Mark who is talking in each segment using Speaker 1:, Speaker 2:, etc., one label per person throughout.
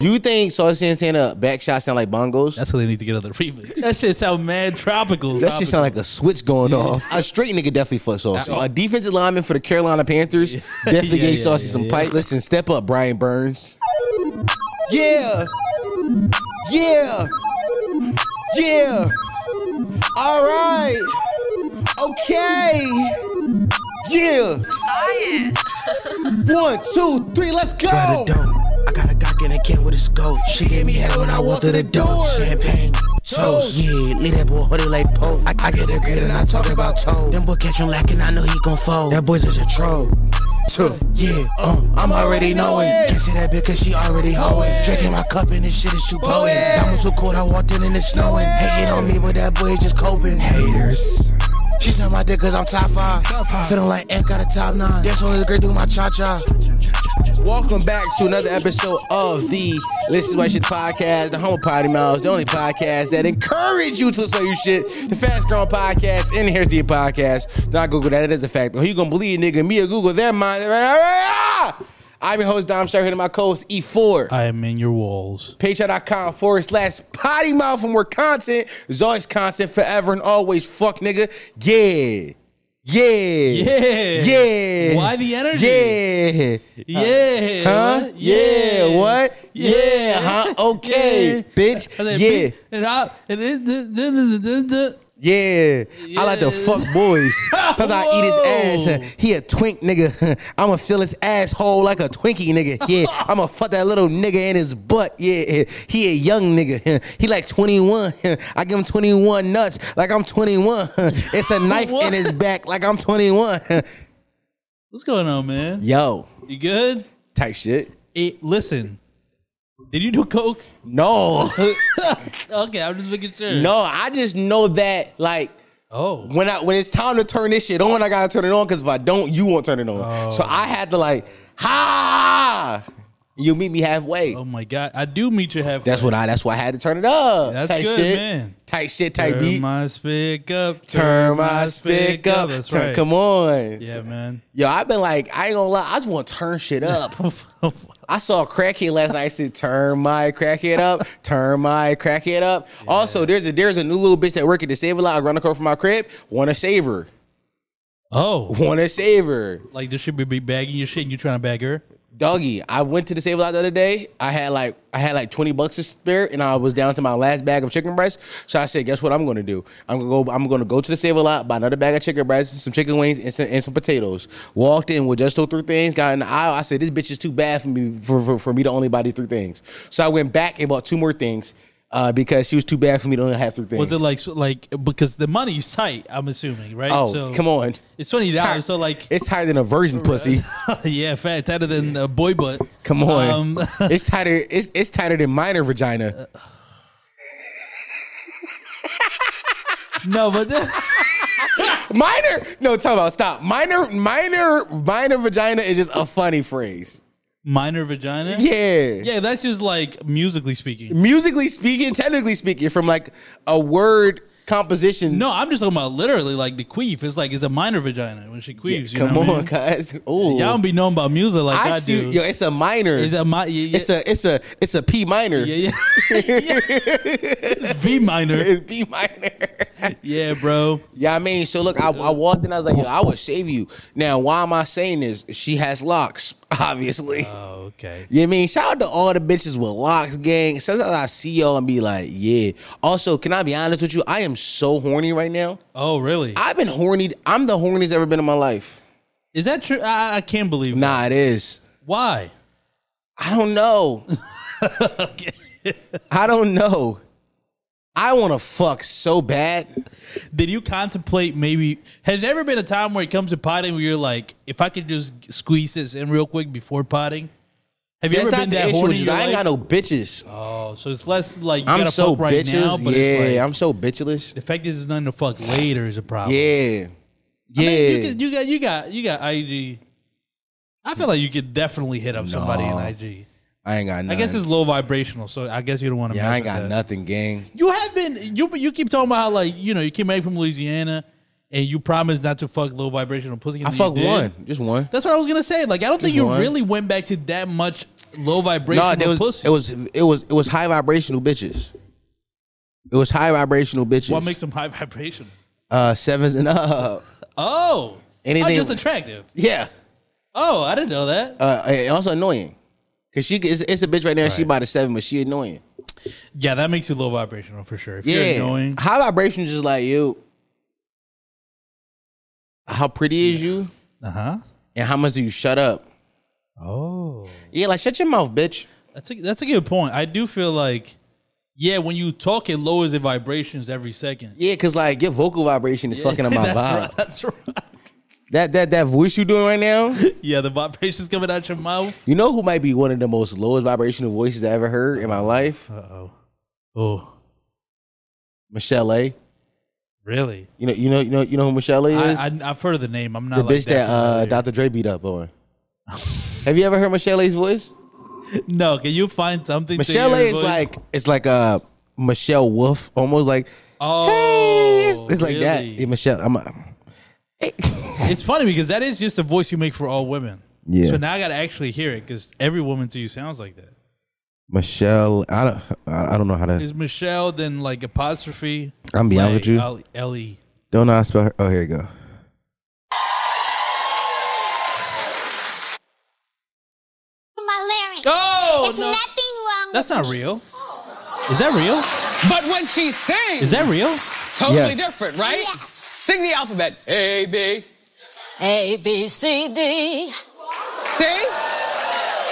Speaker 1: Do you think Sauce Santana back shot sound like bongos?
Speaker 2: That's what they need to get another remix. That shit sound mad tropical.
Speaker 1: That shit sound like a switch going off. A straight nigga definitely fucks off. A defensive lineman for the Carolina Panthers definitely
Speaker 2: Yeah,
Speaker 1: gave
Speaker 2: yeah,
Speaker 1: Saucy
Speaker 2: yeah,
Speaker 1: some
Speaker 2: yeah.
Speaker 1: pipe. Listen, step up, Brian Burns. Yeah. Yeah. Yeah. All right. Okay. Yeah. One, two, three, let's go.
Speaker 3: By the dope. I got a Glock and a can with a scope. She gave me hell when I walked through the door. Champagne. Toast. Yeah, leave that boy hoodie like Pope. I, I get a grid and I talk about toe. Them boy catch him lacking, I know he gon' fold. That boy just a troll. Two. Yeah, um, I'm already knowing. Can't say that bitch cause she already hoeing. Drinking my cup and this shit is too potent. Diamonds too cold, I walked in and it's snowing. Hating on me, but that boy just coping. Haters. She said my dick cause I'm top five. Feeling like Ant got a top nine. That's why this girl do my cha-cha.
Speaker 1: Welcome back to another episode of the This Is Why Shit podcast, the Homo Potty Mouths, the only podcast that encourage you to listen to your shit, the Fast Growing Podcast, and the Here's the Podcast. Not Google that, it is a fact. Who you gonna believe, nigga? Me or Google their mind? Ah! I'm your host, Dom Sharp, here to my co host, E4.
Speaker 2: I am in your walls.
Speaker 1: Patreon.com forward slash potty mouth and more content is always content forever and always. Fuck nigga. Yeah. Yeah.
Speaker 2: Yeah.
Speaker 1: Yeah.
Speaker 2: Why the energy?
Speaker 1: Yeah.
Speaker 2: Yeah.
Speaker 1: Huh?
Speaker 2: what?
Speaker 1: Yeah. What? Yeah.
Speaker 2: Yeah.
Speaker 1: Huh? Okay.
Speaker 2: Yeah.
Speaker 1: Bitch.
Speaker 2: I said,
Speaker 1: yeah.
Speaker 2: bitch, And I, and it, duh, duh, duh, duh, duh, duh.
Speaker 1: yeah. I like to
Speaker 2: Yeah.
Speaker 1: fuck boys. Sometimes I eat his
Speaker 2: Whoa.
Speaker 1: ass. He a twink nigga. I'ma fill his asshole like a Twinkie nigga. Yeah. I'ma fuck that little nigga in his butt. Yeah. He a young nigga. He like 21. I give him 21 nuts like I'm 21. It's a knife in
Speaker 2: What?
Speaker 1: his back like I'm 21.
Speaker 2: What's going on, man?
Speaker 1: Yo.
Speaker 2: You good?
Speaker 1: Type shit.
Speaker 2: It, listen, did you do coke?
Speaker 1: No.
Speaker 2: okay, I'm just making sure.
Speaker 1: No, I just know that like
Speaker 2: Oh.
Speaker 1: when I when it's time to turn this shit on, I gotta turn it on because if I don't, you won't turn it on. So I had to like, ha! You meet me halfway.
Speaker 2: Oh my god, I do meet you halfway.
Speaker 1: that's what I. That's why I had to turn it up.
Speaker 2: That's
Speaker 1: tight
Speaker 2: good,
Speaker 1: shit.
Speaker 2: man.
Speaker 1: Tight shit. Tight
Speaker 2: turn
Speaker 1: beat.
Speaker 2: my spick up.
Speaker 1: turn my spick up.
Speaker 2: That's
Speaker 1: Turn-
Speaker 2: right.
Speaker 1: Come on.
Speaker 2: Yeah, man.
Speaker 1: Yo, I've been like, I ain't gonna lie. I just want to turn shit up. I saw a crackhead last night. I said, "Turn my crackhead up, turn my crackhead up." Also, there's a there's a new little bitch that work at the Save a Lot around the corner from my crib. Want to save her?
Speaker 2: oh,
Speaker 1: Want to save her?
Speaker 2: like this should be- be bagging your shit and you trying to bag her.
Speaker 1: Doggy, I went to the Save a Lot the other day. I had like I had like twenty bucks to spare, and I was down to my last bag of chicken breast. So I said, "Guess what? I'm going to do. I'm going to go. I'm going to go to the Save a Lot, buy another bag of chicken breast, some chicken wings, and some, and some potatoes." Walked in with just those three things. Got in the aisle. I said, "This bitch is too bad for me for, for, for me to only buy these three things." So I went back and bought two more things uh, because she was too bad for me to only have three things.
Speaker 2: Was it like like because the money's tight? I'm assuming, right?
Speaker 1: oh, come on!
Speaker 2: It's twenty dollars, so like,
Speaker 1: It's tighter than a virgin pussy.
Speaker 2: yeah, fat tighter than a boy butt.
Speaker 1: Come on,
Speaker 2: Um, Uh,
Speaker 1: it's tighter. It's it's tighter than minor vagina.
Speaker 2: No, but then,
Speaker 1: Minor, no, talk about stop. Minor, minor, minor vagina is just a funny phrase.
Speaker 2: minor vagina.
Speaker 1: Yeah.
Speaker 2: yeah, that's just like musically speaking.
Speaker 1: Musically speaking, technically speaking, from like a word composition.
Speaker 2: No, I'm just talking about literally like the queef. It's like it's a minor vagina when she queefs. you
Speaker 1: Come
Speaker 2: know what I
Speaker 1: on,
Speaker 2: mean?
Speaker 1: guys. Oh,
Speaker 2: y'all don't be knowing about music like I,
Speaker 1: I see.
Speaker 2: do.
Speaker 1: Yo, it's a minor.
Speaker 2: It's a mi- yeah,
Speaker 1: it's a it's a it's a P minor.
Speaker 2: yeah, yeah, yeah. It's B minor.
Speaker 1: It's B minor.
Speaker 2: Yeah, bro.
Speaker 1: Yeah, I mean, so look, I, I walked in, I was like, yo, I would save you. Now, why am I saying this? She has locks, obviously.
Speaker 2: Oh, okay.
Speaker 1: You know what I mean? Shout out to all the bitches with locks, gang. Sometimes I see y'all E and be like, yeah. Also, can I be honest with you? I am so horny right now.
Speaker 2: Oh, really?
Speaker 1: I've been horny. I'm the horniest ever been in my life.
Speaker 2: Is that true? I, I can't believe. Nah.
Speaker 1: Nah, it is.
Speaker 2: Why?
Speaker 1: I don't know.
Speaker 2: Okay.
Speaker 1: I don't know. I want to fuck so bad.
Speaker 2: Did you contemplate maybe? Has there ever been a time where it comes to potting where you're like, if I could just squeeze this in real quick before potting? Have you
Speaker 1: That's
Speaker 2: ever
Speaker 1: not
Speaker 2: been
Speaker 1: the
Speaker 2: that
Speaker 1: issue.
Speaker 2: horny?
Speaker 1: it's
Speaker 2: in
Speaker 1: just
Speaker 2: your
Speaker 1: I ain't
Speaker 2: life?
Speaker 1: got no bitches.
Speaker 2: Oh, so it's less like you
Speaker 1: I'm
Speaker 2: gotta
Speaker 1: so
Speaker 2: fuck right
Speaker 1: bitches.
Speaker 2: now, but
Speaker 1: yeah,
Speaker 2: it's like
Speaker 1: I'm so bitchless.
Speaker 2: the fact is there's nothing to fuck later is a problem.
Speaker 1: Yeah, yeah.
Speaker 2: I mean, you, could, you got you got you got IG. I feel like you could definitely hit up somebody in
Speaker 1: Nah.
Speaker 2: IG.
Speaker 1: I ain't got.
Speaker 2: I
Speaker 1: Nothing.
Speaker 2: guess it's low vibrational, so I guess you don't want to.
Speaker 1: yeah. I ain't got
Speaker 2: that.
Speaker 1: nothing, gang.
Speaker 2: You have been you you keep talking about how like you know you came back from Louisiana and you promised not to fuck low vibrational pussy. and
Speaker 1: I
Speaker 2: you
Speaker 1: fucked
Speaker 2: did.
Speaker 1: one, just one.
Speaker 2: That's what I was gonna say. Like I don't think
Speaker 1: Just
Speaker 2: you
Speaker 1: one.
Speaker 2: really went back to that much low vibrational
Speaker 1: No, there was
Speaker 2: pussy.
Speaker 1: it was it was it was high vibrational bitches. It was high vibrational bitches.
Speaker 2: what makes them high vibration?
Speaker 1: uh sevens and up?
Speaker 2: Oh,
Speaker 1: Anything-
Speaker 2: oh, just attractive.
Speaker 1: Yeah,
Speaker 2: Oh, I didn't know that.
Speaker 1: uh, and also annoying. Cause she it's, it's a bitch right now. She
Speaker 2: Right.
Speaker 1: about a seven, but she annoying.
Speaker 2: Yeah, that makes you low vibrational for sure. If
Speaker 1: Yeah,
Speaker 2: you're annoying,
Speaker 1: high vibration just like you. How pretty is you,
Speaker 2: uh huh.
Speaker 1: and how much do you shut up?
Speaker 2: Oh,
Speaker 1: Yeah, like shut your mouth, bitch.
Speaker 2: that's a that's a good point. I do feel like, yeah, when you talk, it lowers the vibrations every second.
Speaker 1: Yeah, cause like your vocal vibration is fucking up my
Speaker 2: that's
Speaker 1: vibe.
Speaker 2: Right, that's right.
Speaker 1: That that that voice you doing right now.
Speaker 2: Yeah, the vibrations coming out your mouth.
Speaker 1: You know who might be one of the most lowest vibrational voices I ever heard in my life?
Speaker 2: Uh oh. Oh,
Speaker 1: Michelle A.
Speaker 2: really?
Speaker 1: You know, you know, you know, you know who Michelle A is?
Speaker 2: I, I I've heard of the name. I'm not
Speaker 1: the
Speaker 2: like
Speaker 1: bitch that uh,
Speaker 2: familiar.
Speaker 1: Dr. Dre beat up on. Have you ever heard Michelle A's voice?
Speaker 2: No, can you find something? to
Speaker 1: Michelle
Speaker 2: your
Speaker 1: A is
Speaker 2: voice?
Speaker 1: like it's like uh Michelle Wolf, almost like
Speaker 2: oh,
Speaker 1: hey, it's, it's like that.
Speaker 2: really?
Speaker 1: Yeah, Michelle, I'm a,
Speaker 2: It's funny because that is just a voice you make for all women.
Speaker 1: Yeah.
Speaker 2: So now I gotta actually hear it because every woman to you sounds like that.
Speaker 1: Michelle. I don't, I I don't know how to.
Speaker 2: Is Michelle then like apostrophe?
Speaker 1: I'm be honest
Speaker 2: like, E.
Speaker 1: with you.
Speaker 2: Ali- Ellie.
Speaker 1: Don't know how to spell her. Oh, here you go.
Speaker 4: my larynx.
Speaker 2: Oh
Speaker 4: it's
Speaker 2: no,
Speaker 4: nothing wrong.
Speaker 2: that's
Speaker 4: with
Speaker 2: not real. Is that real?
Speaker 5: But when she sings,
Speaker 2: Is that real?
Speaker 5: totally
Speaker 1: Yes.
Speaker 5: different, right?
Speaker 4: Yes.
Speaker 5: Sing the alphabet. A, B.
Speaker 6: A B C D.
Speaker 5: See?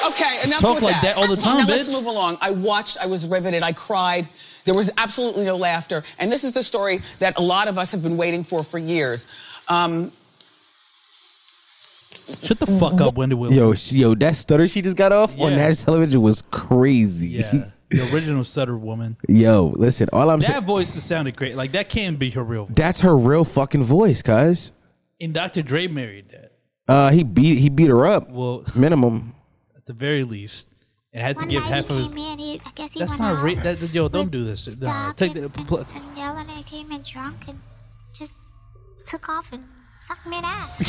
Speaker 5: Okay, enough
Speaker 2: Talk
Speaker 5: with
Speaker 2: like that all the time,
Speaker 5: Now let's
Speaker 2: bitch.
Speaker 5: move along. I watched, I was riveted, I cried. There was absolutely no laughter. And this is the story that a lot of us have been waiting for for years. Um,
Speaker 2: Shut the fuck up, Wendy Williams.
Speaker 1: Yo, she, yo, that stutter she just got off on
Speaker 2: Yeah.
Speaker 1: national television was crazy.
Speaker 2: Yeah, the original Sutter woman.
Speaker 1: yo, listen, all I'm saying.
Speaker 2: That voice just sounded great. Like that can be her real. voice.
Speaker 1: That's her real fucking voice, cuz.
Speaker 2: And Dr. Dre married that
Speaker 1: Uh, he beat he beat her up.
Speaker 2: Well-
Speaker 1: minimum.
Speaker 2: at the very least, and had to
Speaker 4: One
Speaker 2: give
Speaker 4: night
Speaker 2: half
Speaker 4: he
Speaker 2: of his.
Speaker 4: came in, he- I guess he
Speaker 2: That's
Speaker 4: went
Speaker 2: not
Speaker 4: out
Speaker 2: real. That, yo, don't
Speaker 4: with
Speaker 2: do this. No,
Speaker 4: stuff
Speaker 2: take
Speaker 4: and,
Speaker 2: the.
Speaker 4: and,
Speaker 2: pl-
Speaker 4: and yelling and came in drunk and just took off and sucked me an ass. And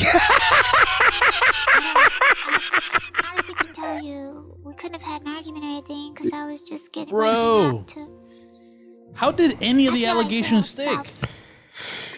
Speaker 4: I honestly can tell you, we couldn't have had an argument or anything because I was just getting
Speaker 2: Bro.
Speaker 4: waking up to.
Speaker 2: How did any of
Speaker 4: That's
Speaker 2: the
Speaker 4: not how I
Speaker 2: allegations
Speaker 4: feel about
Speaker 2: stick?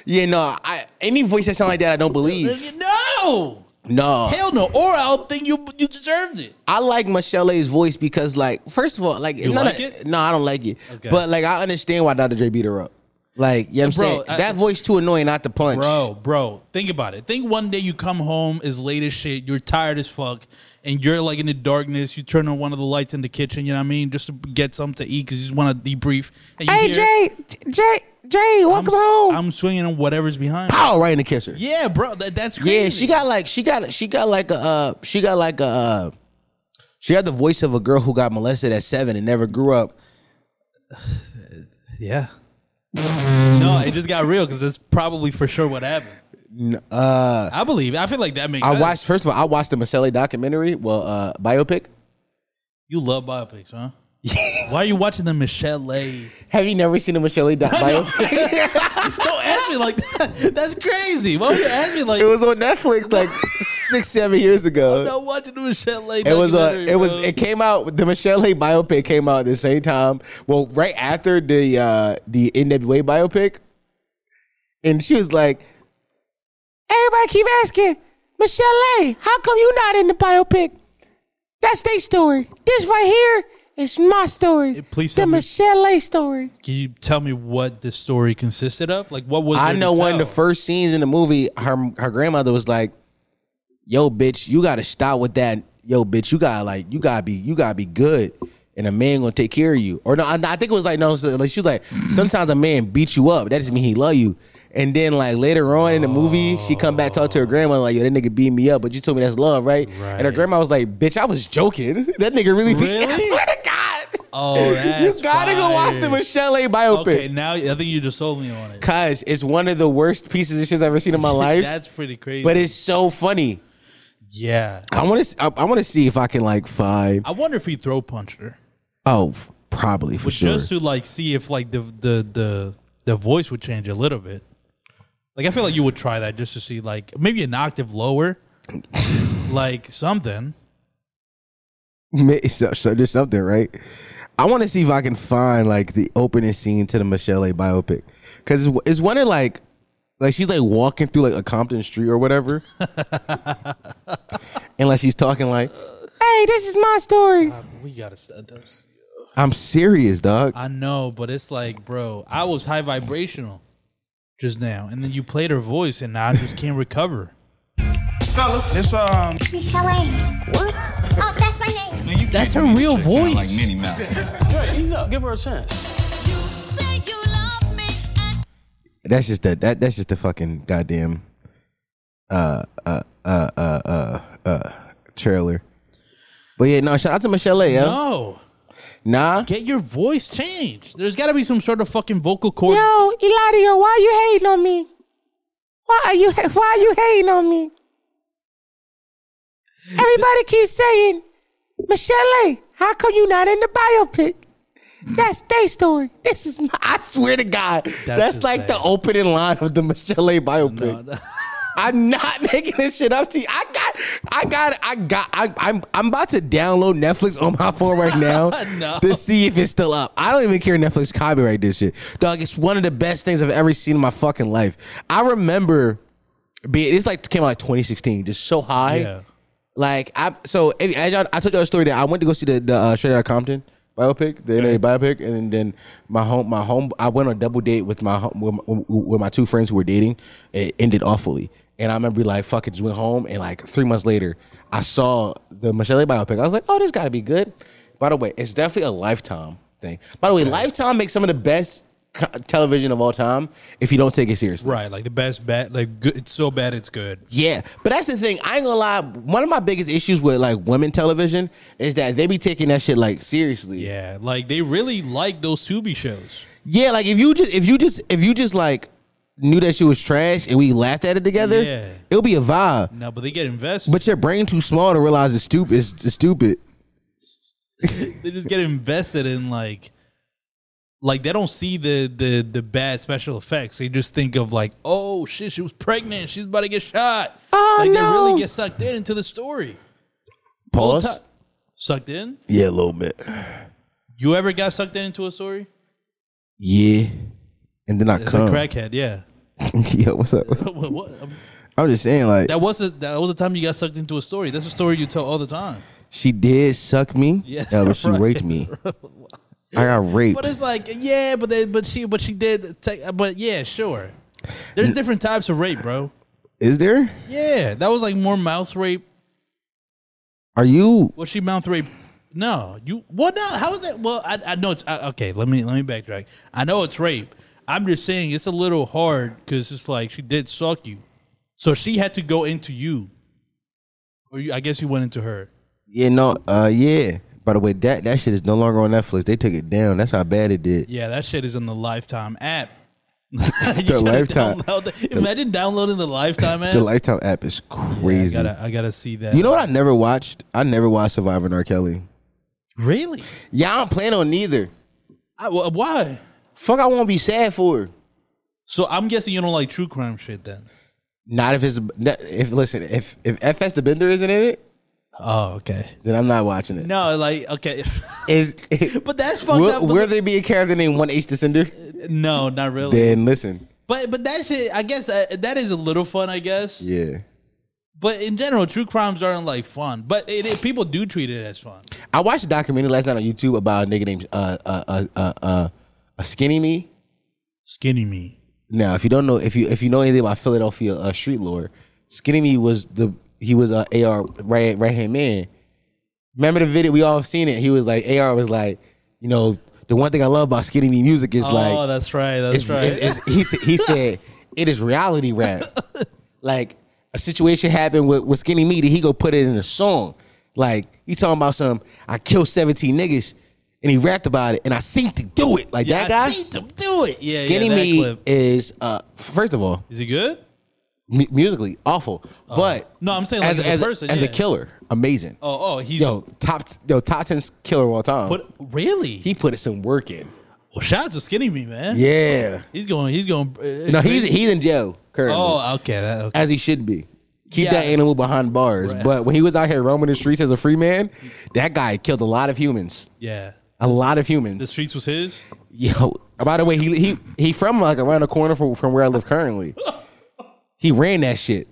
Speaker 1: Yeah, no. I any voice that sound like that, I don't believe.
Speaker 2: No,
Speaker 1: No,
Speaker 2: hell no. Or I don't think you you deserved it.
Speaker 1: I like Michelle A's voice because, like, first of all, like,
Speaker 2: You
Speaker 1: none
Speaker 2: like
Speaker 1: of-
Speaker 2: it?
Speaker 1: No, I don't like it.
Speaker 2: Okay.
Speaker 1: But like, I understand why Dr. J beat her up. Like, you know what I'm
Speaker 2: Bro,
Speaker 1: saying
Speaker 2: I-
Speaker 1: that voice too annoying not to punch.
Speaker 2: Bro, bro, think about it. Think one day you come home is late as shit, you're tired as fuck, and you're like in the darkness. You turn on one of the lights in the kitchen, you know what I mean, just to get something to eat because you just want to debrief. And you
Speaker 1: Hey,
Speaker 2: hear,
Speaker 1: Jay, J- Jay, Jay,
Speaker 2: I'm,
Speaker 1: welcome home.
Speaker 2: I'm swinging on whatever's behind. me.
Speaker 1: Pow right in the kisser.
Speaker 2: Yeah, bro, that, that's crazy.
Speaker 1: Yeah, she got like she got she got like a uh, she got like a uh, she had the voice of a girl who got molested at seven and never grew up.
Speaker 2: yeah. no, it just got real because that's probably for sure what happened. Uh, I believe. it. I feel like that makes.
Speaker 1: I
Speaker 2: sense.
Speaker 1: watched first of all, I watched the Maselli documentary, well, uh, biopic.
Speaker 2: You love biopics, huh? Why are you watching the Michelle? Lay?
Speaker 1: Have you never seen a Michelle doc biopic?
Speaker 2: Don't ask me like that. That's crazy. Why would you ask me like?
Speaker 1: it was on Netflix like six, seven years ago.
Speaker 2: not watching the Michelle Lay.
Speaker 1: It was uh,
Speaker 2: documentary,
Speaker 1: it was
Speaker 2: bro.
Speaker 1: it came out the Michelle biopic came out at the same time. Well, right after the uh the NWA biopic. And she was like, Everybody keep asking, Michelle how come you not in the biopic? That's their story. This right here is my story.
Speaker 2: please
Speaker 1: the
Speaker 2: tell me-
Speaker 1: Michelle story.
Speaker 2: Can you tell me what the story consisted of? Like, what was
Speaker 1: I
Speaker 2: there to
Speaker 1: know one of the
Speaker 2: tell?
Speaker 1: first scenes in the movie, her her grandmother was like, "Yo, bitch, you gotta stop with that. Yo, bitch, you gotta like, you gotta be, you gotta be good, and a man gonna take care of you." Or no, I, I think it was like no, so, like she was like, "Sometimes a man beat you up. That doesn't mean he love you." And then like later on in the movie, she come back talk to her grandma like, "Yo, that nigga beat me up, but you told me that's love, right?" And her
Speaker 2: Right.
Speaker 1: grandma was like, "Bitch, I was joking. That nigga really beat. I
Speaker 2: Really?
Speaker 1: swear to God."
Speaker 2: Oh, that's
Speaker 1: you gotta go watch the
Speaker 2: fire.
Speaker 1: Michelle biopic.
Speaker 2: Okay, now I think you just sold me on it.
Speaker 1: Cause it's one of the worst pieces of shit I've ever seen in my life.
Speaker 2: That's pretty crazy.
Speaker 1: but it's so funny.
Speaker 2: yeah.
Speaker 1: I want to. I, I want to see if I can like find.
Speaker 2: I wonder if he throw punched her,
Speaker 1: Oh, f- probably for
Speaker 2: but
Speaker 1: sure.
Speaker 2: just to like see if like the the the the voice would change a little bit. Like I feel like you would try that just to see like maybe an octave lower, like something.
Speaker 1: May- So, so there's something, right? I want to see if I can find like the opening scene to the Michelle A biopic because it's, it's one of like, like she's like walking through like a Compton street or whatever, and like she's talking like, "Hey, this is my story."
Speaker 2: We gotta set this.
Speaker 1: I'm serious, dog.
Speaker 2: I know, but it's like, bro, I was high vibrational just now, and then you played her voice, and I just can't recover.
Speaker 7: Fellas, it's um.
Speaker 4: Michelle A. What? Oh, that's my name.
Speaker 7: Man, you
Speaker 2: That's
Speaker 7: can't
Speaker 2: her
Speaker 7: do this
Speaker 2: real
Speaker 7: shit. Sound Like
Speaker 2: voice.
Speaker 7: Minnie Mouse.
Speaker 8: Hey, ease up. Give her a chance.
Speaker 1: That's just that that that's just the fucking goddamn uh uh uh uh uh, uh trailer. But yeah, no, shout out to Michelle A. yo.
Speaker 2: No,
Speaker 1: Nah.
Speaker 2: get your voice changed. There's gotta be some sort of fucking vocal cord.
Speaker 1: Yo, Eladio, why you hating on me? Why are you why are you hating on me? Everybody keeps saying, Michelle, A, how come you not in the biopic? That's their story. This is my I swear to God. That's, like the
Speaker 2: insane.
Speaker 1: opening line of the Michelle A biopic. I'm not making this shit up to you. I got, I got, I got. I, I'm, I'm about to download Netflix on my phone right now
Speaker 2: No.
Speaker 1: to see if it's still up. I don't even care. Netflix copyright this shit, dog. It's one of the best things I've ever seen in my fucking life. I remember being. It's like came out like 2016, just so high.
Speaker 2: Yeah.
Speaker 1: Like I, so if, as y'all, I told y'all a story that I went to go see the, the uh, Straight Outta Compton biopic, the NA biopic, and then, then my home, my home, I went on a double date with my home, with, my- with my two friends who were dating. It ended awfully, and I remember like fucking just went home, and like three months later, I saw the Michelle biopic. I was like, oh, this got to be good. By the way, it's definitely a lifetime thing. By the way, Lifetime makes some of the best co- television of all time if you don't take it seriously.
Speaker 2: Right, like the best bad, like good, it's so bad it's good.
Speaker 1: Yeah, but that's the thing. I ain't gonna lie. One of my biggest issues with like women television is that they be taking that shit like seriously.
Speaker 2: Yeah, like they really like those Tubi shows.
Speaker 1: Yeah, like if you just if you just if you just like knew that she was trash and we laughed at it together,
Speaker 2: Yeah.
Speaker 1: it'll be a vibe.
Speaker 2: No, but they get invested.
Speaker 1: But your brain too small to realize it's stupid. It's, it's stupid.
Speaker 2: they just get invested in like like they don't see the the the bad special effects. They just think of like, oh shit, she was pregnant, she's about to get shot.
Speaker 1: Oh,
Speaker 2: like they
Speaker 1: no.
Speaker 2: really get sucked in into the story. Whole
Speaker 1: Pause.
Speaker 2: ti- Sucked in?
Speaker 1: Yeah, a little bit.
Speaker 2: You ever got sucked in into a story?
Speaker 1: Yeah, and then I
Speaker 2: It's
Speaker 1: come.
Speaker 2: a crackhead, yeah.
Speaker 1: Yo, what's up? What's up?
Speaker 2: What- what- um,
Speaker 1: I'm just saying, like
Speaker 2: That was a that was a time you got sucked into a story. That's a story you tell all the time.
Speaker 1: she did suck me.
Speaker 2: Yeah,
Speaker 1: uh, but she
Speaker 2: right.
Speaker 1: raped me. I got raped.
Speaker 2: But it's like, yeah, but they, but she but she did take but yeah, sure. There's different types of rape, bro.
Speaker 1: Is there?
Speaker 2: Yeah, that was like more mouth rape
Speaker 1: Are you
Speaker 2: Was she mouth raped? No, you. Well, no. How is that? Well, I, I know it's I, okay. Let me let me backtrack. I know it's rape. I'm just saying it's a little hard because it's like she did suck you, so she had to go into you, or you, I guess you went into her.
Speaker 1: Yeah, no, uh, yeah. By the way, that that shit is no longer on Netflix. They took it down. That's how bad it did.
Speaker 2: Yeah, that shit is in the Lifetime app. You gotta
Speaker 1: Lifetime-
Speaker 2: download that. Imagine downloading the Lifetime app.
Speaker 1: The Lifetime app is
Speaker 2: I
Speaker 1: crazy.
Speaker 2: gotta I gotta see that.
Speaker 1: you know what I never watched? I never watched Surviving R. Kelly.
Speaker 2: Really?
Speaker 1: Yeah, I don't plan on neither.
Speaker 2: I, wh- why?
Speaker 1: Fuck, I won't be sad for. her.
Speaker 2: So I'm guessing you don't like true crime shit then.
Speaker 1: Not if it's not- if listen if if FS the Bender isn't in it,
Speaker 2: Oh, okay.
Speaker 1: then I'm not watching it.
Speaker 2: No, like okay.
Speaker 1: Is
Speaker 2: But that's fucked
Speaker 1: will,
Speaker 2: up, but
Speaker 1: Will
Speaker 2: the-
Speaker 1: there be a character named One H Descender?
Speaker 2: no, not really.
Speaker 1: Then listen,
Speaker 2: But but that shit, I guess uh, that is a little fun, I guess.
Speaker 1: yeah.
Speaker 2: But in general, true crimes aren't like fun. But it, it- people do treat it as fun.
Speaker 1: I watched a documentary last night on YouTube about a nigga named uh uh uh uh, uh, uh Skinny Me.
Speaker 2: Skinny me.
Speaker 1: Now, if you don't know, if you if you know anything about Philadelphia uh, street lore, Skinny Me was the he was a AR right right hand man. Remember the video we all seen it. He was like AR was like, you know, the one thing I love about Skinny Me music is
Speaker 2: oh,
Speaker 1: like,
Speaker 2: that's right. That's
Speaker 1: it's,
Speaker 2: right.
Speaker 1: it's- it's- he sa- he said it is reality rap. like a situation happened with with Skinny Me that he go put it in a song. Like he talking about some I killed seventeen niggas and he rapped about it and I seem to do it like
Speaker 2: yeah,
Speaker 1: that guy.
Speaker 2: I seen them do it. Yeah,
Speaker 1: Skinny
Speaker 2: yeah, that
Speaker 1: Me
Speaker 2: clip.
Speaker 1: is uh first of all
Speaker 2: Is he good?
Speaker 1: mu- musically awful, but
Speaker 2: Oh. No, I'm saying like as, a person,
Speaker 1: as
Speaker 2: yeah.
Speaker 1: a killer, amazing.
Speaker 2: Oh, oh, he's
Speaker 1: yo top yo top ten killer of all time.
Speaker 2: But really,
Speaker 1: he put some work in.
Speaker 2: well, shout out to Skinny me, man.
Speaker 1: Yeah,
Speaker 2: he's going. He's going. Uh,
Speaker 1: no, he's he's in jail currently,
Speaker 2: Oh, okay. That, okay.
Speaker 1: as he should be. Keep
Speaker 2: Yeah.
Speaker 1: that animal behind bars. But when he was out here roaming the streets as a free man, that guy killed a lot of humans.
Speaker 2: Yeah.
Speaker 1: A lot of humans.
Speaker 2: The streets was his.
Speaker 1: Yo, by the way, he he he from like around the corner from, from where I live currently. He ran that shit.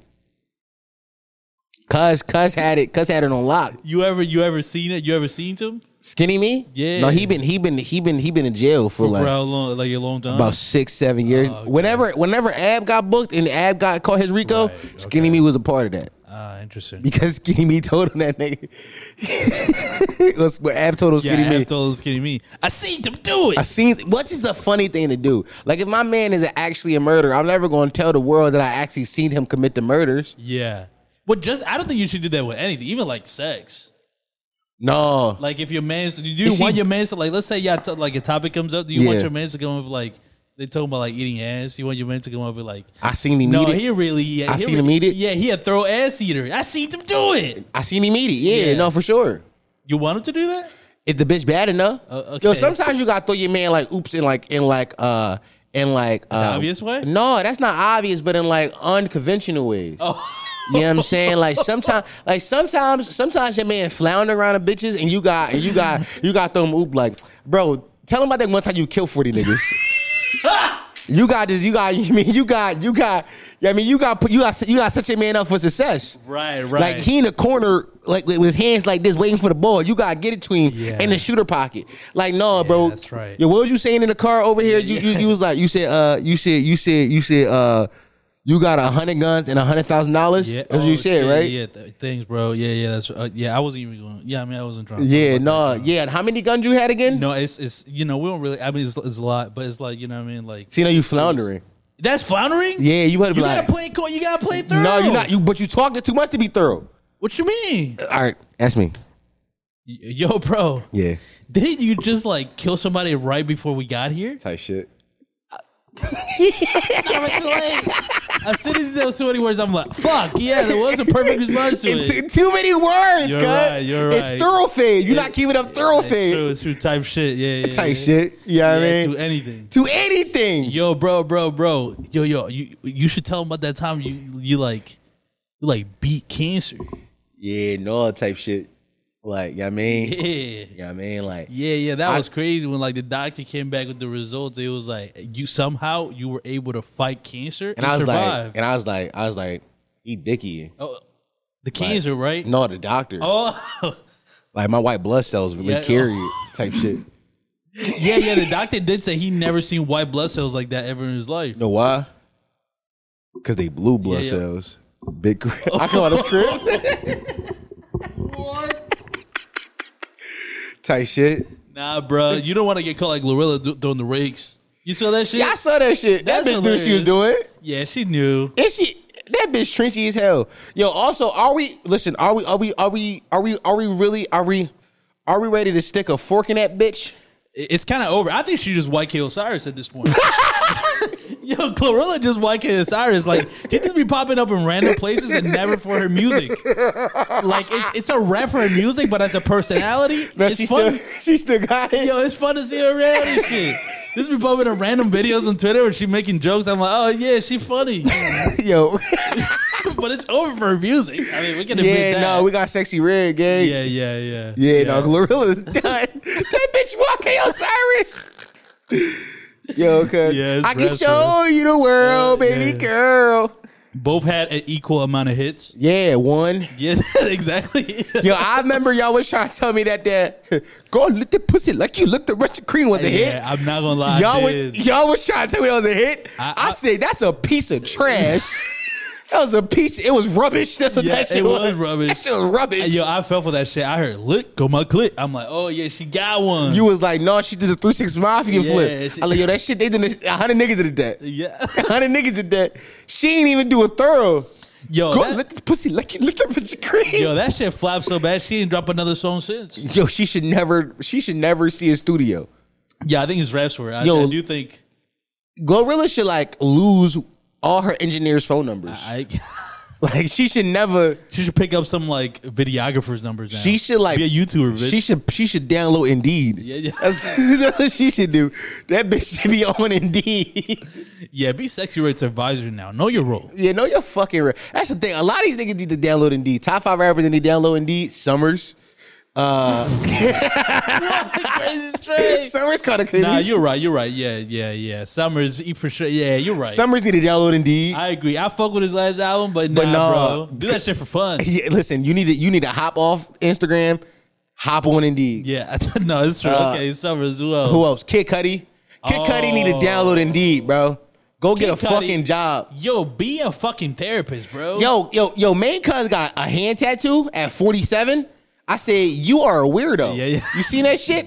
Speaker 1: Cuz Cuz had it. Cuz had it on lock.
Speaker 2: You ever you ever seen it? You ever seen him?
Speaker 1: Skinny me?
Speaker 2: Yeah.
Speaker 1: No, he been he been he been he been in jail for,
Speaker 2: For Oh,
Speaker 1: like
Speaker 2: how long? Like a long time.
Speaker 1: about six seven years. Whenever whenever Ab got booked and Ab got caught his Rico,
Speaker 2: Right,
Speaker 1: Skinny me was a part of that
Speaker 2: Ah, interesting.
Speaker 1: because Skinny me told him that nigga. That's what Ab told him
Speaker 2: yeah,
Speaker 1: Skinny me.
Speaker 2: I told him skinny me. I seen them do
Speaker 1: I
Speaker 2: it.
Speaker 1: seen which is a funny thing to do. Like if my man is actually a murderer, I'm never going to tell the world that I actually seen him commit the murders.
Speaker 2: Yeah. But just I don't think you should do that with anything, even like sex.
Speaker 1: No,
Speaker 2: Like if your man's you do
Speaker 1: Is
Speaker 2: want
Speaker 1: she-
Speaker 2: your man's to like let's say yeah t- like a topic comes up, do you want
Speaker 1: Yeah.
Speaker 2: your man's to come up with like they talking about like eating ass? You want your man to come up with like
Speaker 1: I seen him
Speaker 2: no,
Speaker 1: eat it.
Speaker 2: he really yeah,
Speaker 1: I
Speaker 2: he
Speaker 1: seen
Speaker 2: re-
Speaker 1: him eat it.
Speaker 2: Yeah, he a throw ass eater. I seen him do it.
Speaker 1: I seen him eat it. Yeah,
Speaker 2: Yeah.
Speaker 1: no, for sure.
Speaker 2: You want him to do that?
Speaker 1: If the bitch bad enough,
Speaker 2: Uh,
Speaker 1: yo,
Speaker 2: okay.
Speaker 1: sometimes you gotta throw your man like oops in like in like uh in like uh,
Speaker 2: obvious way?
Speaker 1: No, that's not obvious, but in like unconventional ways.
Speaker 2: Oh.
Speaker 1: You know what I'm saying? Like sometimes, like sometimes, sometimes your man flounder around the bitches, and you got, and you got, you got them oop like, bro. Tell them about that one time you killed forty niggas. you got this. You got. You mean you got. You got. I mean you got. put- You got. You got such a man up for success.
Speaker 2: Right,
Speaker 1: Like
Speaker 2: right.
Speaker 1: he in the corner, like with his hands like this, waiting for the ball. You gotta get it to him
Speaker 2: Yeah.
Speaker 1: in the shooter pocket. Like no, bro.
Speaker 2: that's right.
Speaker 1: Yo, what was you saying in the car over here? you, you you was like you said uh you said you said you said uh you got a hundred guns and a hundred thousand dollars.
Speaker 2: Yeah,
Speaker 1: That's what you
Speaker 2: oh,
Speaker 1: said,
Speaker 2: shit,
Speaker 1: right?
Speaker 2: Yeah, th- things, bro. Yeah, yeah, that's uh, yeah. I wasn't even going. Yeah, I mean, I wasn't trying. to talk
Speaker 1: Yeah,
Speaker 2: about
Speaker 1: no,
Speaker 2: that, bro.
Speaker 1: yeah. And how many guns you had again?
Speaker 2: no. It's it's you know we don't really. I mean, it's, it's a lot, but it's like you know what I mean. Like
Speaker 1: See, now you floundering.
Speaker 2: that's floundering.
Speaker 1: Yeah, you better be
Speaker 2: you
Speaker 1: like,
Speaker 2: gotta play court. You gotta play thorough.
Speaker 1: no, you're not. You, but you talking too much to be thorough.
Speaker 2: what you mean?
Speaker 1: All right, that's me.
Speaker 2: Yo, bro.
Speaker 1: Yeah,
Speaker 2: Didn't you just like kill somebody right before we got here?
Speaker 1: type shit.
Speaker 2: As soon as there was so many words, I'm like, fuck, yeah, there was a perfect response to
Speaker 1: It's
Speaker 2: it.
Speaker 1: it's too many words,
Speaker 2: You're
Speaker 1: cuz.
Speaker 2: right, you're
Speaker 1: It's
Speaker 2: right.
Speaker 1: thoroughfare. You're not keeping up
Speaker 2: It's
Speaker 1: thoroughfare.
Speaker 2: true, it's true type shit. Yeah, yeah.
Speaker 1: type
Speaker 2: yeah.
Speaker 1: shit. You know what
Speaker 2: Yeah,
Speaker 1: I mean?
Speaker 2: to anything.
Speaker 1: To, anything.
Speaker 2: Yo, bro, bro, bro. Yo, yo, you you should tell him about that time you you like you like beat cancer.
Speaker 1: Yeah, no type shit. Like, you know what I mean?
Speaker 2: Yeah. Yeah,
Speaker 1: You know what I mean? Like,
Speaker 2: yeah, that
Speaker 1: I-
Speaker 2: was crazy when like the doctor came back with the results. It was like you somehow you were able to fight cancer and,
Speaker 1: and I was
Speaker 2: survive.
Speaker 1: like, and I was like, I was like, he dicky.
Speaker 2: the cancer, right?
Speaker 1: No, the doctor.
Speaker 2: Oh,
Speaker 1: Like my white blood cells really
Speaker 2: Yeah.
Speaker 1: carry it type shit. You
Speaker 2: yeah, yeah. The doctor did say he never seen white blood cells like that ever in his life.
Speaker 1: know why? Because they blue blood
Speaker 2: Yeah, yeah.
Speaker 1: cells. Big crib. I come out of crib. type shit.
Speaker 2: Nah, bro, you don't want to get caught like Lorilla do- doing the rakes. You saw that shit?
Speaker 1: Yeah, I saw that shit. That
Speaker 2: That's
Speaker 1: bitch knew what she was
Speaker 2: hilarious.
Speaker 1: doing.
Speaker 2: Yeah, she knew.
Speaker 1: Is she that bitch trenchy as hell? Yo, also, are we listen, are we are we are we are we are we really are we are we ready to stick a fork in that bitch?
Speaker 2: It- It's kind of over. I think she just YK Osiris at this point. Yo, Glorilla just YK Osiris. Like she just be popping up in random places and never for her music. Like it's it's a rap for her music, but as a personality,
Speaker 1: No,
Speaker 2: it's
Speaker 1: she
Speaker 2: fun.
Speaker 1: still she still got it.
Speaker 2: Yo, it's fun to see her around and shit. Just be popping up random videos on Twitter where she making jokes. I'm like, oh yeah, she funny.
Speaker 1: Yo.
Speaker 2: but it's over for her music. I mean, we can admit
Speaker 1: yeah,
Speaker 2: that.
Speaker 1: no, we got sexy red, gang.
Speaker 2: yeah, yeah, yeah,
Speaker 1: Yeah, no, Glorilla's done. that bitch YK Osiris. Yo, cuz
Speaker 2: Yeah, it's
Speaker 1: I can
Speaker 2: rest,
Speaker 1: show you the world,
Speaker 2: Yeah,
Speaker 1: baby
Speaker 2: yeah.
Speaker 1: girl.
Speaker 2: Both had an equal amount of hits.
Speaker 1: Yeah, one.
Speaker 2: Yeah, exactly.
Speaker 1: Yo, I remember y'all was trying to tell me that that go lick the pussy like you licked the Russian cream was a hit.
Speaker 2: yeah, I'm not gonna lie.
Speaker 1: y'all
Speaker 2: I
Speaker 1: was
Speaker 2: did.
Speaker 1: y'all was trying to tell me that was a hit. I,
Speaker 2: I- I-
Speaker 1: said that's a piece of trash. that was a piece. It was rubbish. That's what
Speaker 2: Yeah,
Speaker 1: that shit
Speaker 2: it
Speaker 1: was.
Speaker 2: was rubbish.
Speaker 1: That shit was rubbish.
Speaker 2: Hey, Yo, I fell for that shit. I heard, look, go my clip. I'm like, oh yeah, she got one.
Speaker 1: you was like, no, she did the three six mafia
Speaker 2: Yeah,
Speaker 1: flip.
Speaker 2: she-
Speaker 1: I like, yo, that shit. They did this. hundred niggas did that.
Speaker 2: yeah,
Speaker 1: hundred niggas did that. She ain't even do a thorough.
Speaker 2: yo,
Speaker 1: Go
Speaker 2: Oh, that,
Speaker 1: lick the pussy like you licked the Russian cream.
Speaker 2: yo, that shit flopped so bad. She didn't drop another song since.
Speaker 1: yo, she should never. She should never see a studio.
Speaker 2: Yeah, I think it's raps for her. I,
Speaker 1: Yo.
Speaker 2: I do think
Speaker 1: Glorilla should like lose all her engineers' phone numbers.
Speaker 2: I.
Speaker 1: Like she should never.
Speaker 2: She should pick up some like videographer's numbers. Now.
Speaker 1: She should like
Speaker 2: be a YouTuber. Bitch.
Speaker 1: She should she should download Indeed.
Speaker 2: Yeah, yeah.
Speaker 1: That's, that's what she should do. That bitch should be on Indeed.
Speaker 2: yeah, be sexy rates advisor now. Know your role.
Speaker 1: yeah, know your fucking. Re- that's the thing. A lot of these niggas need to download Indeed. Top five rappers that need to download Indeed. Summers. Summers kind of crazy.
Speaker 2: Nah, you're right. You're right. Yeah, yeah, yeah. Summers e- for sure. Yeah, you're right.
Speaker 1: Summers need to download Indeed.
Speaker 2: I agree. I fuck with his last album, but nah,
Speaker 1: But nah.
Speaker 2: bro. Do that shit for fun.
Speaker 1: yeah, listen, you need to you need to hop off Instagram, hop on Indeed.
Speaker 2: Yeah, no, it's true. okay, Summers. Who else?
Speaker 1: Uh, Who else? Kid Cudi. Kid Cudi need to download Indeed, bro. Go get
Speaker 2: Oh. Kid
Speaker 1: a
Speaker 2: Cudi.
Speaker 1: fucking job.
Speaker 2: Yo, be a fucking therapist, bro.
Speaker 1: Yo, yo, yo, main cuz got a hand tattoo at 47. I said, you are a weirdo.
Speaker 2: Yeah, yeah.
Speaker 1: You seen that shit?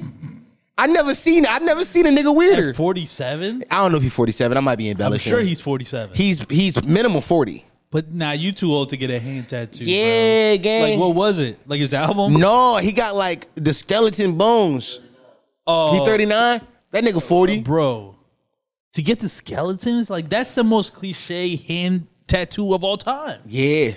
Speaker 1: I never seen I never seen a nigga weirder.
Speaker 2: forty-seven.
Speaker 1: I don't know if he's 47. I might be
Speaker 2: I'm
Speaker 1: embellishing.
Speaker 2: sure he's forty-seven.
Speaker 1: he's he's minimum 40.
Speaker 2: but now nah, you too old to get a hand tattoo. bro.
Speaker 1: Yeah, gang.
Speaker 2: Like what was it? Like his album?
Speaker 1: No, he got like the skeleton bones.
Speaker 2: oh,
Speaker 1: He 39? That nigga 40.
Speaker 2: bro. To get the skeletons, like that's the most cliche hand tattoo of all time.
Speaker 1: Yeah.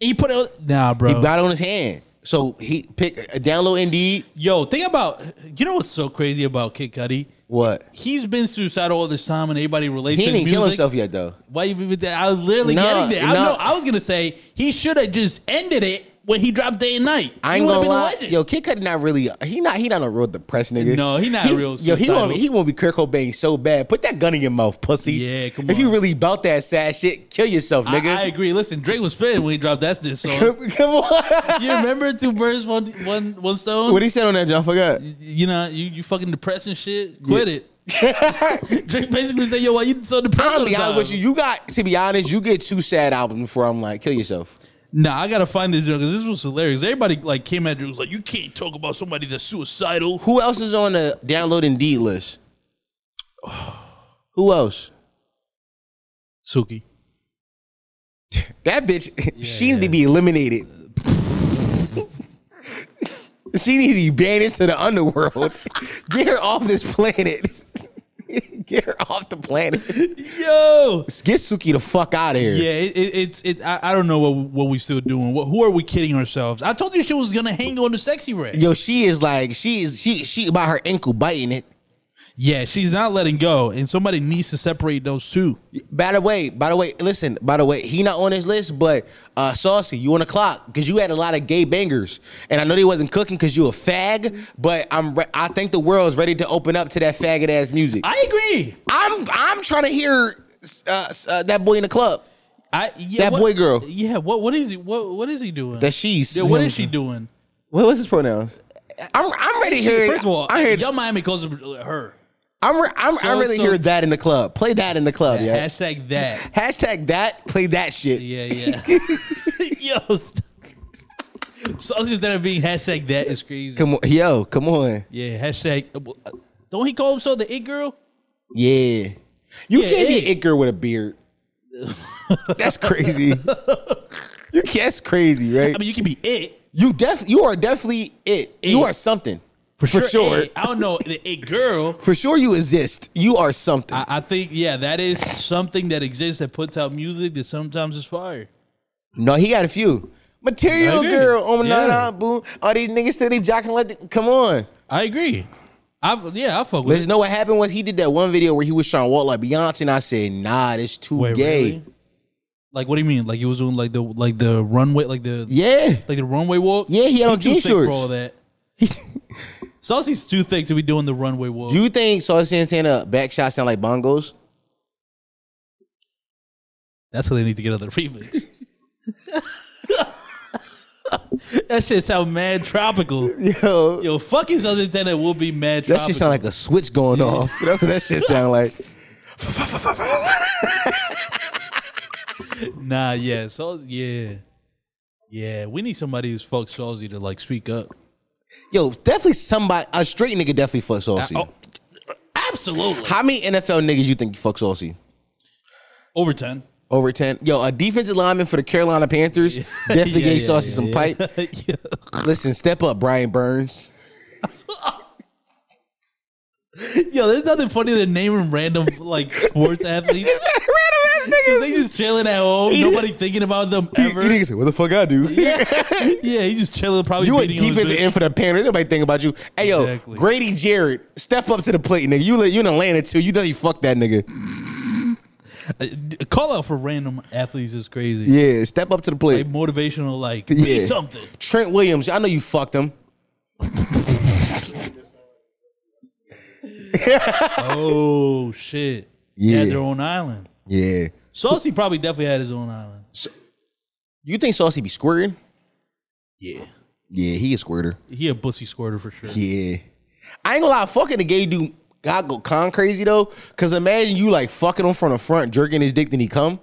Speaker 2: He put it. Nah, bro.
Speaker 1: He got it on his hand. So he pick uh, download Indeed.
Speaker 2: Yo, think about you know what's so crazy about Kid Cudi?
Speaker 1: What?
Speaker 2: He's been suicidal all this time, and everybody relates
Speaker 1: He
Speaker 2: to his
Speaker 1: didn't
Speaker 2: music.
Speaker 1: kill himself yet though.
Speaker 2: Why you even? I was literally
Speaker 1: No,
Speaker 2: getting there. I,
Speaker 1: no.
Speaker 2: know, I was gonna say he should have just ended it when he dropped Day and Night.
Speaker 1: I
Speaker 2: He
Speaker 1: ain't
Speaker 2: would've
Speaker 1: gonna
Speaker 2: been a
Speaker 1: lie.
Speaker 2: legend.
Speaker 1: Yo, Kid Cudi not really. He not. He not a real depressed nigga.
Speaker 2: No, he not real
Speaker 1: Yo, he
Speaker 2: suicidal.
Speaker 1: won't. He won't be Kurt Cobain so bad. Put that gun in your mouth, pussy.
Speaker 2: Yeah, come
Speaker 1: If you
Speaker 2: on.
Speaker 1: really about that sad shit, kill yourself,
Speaker 2: I-
Speaker 1: nigga.
Speaker 2: I, agree. Listen, Drake was spitting when he dropped that this song.
Speaker 1: come on.
Speaker 2: you remember two birds, one one one stone?
Speaker 1: what he said on that, John? I forgot.
Speaker 2: you know, you, you fucking depressed and shit. Quit it. Drake basically said, "Yo, why you so depressed?"
Speaker 1: I'll
Speaker 2: all the
Speaker 1: be honest
Speaker 2: time?
Speaker 1: with you. You got to be honest. You get two sad albums before I'm like, kill yourself.
Speaker 2: Nah, I gotta find this joke because this was hilarious. Everybody like came at you was like, "You can't talk about somebody that's suicidal."
Speaker 1: Who else is on the download Indeed list? Who else?
Speaker 2: Suki.
Speaker 1: That bitch, she need to be eliminated. she need to be banished to the underworld. Get her off this planet. Get her off the planet.
Speaker 2: Yo.
Speaker 1: Get Suki the fuck out of here.
Speaker 2: Yeah, it, it, it's it. I, I don't know what what we still doing. What, who are we kidding ourselves? I told you she was gonna hang on the sexy red.
Speaker 1: Yo, she is like she is she she about her ankle biting it.
Speaker 2: Yeah, she's not letting go, and somebody needs to separate those two.
Speaker 1: By the way, by the way, listen, by the way, he not on this list, but uh Saucy, you on the clock because you had a lot of gay bangers, and I know they wasn't cooking because you a fag, but I'm re- I think the world's ready to open up to that faggot ass music.
Speaker 2: I agree.
Speaker 1: I'm I'm trying to hear uh, uh, that boy in the club.
Speaker 2: I yeah,
Speaker 1: That
Speaker 2: what-
Speaker 1: boy girl.
Speaker 2: Yeah. What what is he? What what is he doing?
Speaker 1: That she's.
Speaker 2: yeah, what is she doing?
Speaker 1: What was his pronouns? I'm I'm ready to hear.
Speaker 2: First of all,
Speaker 1: I heard.
Speaker 2: Young Miami calls her her.
Speaker 1: I'm re- I'm, I'm
Speaker 2: So-
Speaker 1: ready to
Speaker 2: so-
Speaker 1: hear that in the club. Play that in the club, yeah.
Speaker 2: Hashtag that.
Speaker 1: Hashtag that. Play that shit.
Speaker 2: Yeah, yeah. Yo, st- sausage that are being hashtag that is crazy.
Speaker 1: Come on, yo, come on.
Speaker 2: Yeah, hashtag. uh, Don't he call himself the it girl?
Speaker 1: Yeah. You
Speaker 2: Yeah,
Speaker 1: can't
Speaker 2: it-
Speaker 1: be it girl with a beard. That's crazy. you can't- that's crazy, right?
Speaker 2: I mean, you can be it
Speaker 1: you def you are definitely it. You
Speaker 2: It.
Speaker 1: are something.
Speaker 2: for sure.
Speaker 1: sure.
Speaker 2: it. I don't know the it girl.
Speaker 1: For sure you exist. You are something.
Speaker 2: I, I think yeah, that is something that exists that puts out music that sometimes is fire.
Speaker 1: No, he got a few. Material
Speaker 2: I agree.
Speaker 1: girl, oh my
Speaker 2: Yeah.
Speaker 1: nah, boom. All these niggas said they jocking like the, come on.
Speaker 2: I agree. I yeah, I fuck with
Speaker 1: Let's
Speaker 2: it.
Speaker 1: know what happened was he did that one video where he was trying to walk like Beyonce, and I said, nah, that's too
Speaker 2: Wait,
Speaker 1: gay.
Speaker 2: really? Like what do you mean? Like he was doing like the like the runway like the
Speaker 1: Yeah.
Speaker 2: like the runway walk.
Speaker 1: Yeah, he had on
Speaker 2: too
Speaker 1: jean
Speaker 2: thick
Speaker 1: shorts.
Speaker 2: for all that. Saucy's too thick to be doing the runway walk.
Speaker 1: Do you think Sauce Santana back shots sound like bongos?
Speaker 2: That's what they need to get out of the remix. that shit sound mad tropical.
Speaker 1: Yo,
Speaker 2: Yo, fucking Southern Tenant will be mad
Speaker 1: that
Speaker 2: tropical.
Speaker 1: shit sound like a switch going off. That's what that shit sound like.
Speaker 2: Nah, yeah, so yeah, yeah. We need somebody who's fucked Saucy to like speak up.
Speaker 1: Yo, definitely somebody a straight nigga definitely fuck Saucy.
Speaker 2: Oh, absolutely.
Speaker 1: How many NFL niggas you think fuck Saucy?
Speaker 2: Over ten.
Speaker 1: Over ten. Yo, a defensive lineman for the Carolina Panthers definitely
Speaker 2: Yeah,
Speaker 1: gave
Speaker 2: yeah,
Speaker 1: Saucy
Speaker 2: yeah,
Speaker 1: some
Speaker 2: yeah.
Speaker 1: pipe.
Speaker 2: Yeah.
Speaker 1: Listen, step up, Brian Burns.
Speaker 2: Yo, there's nothing funnier than naming random like sports athletes. Cause they just chilling at home. Nobody thinking about them ever.
Speaker 1: You niggas say, what the fuck I do?
Speaker 2: yeah, he just chilling. Probably
Speaker 1: You a
Speaker 2: beating on his
Speaker 1: defensive
Speaker 2: bitch.
Speaker 1: end for the Panthers. Nobody think about you. Hey yo,
Speaker 2: Exactly.
Speaker 1: Grady Jarrett, step up to the plate, nigga. You li- you in Atlanta too. You know you fuck that nigga.
Speaker 2: Uh, d- Call out for random athletes is crazy.
Speaker 1: Yeah, step up to the
Speaker 2: Like
Speaker 1: plate.
Speaker 2: motivational, like be
Speaker 1: Yeah.
Speaker 2: something.
Speaker 1: Trent Williams, I know you fucked him.
Speaker 2: Oh shit!
Speaker 1: Yeah.
Speaker 2: Yeah, had their own island.
Speaker 1: Yeah.
Speaker 2: Saucy probably definitely had his own island.
Speaker 1: You think Saucy be squirting?
Speaker 2: Yeah,
Speaker 1: Yeah, he a squirter.
Speaker 2: he a pussy squirter for sure.
Speaker 1: Yeah. I ain't gonna lie, fucking the gay dude got go con crazy though. Cause imagine you like fucking him from the front, jerking his dick, then he come.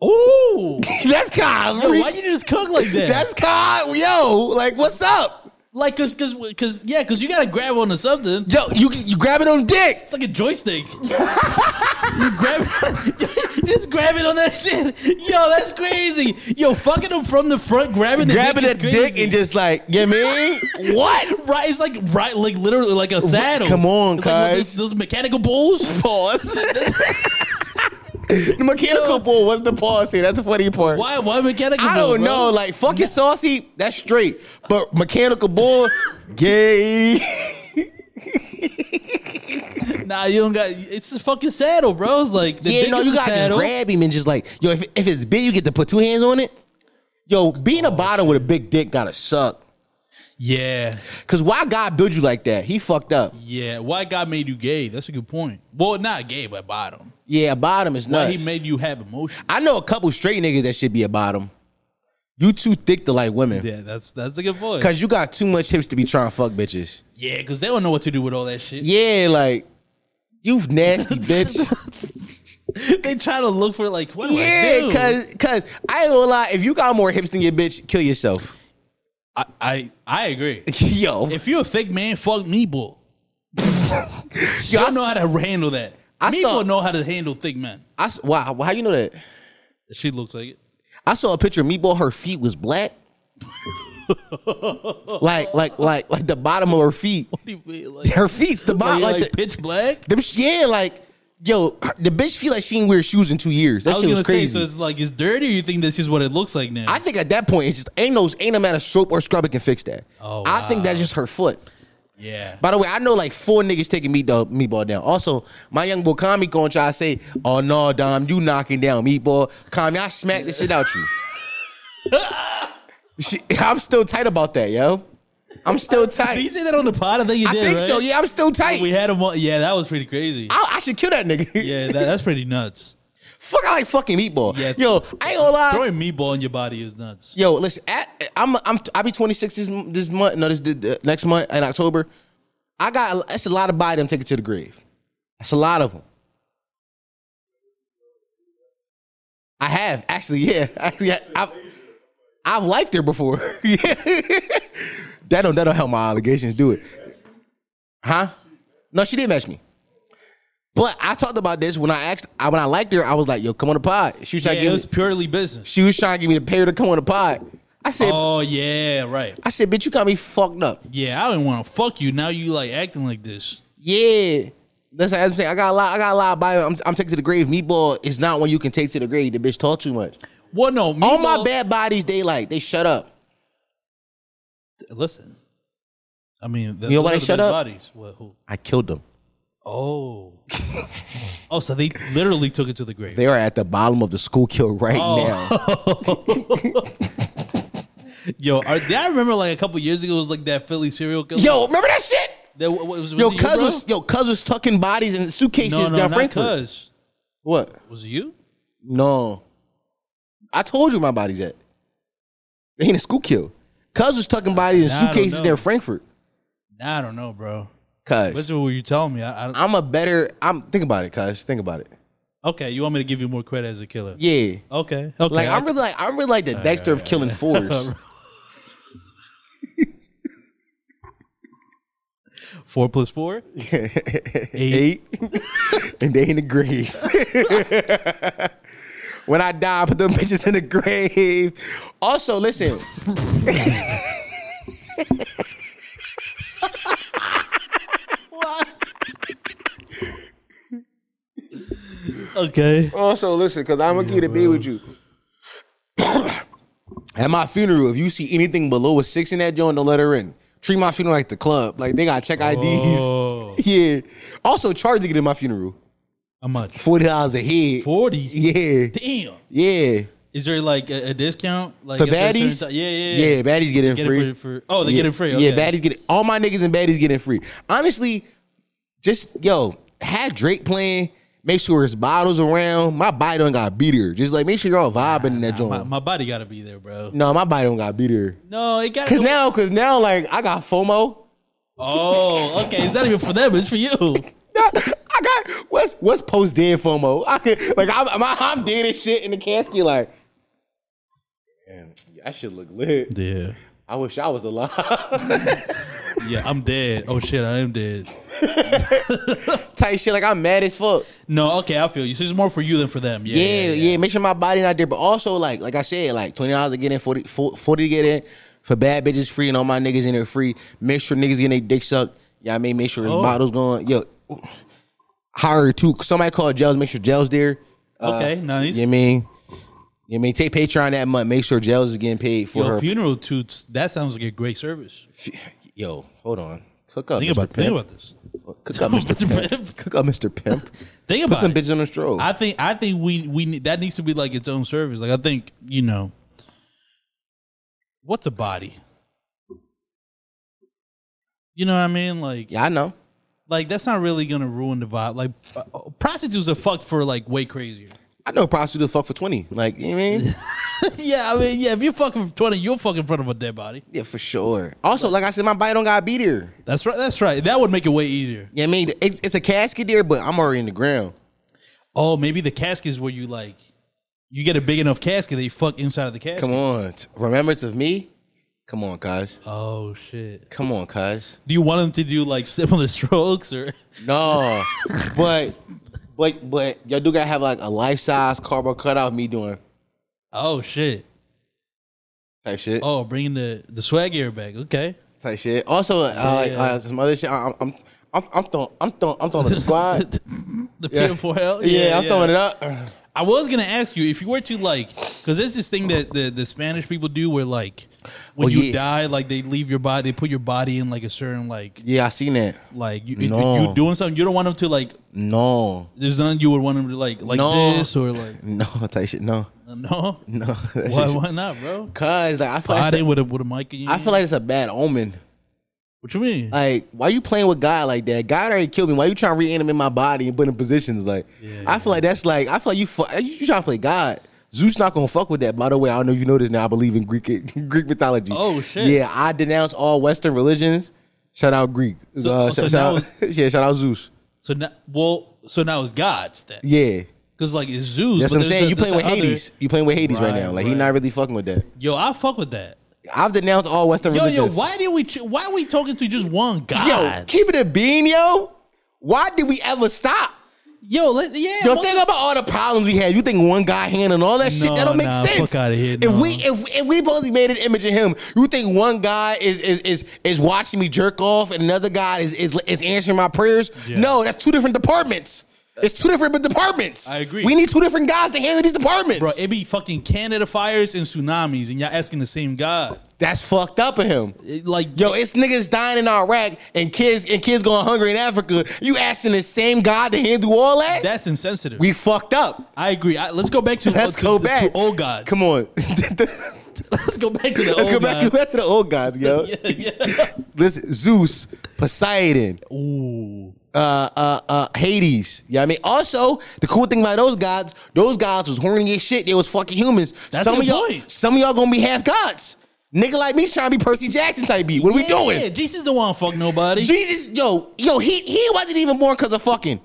Speaker 2: Ooh,
Speaker 1: That's kind
Speaker 2: yo, why you just cook like that?
Speaker 1: That's kind yo, like what's up?
Speaker 2: like cause cause cause yeah, cause you gotta grab onto something.
Speaker 1: Yo, you you grabbing on dick.
Speaker 2: It's like a joystick. you grab it, just grab it on that shit. Yo, that's crazy. Yo, fucking him from the front, grabbing the
Speaker 1: grabbing
Speaker 2: dick
Speaker 1: that
Speaker 2: is
Speaker 1: dick
Speaker 2: crazy.
Speaker 1: and just like, you know what I mean? what?
Speaker 2: Right, it's like right, like literally like a saddle.
Speaker 1: come on,
Speaker 2: It's like with
Speaker 1: guys.
Speaker 2: those, those mechanical bulls.
Speaker 1: Pause. the mechanical bull was the pause here. That's the funny part.
Speaker 2: Why? Why mechanical?
Speaker 1: I
Speaker 2: bull,
Speaker 1: don't
Speaker 2: bro?
Speaker 1: know. Like fucking saucy, that's straight. But mechanical bull, gay.
Speaker 2: Nah, you don't got. It's a fucking saddle, bro. It's like the
Speaker 1: yeah,
Speaker 2: dick
Speaker 1: no,
Speaker 2: is
Speaker 1: you
Speaker 2: a
Speaker 1: gotta just
Speaker 2: saddle.
Speaker 1: grab him and just like, yo, if, if it's big, you get to put two hands on it. Yo, being a bottom with a big dick gotta suck.
Speaker 2: Yeah,
Speaker 1: Cause why God build you like that? He fucked up.
Speaker 2: yeah. Why God made you gay? That's a good point. Well, not gay, but bottom.
Speaker 1: Yeah, a bottom is
Speaker 2: Why
Speaker 1: nuts.
Speaker 2: he made you have emotion?
Speaker 1: I know a couple straight niggas that should be a bottom. You too thick to like women.
Speaker 2: Yeah, that's that's a good point.
Speaker 1: Cause you got too much hips to be trying to fuck bitches.
Speaker 2: yeah, because they don't know what to do with all that shit.
Speaker 1: Yeah, like you nasty bitch.
Speaker 2: they try to look for like what do I
Speaker 1: yeah,
Speaker 2: do?
Speaker 1: cause cause I ain't gonna lie, if you got more hips than your bitch, kill yourself.
Speaker 2: I, I I agree.
Speaker 1: Yo,
Speaker 2: If you're a thick man, fuck me, bull.
Speaker 1: yo,
Speaker 2: I
Speaker 1: I
Speaker 2: don't know
Speaker 1: saw,
Speaker 2: how to handle that.
Speaker 1: I
Speaker 2: me
Speaker 1: saw-
Speaker 2: bull know how to handle thick men.
Speaker 1: I s- wow, how you know that?
Speaker 2: She looks like it.
Speaker 1: I saw a picture of Meatball. Her feet was black. like like like like the bottom of her feet.
Speaker 2: Like,
Speaker 1: Her feet's the bottom. Like,
Speaker 2: like
Speaker 1: the,
Speaker 2: pitch black.
Speaker 1: them sh- yeah, like yo, her- the bitch feel like she didn't wear shoes in two years. That
Speaker 2: I was
Speaker 1: shit
Speaker 2: gonna
Speaker 1: was crazy.
Speaker 2: say, so it's like it's dirty. Or you think this is what it looks like now?
Speaker 1: I think at that point, it's just ain't no ain't no amount of soap or scrubber can fix that.
Speaker 2: Oh,
Speaker 1: I think that's just her foot.
Speaker 2: yeah.
Speaker 1: By the way, I know like four niggas taking meatball, meatball down. Also, my young boy Kami gonna try to say, "Oh no, Dom, you knocking down meatball, Kami, I smack the shit out you." She- I'm still tight about that, yo. I'm still tight.
Speaker 2: Did you say that on the pod? I think you
Speaker 1: I
Speaker 2: did.
Speaker 1: think
Speaker 2: right?
Speaker 1: so. Yeah, I'm still tight.
Speaker 2: We had him. On, yeah, that was pretty crazy.
Speaker 1: I, I should kill that nigga.
Speaker 2: yeah, that, that's pretty nuts.
Speaker 1: Fuck, I like fucking meatball.
Speaker 2: Yeah.
Speaker 1: Yo, I ain't gonna lie.
Speaker 2: Throwing meatball in your body is nuts.
Speaker 1: Yo, listen, at, I'm I'm I'll be 26 this, this month. No, this the, next month in October. I got that's a lot of body. I'm taking to the grave. That's a lot of them. I have actually, yeah, actually, I, I've I've liked her before. yeah, that don't that don't help my allegations. Do it, huh? No, she didn't match me. But I talked about this when I asked I, when I liked her. I was like, "Yo, come on the pod." She was
Speaker 2: Yeah,
Speaker 1: trying to
Speaker 2: it
Speaker 1: give
Speaker 2: was
Speaker 1: me,
Speaker 2: purely business.
Speaker 1: she was trying to get me the pair to come on the pod. I said,
Speaker 2: Oh yeah, right.
Speaker 1: I said, bitch, you got me fucked up.
Speaker 2: Yeah, I didn't want to fuck you. Now you like acting like this.
Speaker 1: Yeah. That's what I'm saying. I got a lot. I got a lot about it. I'm, I'm taking to the grave. Meatball is not one you can take to the grave. The bitch talk too much.
Speaker 2: Well, no, meatball,
Speaker 1: All Oh, my bad bodies, they like they shut up.
Speaker 2: Listen, I mean, the,
Speaker 1: You know why
Speaker 2: look
Speaker 1: they
Speaker 2: at
Speaker 1: shut
Speaker 2: their
Speaker 1: up?
Speaker 2: Bodies. What, who?
Speaker 1: I killed them.
Speaker 2: Oh, oh, so they literally took it to the grave.
Speaker 1: They are at the bottom of the school kill right
Speaker 2: Oh.
Speaker 1: now.
Speaker 2: Yo, are, did I remember like a couple years ago? It was like that Philly serial killer.
Speaker 1: Yo, remember that shit?
Speaker 2: that, what, was, was
Speaker 1: Yo,
Speaker 2: it you,
Speaker 1: cuz
Speaker 2: bro?
Speaker 1: was yo cuz was tucking bodies in suitcases
Speaker 2: no, no,
Speaker 1: down
Speaker 2: not
Speaker 1: Frankfurt.
Speaker 2: cuz.
Speaker 1: What?
Speaker 2: Was it you?
Speaker 1: No, I told you my body's at. They ain't a school kill. Cuz was tucking bodies in
Speaker 2: Nah, I don't
Speaker 1: suitcases
Speaker 2: know.
Speaker 1: near Frankfurt.
Speaker 2: Nah, I don't know, bro. That's
Speaker 1: Cuz
Speaker 2: what you telling me. I, I,
Speaker 1: I'm a better. I'm think about it, cuz think about it.
Speaker 2: okay, you want me to give you more credit as a killer?
Speaker 1: Yeah.
Speaker 2: Okay. Okay.
Speaker 1: Like
Speaker 2: I-
Speaker 1: I'm really like I'm really like the Dexter of killing fours.
Speaker 2: four plus four.
Speaker 1: Eight. and they in the grave. when I die, I put them bitches in the grave. Also, listen.
Speaker 2: Okay.
Speaker 1: Also, listen, because I'm gonna keep it be with you. At my funeral, if you see anything below a six in that joint, don't let her in. Treat my funeral like the club. Like they gotta check
Speaker 2: Whoa.
Speaker 1: IDs. yeah. Also, charge to get in my funeral.
Speaker 2: How much?
Speaker 1: Forty dollars a head.
Speaker 2: 40.
Speaker 1: Yeah.
Speaker 2: Damn.
Speaker 1: Yeah.
Speaker 2: Is there like a, a discount? Like
Speaker 1: For
Speaker 2: if there's
Speaker 1: baddies?
Speaker 2: certain ti- yeah, yeah, yeah.
Speaker 1: Yeah, baddies get in
Speaker 2: Get it
Speaker 1: free.
Speaker 2: for- for- oh, they
Speaker 1: yeah.
Speaker 2: get it free.
Speaker 1: Yeah,
Speaker 2: okay.
Speaker 1: baddies get it. All my niggas and baddies getting free. Honestly, just yo, have Drake playing. Make sure it's bottles around. My body don't got beat her. Just like make sure y'all vibing in that joint.
Speaker 2: My, my body gotta be there, bro.
Speaker 1: no, my body don't got beat her.
Speaker 2: No, it gotta.
Speaker 1: Cause now, cause now, like I got FOMO.
Speaker 2: oh, okay. It's not even for them. It's for you.
Speaker 1: Nah, I got what's what's post dead FOMO. I could like I'm, I'm I'm dead as shit in the casket. Like, man, that shit look lit.
Speaker 2: Yeah.
Speaker 1: I wish I was alive.
Speaker 2: Yeah, I'm dead. Oh shit, I am dead.
Speaker 1: Type shit. Like I'm mad as fuck.
Speaker 2: No, okay, I feel you. So it's more for you than for them. Yeah,
Speaker 1: Yeah, yeah. Make sure my body not there, but also like like I said, like twenty dollars to get in, 40, 40 to get in for bad bitches free, and all my niggas in there free. Make sure niggas getting their dick sucked. Yeah, I mean, make sure his
Speaker 2: Oh.
Speaker 1: bottles going. Yo, hire two. Somebody call Gels. Make sure Gels there.
Speaker 2: Okay, nice.
Speaker 1: You know what I mean? You know what I mean? Take Patreon that month. Make sure Gels is getting paid for
Speaker 2: Yo,
Speaker 1: her.
Speaker 2: funeral toots. That sounds like a great service.
Speaker 1: Yo, hold on. Cook up,
Speaker 2: Think
Speaker 1: Mr.
Speaker 2: about
Speaker 1: Pimp.
Speaker 2: think about this.
Speaker 1: Cook up, Mr. Pimp. Cook up, Mr. Pimp.
Speaker 2: Think
Speaker 1: Put
Speaker 2: about
Speaker 1: them
Speaker 2: it.
Speaker 1: bitches on the stroll.
Speaker 2: I think I think we we need- that needs to be like its own service. Like I think you know, what's a body? You know what I mean? Like
Speaker 1: yeah, I know.
Speaker 2: like that's not really gonna ruin the vibe. Like uh, uh, prostitutes are fucked for like way crazier.
Speaker 1: I know prostitute fuck for twenty. Like you know what I mean?
Speaker 2: yeah, I mean yeah. If you're fucking for twenty, you'll fuck in front of a dead body.
Speaker 1: Yeah, for sure. Also, like I said, my body don't gotta be there.
Speaker 2: That's right. That's right. That would make it way easier.
Speaker 1: You know what I mean? It's, it's a casket there, but I'm already in the ground.
Speaker 2: Oh, maybe the casket is where you like you get a big enough casket that you fuck inside of the casket.
Speaker 1: Come on. t- Remembrance of me? Come on, cuz.
Speaker 2: Oh shit.
Speaker 1: Come on, cuz.
Speaker 2: Do you want them to do like similar strokes or?
Speaker 1: No. but but but y'all do gotta have like a life size cardboard cutout of me doing
Speaker 2: Oh shit.
Speaker 1: type shit.
Speaker 2: Oh, bringing the the swag air back. Okay.
Speaker 1: Type shit. Also, uh, like,
Speaker 2: Yeah.
Speaker 1: uh, some other shit. I, I'm I'm I'm I'm throwing I'm throwing I'm throwing a Oh, squad.
Speaker 2: The PFL.
Speaker 1: Yeah, I'm throwing it up.
Speaker 2: I was gonna ask you if you were to like, because there's this thing that the, the Spanish people do where like, when
Speaker 1: Oh,
Speaker 2: you
Speaker 1: yeah.
Speaker 2: die, like they leave your body, they put your body in like a certain like
Speaker 1: Yeah, I seen that.
Speaker 2: like you, you-
Speaker 1: No.
Speaker 2: you doing something you don't want them to like.
Speaker 1: No.
Speaker 2: There's nothing you would want them to like like
Speaker 1: No.
Speaker 2: this or like
Speaker 1: No, type shit. No.
Speaker 2: no.
Speaker 1: No.
Speaker 2: Why, why not, bro?
Speaker 1: Cuz like I feel like
Speaker 2: Body
Speaker 1: it's a-
Speaker 2: with a with a mic. In your
Speaker 1: I feel
Speaker 2: hand.
Speaker 1: like it's a bad omen.
Speaker 2: What you mean?
Speaker 1: Like, why you playing with God like that? God already killed me. Why you trying to reanimate my body and put in positions? Like, I feel like that's like I feel like you fu- you, you trying to play God. Zeus not gonna fuck with that. By the way, I don't know if you know this now. I believe in Greek Greek mythology.
Speaker 2: Oh, shit.
Speaker 1: Yeah, I denounce all Western religions. Shout out Greek.
Speaker 2: So- oh,
Speaker 1: Uh,
Speaker 2: so
Speaker 1: shout-
Speaker 2: now
Speaker 1: shout out, yeah, shout out Zeus.
Speaker 2: so now, well, so now it's God's then.
Speaker 1: Yeah,
Speaker 2: Because like it's Zeus.
Speaker 1: that's
Speaker 2: but
Speaker 1: what I'm
Speaker 2: there's
Speaker 1: saying.
Speaker 2: a-
Speaker 1: you playing with
Speaker 2: there's a other-
Speaker 1: Hades. You playing with Hades right,
Speaker 2: Right,
Speaker 1: now. Like he
Speaker 2: right.
Speaker 1: not really fucking with that.
Speaker 2: Yo, I fuck with that.
Speaker 1: I've denounced all Western
Speaker 2: Yo, yo,
Speaker 1: religions.
Speaker 2: why did we? Ch- why are we talking to just one
Speaker 1: Yo,
Speaker 2: God?
Speaker 1: keep it a bean, yo. Why did we ever stop?
Speaker 2: Yo, let, yeah.
Speaker 1: Yo,
Speaker 2: most
Speaker 1: think
Speaker 2: of-
Speaker 1: about all the problems we had. You think one guy handling all that shit? That
Speaker 2: No,
Speaker 1: don't make
Speaker 2: nah,
Speaker 1: sense.
Speaker 2: fuck outta here,
Speaker 1: If
Speaker 2: no.
Speaker 1: we if, if we both made an image of him, you think one guy is is is is watching me jerk off and another guy is is, is answering my prayers?
Speaker 2: Yeah.
Speaker 1: No, that's two different departments. It's two different departments.
Speaker 2: I agree.
Speaker 1: We need two different guys to handle these departments.
Speaker 2: bro. It be fucking Canada fires and tsunamis, and y'all asking the same God.
Speaker 1: that's fucked up of him.
Speaker 2: It, like,
Speaker 1: Yo, it's niggas dying in Iraq and kids and kids going hungry in Africa. You asking the same God to handle all that?
Speaker 2: that's insensitive.
Speaker 1: we fucked up.
Speaker 2: I agree. I, let's go back to uh,
Speaker 1: Let's
Speaker 2: to-
Speaker 1: go
Speaker 2: to-
Speaker 1: back.
Speaker 2: to old gods.
Speaker 1: Come on.
Speaker 2: let's go back to the
Speaker 1: Let's
Speaker 2: old
Speaker 1: go back,
Speaker 2: gods.
Speaker 1: go back to the old gods, yo.
Speaker 2: Oh, yeah, yeah.
Speaker 1: Listen, Zeus, Poseidon,
Speaker 2: Ooh.
Speaker 1: uh, uh, uh, Hades. You know what I mean? Also, the cool thing about those gods, those gods was horny as shit. They was fucking humans.
Speaker 2: That's
Speaker 1: some
Speaker 2: the
Speaker 1: of y'all,
Speaker 2: point.
Speaker 1: some of y'all gonna be half gods. Nigga like me trying to be Percy Jackson type beat. What are we
Speaker 2: Yeah,
Speaker 1: doing?
Speaker 2: Jesus don't want to fuck nobody.
Speaker 1: Jesus, yo, yo, he he wasn't even born because of fucking.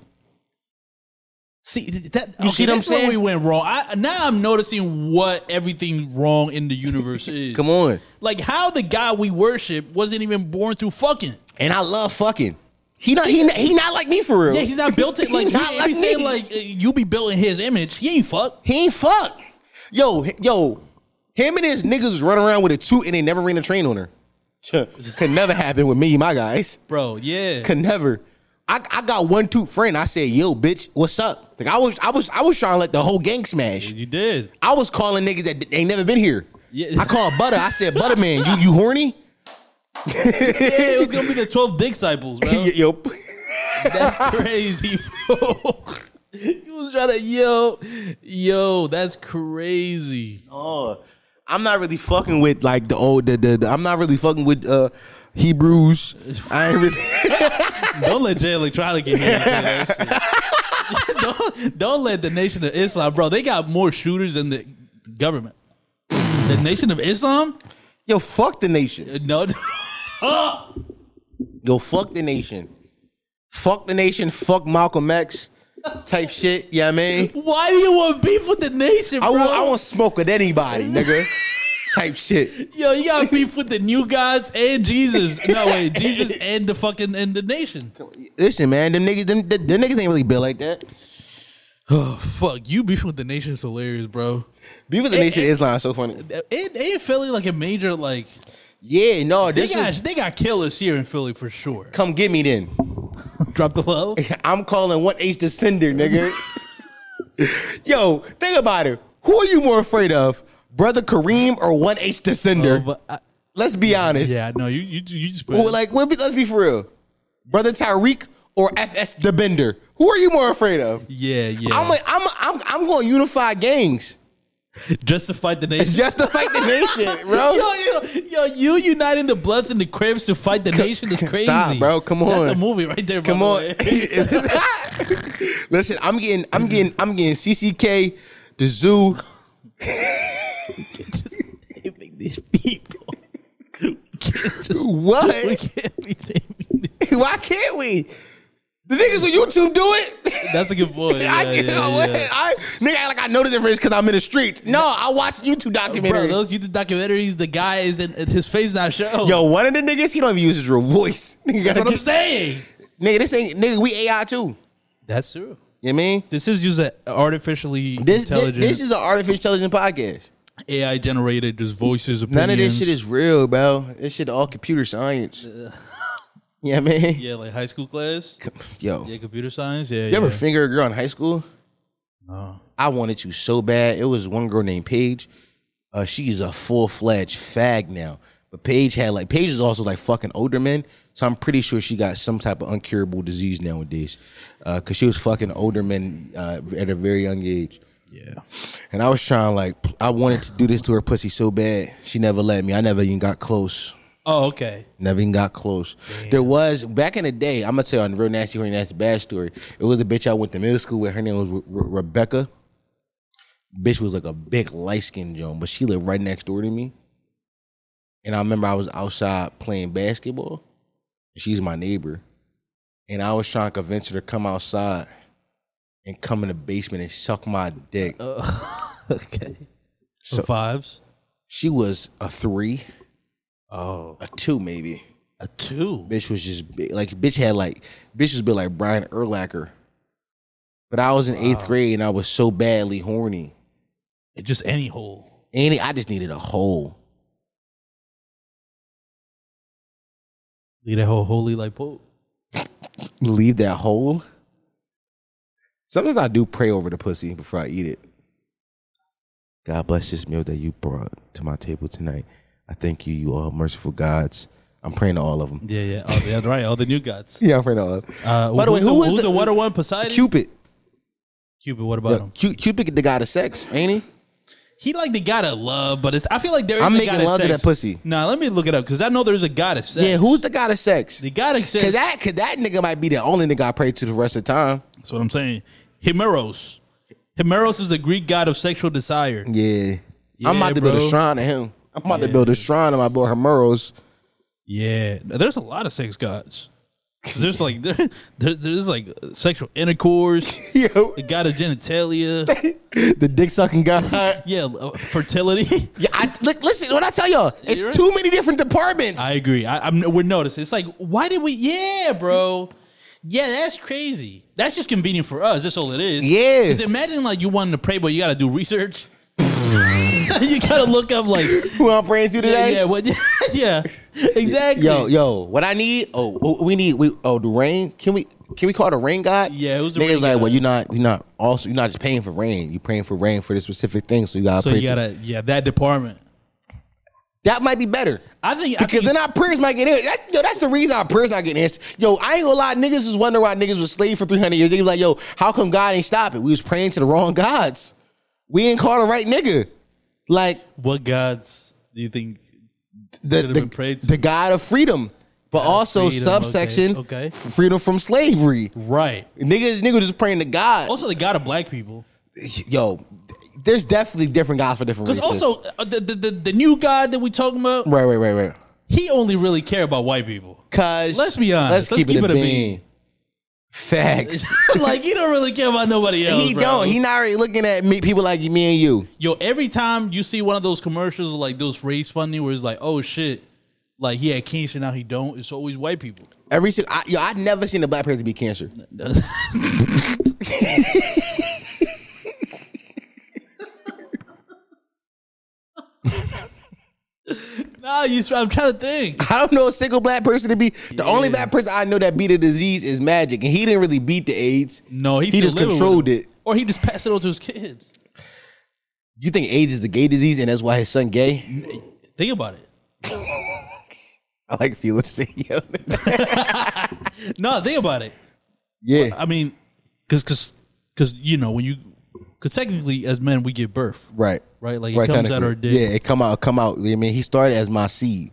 Speaker 2: See th- that?
Speaker 1: You
Speaker 2: okay,
Speaker 1: see what I'm
Speaker 2: that's
Speaker 1: saying?
Speaker 2: where we went wrong. I, now I'm noticing what everything wrong in the universe is.
Speaker 1: Come on.
Speaker 2: like how the guy we worship wasn't even born through fucking.
Speaker 1: And I love fucking. He not he not, he not like me for real.
Speaker 2: Yeah, he's not built it.
Speaker 1: He
Speaker 2: Like he,
Speaker 1: not
Speaker 2: he
Speaker 1: like
Speaker 2: be saying,
Speaker 1: me.
Speaker 2: like uh, you be built in his image. He ain't fuck.
Speaker 1: He ain't fuck. Yo, h- yo, him and his niggas run around with a toot and they never ran a train on her. Could never happen with me, my guys.
Speaker 2: Bro, yeah.
Speaker 1: Could never. I, I got one two friend. I said, "Yo, bitch, what's up?" Like I was, I was, I was trying to let the whole gang smash.
Speaker 2: You did.
Speaker 1: I was calling niggas that ain't never been here.
Speaker 2: Yeah.
Speaker 1: I called Butter. I said, "Butter man, you you horny?"
Speaker 2: Yeah, it was gonna be the twelve disciples, bro.
Speaker 1: Yo,
Speaker 2: That's crazy, bro. you was trying to yo, yo. That's crazy.
Speaker 1: oh, I'm not really fucking with like the old. The, the, the I'm not really fucking with uh Hebrews. I ain't really.
Speaker 2: Don't let Jay Electronic get here. and say that shit. don't, don't let the Nation of Islam, bro. They got more shooters than the government. the Nation of Islam?
Speaker 1: Yo, fuck the nation.
Speaker 2: No.
Speaker 1: Yo, fuck the nation. Fuck the nation. Fuck Malcolm X. Type shit. Yeah, you know what I mean.
Speaker 2: Why do you want beef with the Nation, bro?
Speaker 1: I want, I want smoke with anybody, nigga. Type shit.
Speaker 2: Yo, you got beef with the new gods and Jesus. No, wait, Jesus and the fucking and the Nation.
Speaker 1: Listen, man, them niggas, them, them, them niggas ain't really built like that.
Speaker 2: Oh, fuck, you beefing with the Nation is hilarious, bro.
Speaker 1: Beef with the Nation of Islam is so funny.
Speaker 2: It ain't Philly like a major like
Speaker 1: Yeah, no,
Speaker 2: they
Speaker 1: this
Speaker 2: got
Speaker 1: is
Speaker 2: they got killers here in Philly for sure.
Speaker 1: come get me then.
Speaker 2: Drop the low.
Speaker 1: I'm calling one H descender, nigga. Yo, think about it. Who are you more afraid of, brother Kareem or one H descender?
Speaker 2: Oh, But I,
Speaker 1: let's be honest.
Speaker 2: yeah, no, you you you just put
Speaker 1: Well, like, we'll be, let's be for real. Brother Tyreek or FS the Bender. Who are you more afraid of?
Speaker 2: yeah yeah.
Speaker 1: I'm, like, I'm, I'm, I'm going to unify gangs.
Speaker 2: just to fight the Nation.
Speaker 1: just to fight the nation, bro.
Speaker 2: Yo, yo, yo, you uniting the Bloods and the Cribs to fight the nation is crazy.
Speaker 1: Stop, bro. Come
Speaker 2: That's a
Speaker 1: on.
Speaker 2: movie right there, by
Speaker 1: Come
Speaker 2: the
Speaker 1: on.
Speaker 2: way.
Speaker 1: Listen, I'm getting, I'm getting, I'm getting CCK, the zoo.
Speaker 2: Naming these people. We can't just- we
Speaker 1: What?
Speaker 2: can't be naming these-
Speaker 1: Why can't we? The niggas on YouTube do it.
Speaker 2: That's a good point.
Speaker 1: I
Speaker 2: Yeah,
Speaker 1: can't.
Speaker 2: yeah, yeah.
Speaker 1: I, nigga, act like I know the difference because I'm in the streets. No, I watch YouTube
Speaker 2: Bro,
Speaker 1: documentaries.
Speaker 2: those YouTube documentaries, the guy is in his face not shown.
Speaker 1: Yo, one of the niggas, he don't even use his real voice. Nigga,
Speaker 2: that's
Speaker 1: gotta
Speaker 2: what I'm
Speaker 1: get-
Speaker 2: saying.
Speaker 1: nigga, this ain't nigga. We AI too.
Speaker 2: That's true.
Speaker 1: You know what I mean?
Speaker 2: This is just an artificially
Speaker 1: This, this
Speaker 2: intelligent,
Speaker 1: this is an artificial intelligence podcast.
Speaker 2: AI generated, just voices. Opinions.
Speaker 1: None of this shit is real, bro. This shit all computer science. yeah, man.
Speaker 2: Yeah, like high school class.
Speaker 1: Yo,
Speaker 2: Yeah, computer science. Yeah,
Speaker 1: you ever
Speaker 2: yeah.
Speaker 1: finger a girl in high school?
Speaker 2: No.
Speaker 1: I wanted you so bad. It was one girl named Paige. Uh, she's a full fledged fag now. But Paige had like Paige is also like fucking older men. So I'm pretty sure she got some type of uncurable disease nowadays. Uh, cause she was fucking older men uh, at a very young age.
Speaker 2: yeah.
Speaker 1: And I was trying like I wanted to do this to her pussy so bad. She never let me. I never even got close.
Speaker 2: Oh, okay.
Speaker 1: Never even got close. There was back in the day. I'm gonna tell you a real nasty, horny, nasty bad story. It was a bitch I went to middle school with. Her name was Re- Re- Rebecca. Bitch was like a big light skinned joint, but she lived right next door to me. And I remember I was outside playing basketball. She's my neighbor, and I was trying to convince her to come outside and come in the basement and suck my dick.
Speaker 2: okay.
Speaker 1: So-
Speaker 2: So fives.
Speaker 1: She was a three,
Speaker 2: Oh,
Speaker 1: a two maybe.
Speaker 2: a two.
Speaker 1: bitch was just big. like bitch had like bitch was built like Brian Erlacher. But I was in eighth grade and I was so badly horny.
Speaker 2: Just any hole.
Speaker 1: And I just needed a hole.
Speaker 2: Leave that whole holy like Pope.
Speaker 1: Leave that hole. Sometimes I do pray over the pussy before I eat it. God bless this meal that you brought to my table tonight. I thank you, you all merciful gods. I'm praying to all of them.
Speaker 2: Yeah, yeah. Oh, yeah, right. All the new gods.
Speaker 1: Yeah, I'm praying to all of them.
Speaker 2: Uh,
Speaker 1: By the way,
Speaker 2: who's
Speaker 1: who was
Speaker 2: who's
Speaker 1: the-
Speaker 2: the water one? Poseidon.
Speaker 1: Cupid.
Speaker 2: Cupid. What about
Speaker 1: Yeah,
Speaker 2: him?
Speaker 1: Cu- Cupid, the god of sex, ain't he?
Speaker 2: He like the god of love, but it's. I feel like there is.
Speaker 1: I'm
Speaker 2: a
Speaker 1: making
Speaker 2: god of
Speaker 1: love to
Speaker 2: sex.
Speaker 1: that pussy.
Speaker 2: Nah, let me look it up because I know there's a god of sex.
Speaker 1: Yeah, who's the god of sex?
Speaker 2: the god of sex?
Speaker 1: Cause that, cause that nigga might be the only nigga I pray to the rest of the time.
Speaker 2: That's what I'm saying. Himeros. Himeros is the Greek god of sexual desire.
Speaker 1: Yeah, I'm about
Speaker 2: Yeah,
Speaker 1: to build a
Speaker 2: bro.
Speaker 1: shrine to him. I'm about to build a shrine to my boy Hermeros.
Speaker 2: Yeah, there's a lot of sex gods. 'Cause There's like there, there- there's like sexual intercourse,
Speaker 1: Yo,
Speaker 2: the god of genitalia,
Speaker 1: the dick sucking god.
Speaker 2: yeah, uh, fertility.
Speaker 1: yeah, I, look, listen. What I tell y'all, it's
Speaker 2: You're-
Speaker 1: too many different departments.
Speaker 2: I agree. I, I'm we're noticing. It's like why did we? Yeah, bro. Yeah, that's crazy. That's just convenient for us. That's all it is.
Speaker 1: Yeah.
Speaker 2: Because imagine like you wanting to pray, but you got to do research. you got to look up like
Speaker 1: Who I'm praying to
Speaker 2: yeah,
Speaker 1: today?
Speaker 2: yeah, what, yeah, exactly.
Speaker 1: Yo, yo, what I need? Oh, wh- we need. We oh, the rain. Can we? Can we call it a rain god?
Speaker 2: Yeah, it was a
Speaker 1: Niggas
Speaker 2: rain
Speaker 1: like,
Speaker 2: god.
Speaker 1: well, you're not, you're not also, you're not just paying for rain. You're paying for rain for this specific thing. So you gotta
Speaker 2: So
Speaker 1: pray
Speaker 2: you
Speaker 1: to-
Speaker 2: gotta, yeah, that department.
Speaker 1: That might be better.
Speaker 2: I think I
Speaker 1: Because
Speaker 2: think
Speaker 1: then
Speaker 2: it's-
Speaker 1: our prayers might get in. That, yo, that's the reason our prayers not getting answered. Yo, I ain't gonna lie, niggas was wondering why niggas was slaves for 300 years. They was like, yo, how come God ain't stop it? We was praying to the wrong gods. We didn't call the right nigga. Like
Speaker 2: what gods do you think?
Speaker 1: the
Speaker 2: Should've
Speaker 1: the,
Speaker 2: been prayed to.
Speaker 1: the God of freedom, but also
Speaker 2: freedom,
Speaker 1: subsection
Speaker 2: okay, okay.
Speaker 1: freedom from slavery.
Speaker 2: Right.
Speaker 1: Niggas, niggas just praying to God.
Speaker 2: Also, the god of black people.
Speaker 1: yo, there's definitely different gods for different
Speaker 2: Because
Speaker 1: reasons.
Speaker 2: also uh, the, the the the new god that we talking about,
Speaker 1: right, right, right, right.
Speaker 2: he only really care about white people.
Speaker 1: Cause
Speaker 2: Let's be honest. Let's keep it a bean.
Speaker 1: Facts.
Speaker 2: like he don't really care about nobody else.
Speaker 1: he
Speaker 2: bro.
Speaker 1: don't. He not really looking at me, people like me and you.
Speaker 2: Yo, every time you see one of those commercials like those race funding where it's like, oh shit, like he had cancer now he don't. It's always white people.
Speaker 1: Every single, I, yo, I've never seen a black person be cancer.
Speaker 2: Nah, you. I'm trying to think.
Speaker 1: I don't know a single black person to be. The only
Speaker 2: Yeah.
Speaker 1: black person I know that beat the disease is Magic, and he didn't really beat the AIDS.
Speaker 2: No, he,
Speaker 1: he
Speaker 2: still
Speaker 1: just
Speaker 2: living with
Speaker 1: controlled
Speaker 2: him.
Speaker 1: it.
Speaker 2: or he just passed it on to his kids.
Speaker 1: You think AIDS is a gay disease, and that's why his son gay?
Speaker 2: Think about it.
Speaker 1: I like Felix saying, yo,
Speaker 2: No, think about it.
Speaker 1: yeah,
Speaker 2: I mean, because because because you know when you because technically as men we give birth.
Speaker 1: right,
Speaker 2: Right, like it comes out
Speaker 1: technically.
Speaker 2: our dick.
Speaker 1: Yeah, it come out, it come out. I mean, he started as my seed,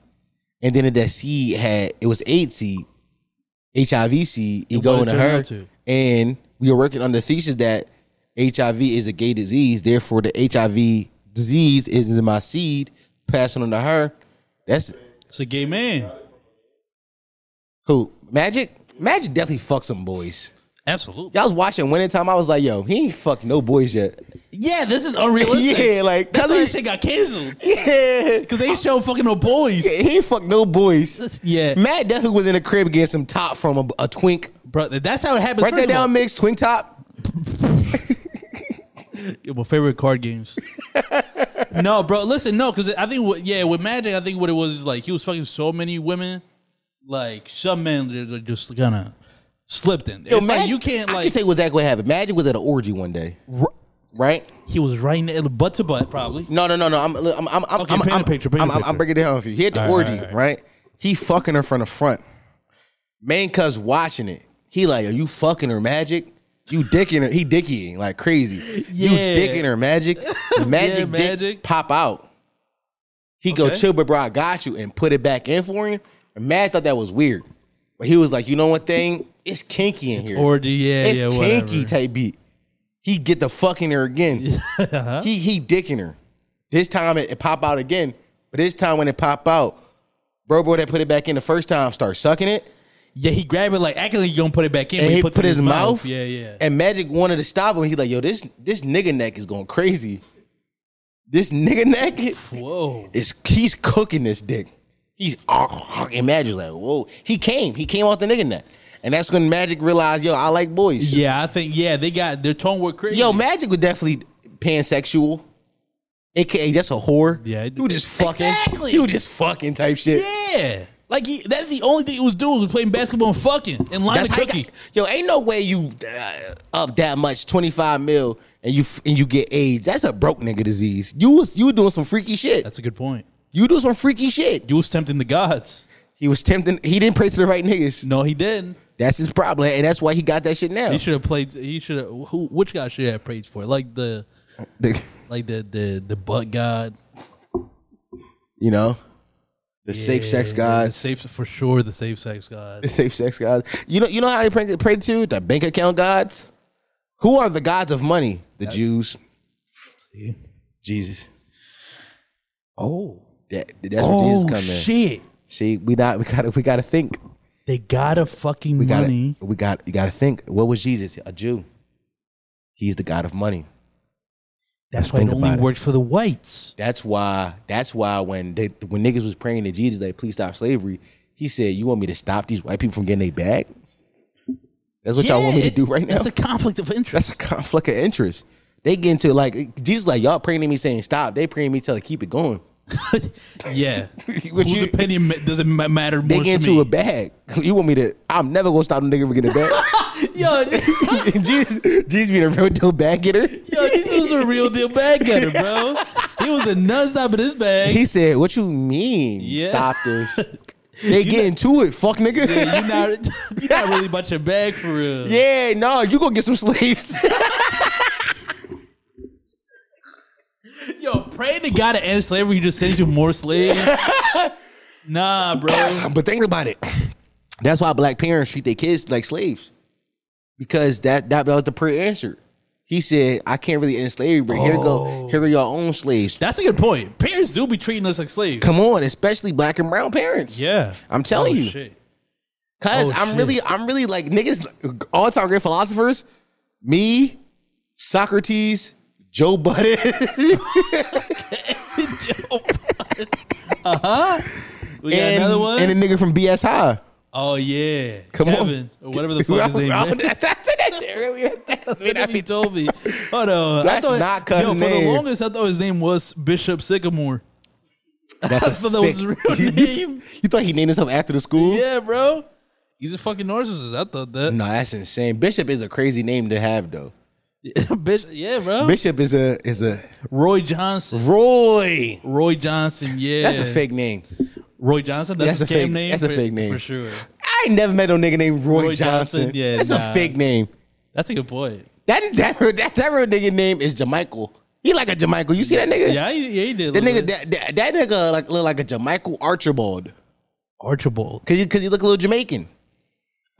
Speaker 1: and then that seed had it was AIDS seed, HIV seed. He
Speaker 2: And
Speaker 1: go
Speaker 2: what
Speaker 1: into
Speaker 2: it turned
Speaker 1: her,
Speaker 2: out to?
Speaker 1: and we were working on the thesis that HIV is a gay disease. Therefore, the HIV disease is in my seed, passing on to her. That's
Speaker 2: It's a gay man.
Speaker 1: who Magic. Magic definitely fucked some boys.
Speaker 2: Absolutely.
Speaker 1: Y'all was watching Winning Time. I was like, yo, he ain't fucked no boys yet.
Speaker 2: Yeah, this is unrealistic.
Speaker 1: Yeah, like,
Speaker 2: that's why
Speaker 1: Kelly-
Speaker 2: that shit got canceled
Speaker 1: Yeah.
Speaker 2: because they show fucking no boys.
Speaker 1: He ain't fucked no boys.
Speaker 2: Yeah.
Speaker 1: Matt definitely was in the crib getting some top from a, a twink.
Speaker 2: Bro, that's how it happens.
Speaker 1: Write
Speaker 2: First
Speaker 1: that
Speaker 2: of all-
Speaker 1: down, mix twink top.
Speaker 2: Yeah, my favorite card games. no, bro, listen, no, because I think what, yeah, with Magic, I think what it was is like he was fucking so many women, like some men they're- they're just kind of slipped in.
Speaker 1: Yo,
Speaker 2: it's like
Speaker 1: Mag-
Speaker 2: you can't
Speaker 1: I
Speaker 2: like
Speaker 1: can tell you exactly what happened. Magic was at an orgy one day, right?
Speaker 2: he was right in the butt to butt probably.
Speaker 1: No, no, no, no. I'm, look, I'm, I'm, I'm,
Speaker 2: Okay,
Speaker 1: I'm,
Speaker 2: paint a
Speaker 1: I'm,
Speaker 2: picture, paint a
Speaker 1: I'm, I'm,
Speaker 2: picture.
Speaker 1: I'm breaking it down for you. He had the
Speaker 2: All right,
Speaker 1: orgy,
Speaker 2: all right, all
Speaker 1: right? He fucking her from the front. Main cuz watching it. He like, are you fucking her magic? You dicking her? He dickying like crazy.
Speaker 2: Yeah.
Speaker 1: You dicking her magic? Magic,
Speaker 2: Magic.
Speaker 1: dick pop out. He go
Speaker 2: Okay.
Speaker 1: chill, but bro, I got you, and put it back in for him. And Mad thought that was weird, but he was like, you know one thing, it's kinky in here.
Speaker 2: Orgy, yeah,
Speaker 1: It's
Speaker 2: yeah, whatever.
Speaker 1: kinky type beat. He get the fucking her again.
Speaker 2: Uh-huh.
Speaker 1: He he dicking her. This time it, it pop out again, but this time when it pop out, bro, boy that put it back in the first time start sucking it,
Speaker 2: yeah, he grabbed it like acting like he gonna put it back in,
Speaker 1: and
Speaker 2: but
Speaker 1: he,
Speaker 2: he
Speaker 1: put,
Speaker 2: puts it
Speaker 1: his, mouth,
Speaker 2: Yeah, yeah.
Speaker 1: And Magic wanted to stop him. He like, yo, this this nigga neck is going crazy. This nigga neck
Speaker 2: Whoa,
Speaker 1: is he's cooking this dick. He's ah, and Magic's like, whoa. He came. He came off the nigga neck, and that's when Magic realized, yo, I like boys.
Speaker 2: yeah, I think yeah, they got their tone were crazy.
Speaker 1: Yo, Magic was definitely pansexual. AKA that's a whore.
Speaker 2: Yeah, it-
Speaker 1: You were just fucking.
Speaker 2: Exactly.
Speaker 1: You were just fucking type shit.
Speaker 2: yeah, like he, that's the only thing he was doing was playing basketball and fucking and line
Speaker 1: That's
Speaker 2: the
Speaker 1: how you
Speaker 2: cookie.
Speaker 1: got- yo, ain't no way you uh, up that much, 25 mil, and you f- and you get AIDS. That's a broke nigga disease. You was you were doing some freaky shit.
Speaker 2: That's a good point.
Speaker 1: you do some freaky shit.
Speaker 2: You was tempting the gods.
Speaker 1: He was tempting he didn't pray to the right niggas.
Speaker 2: No, he didn't.
Speaker 1: That's his problem, and that's why he got that shit now.
Speaker 2: He should have played. He should have. Who? Which guy should have prayed for? it? Like the, like the the the butt god.
Speaker 1: you know? The safe sex
Speaker 2: The
Speaker 1: guys.
Speaker 2: safe for sure. The safe sex god.
Speaker 1: The safe sex gods. You know, you know how they pray, pray to the bank account gods. Who are the gods of money? The Jews,
Speaker 2: See?
Speaker 1: Jesus.
Speaker 2: Oh.
Speaker 1: That, that's where Jesus
Speaker 2: Oh
Speaker 1: come in.
Speaker 2: shit!
Speaker 1: See, we not we gotta we gotta think.
Speaker 2: They got a fucking
Speaker 1: We got
Speaker 2: money.
Speaker 1: we got you gotta think. What was Jesus? A Jew. He's the God of money.
Speaker 2: That's why it
Speaker 1: Think
Speaker 2: only
Speaker 1: about it.
Speaker 2: worked for the whites.
Speaker 1: That's why. That's why when they when niggas was praying to Jesus, like please stop slavery. He said, "You want me to stop these white people from getting their bag? That's what y'all want me to
Speaker 2: it-
Speaker 1: do right now.
Speaker 2: That's a conflict of interest.
Speaker 1: That's a conflict of interest. They get into like Jesus, like y'all praying to me saying stop. They praying to me telling keep it going.
Speaker 2: yeah.
Speaker 1: Would
Speaker 2: Whose
Speaker 1: you-
Speaker 2: opinion ma- doesn't ma- matter
Speaker 1: They
Speaker 2: more
Speaker 1: get
Speaker 2: to
Speaker 1: into
Speaker 2: me?
Speaker 1: a bag. You want me to? I'm never gonna stop a nigga from getting a bag.
Speaker 2: Yo,
Speaker 1: Jesus, Jesus being a real dope bag getter.
Speaker 2: yo, this was a real deal bag getter, bro. He was a nonstop in his bag.
Speaker 1: He said, "What you mean?
Speaker 2: Yeah.
Speaker 1: Stop this." They getting to it, fuck nigga.
Speaker 2: You're not, you're not really about your bag for real.
Speaker 1: Yeah, no, you go get some slaves.
Speaker 2: Yo, pray to God to end slavery. He just sends you more slaves. nah, bro.
Speaker 1: but think about it. That's why black parents treat their kids like slaves. Because that that, that was the prayer answer. He said, I can't really end slavery, but here go here are your own slaves.
Speaker 2: That's a good point. Parents do be treating us like slaves.
Speaker 1: Come on, especially black and brown parents.
Speaker 2: Yeah,
Speaker 1: I'm telling
Speaker 2: Oh,
Speaker 1: you.
Speaker 2: shit.
Speaker 1: Cause
Speaker 2: Oh,
Speaker 1: I'm
Speaker 2: shit.
Speaker 1: really, I'm really like niggas, all time great philosophers, me, Socrates, Joe Budden.
Speaker 2: We got
Speaker 1: and,
Speaker 2: another one.
Speaker 1: and a nigga from BS High.
Speaker 2: oh yeah,
Speaker 1: Come
Speaker 2: Kevin,
Speaker 1: on.
Speaker 2: or whatever the fuck his name.
Speaker 1: I,
Speaker 2: is.
Speaker 1: that
Speaker 2: That's what he told me. Hold on,
Speaker 1: That's
Speaker 2: I thought,
Speaker 1: not cousin
Speaker 2: Yo, for the
Speaker 1: name.
Speaker 2: longest, I thought his name was Bishop Sycamore.
Speaker 1: That's a
Speaker 2: thought that was
Speaker 1: sick.
Speaker 2: his real
Speaker 1: you,
Speaker 2: name.
Speaker 1: you thought he named himself after the school?
Speaker 2: Yeah, bro. He's a fucking narcissist. I thought that.
Speaker 1: No, that's insane. Bishop is a crazy name to have though.
Speaker 2: Bitch, yeah, bro.
Speaker 1: Bishop is a is a
Speaker 2: Roy Johnson.
Speaker 1: Roy.
Speaker 2: Roy Johnson, yeah.
Speaker 1: That's a fake name.
Speaker 2: Roy Johnson. That's,
Speaker 1: That's
Speaker 2: a
Speaker 1: a
Speaker 2: scam
Speaker 1: fake-
Speaker 2: name.
Speaker 1: that's a
Speaker 2: for-
Speaker 1: fake name.
Speaker 2: for sure.
Speaker 1: I ain't never met no nigga named Roy,
Speaker 2: Roy Johnson,
Speaker 1: Johnson.
Speaker 2: yeah,
Speaker 1: that's
Speaker 2: nah.
Speaker 1: a fake name.
Speaker 2: That's a good point.
Speaker 1: That that real- that, that real nigga name is Jamichael. He like a Jamichael. You see that nigga?
Speaker 2: Yeah, he, yeah, he did.
Speaker 1: That
Speaker 2: look
Speaker 1: nigga
Speaker 2: good.
Speaker 1: that, that, that nigga like look like a Jamichael Archibald.
Speaker 2: Archibald.
Speaker 1: Cause you cause he look a little Jamaican.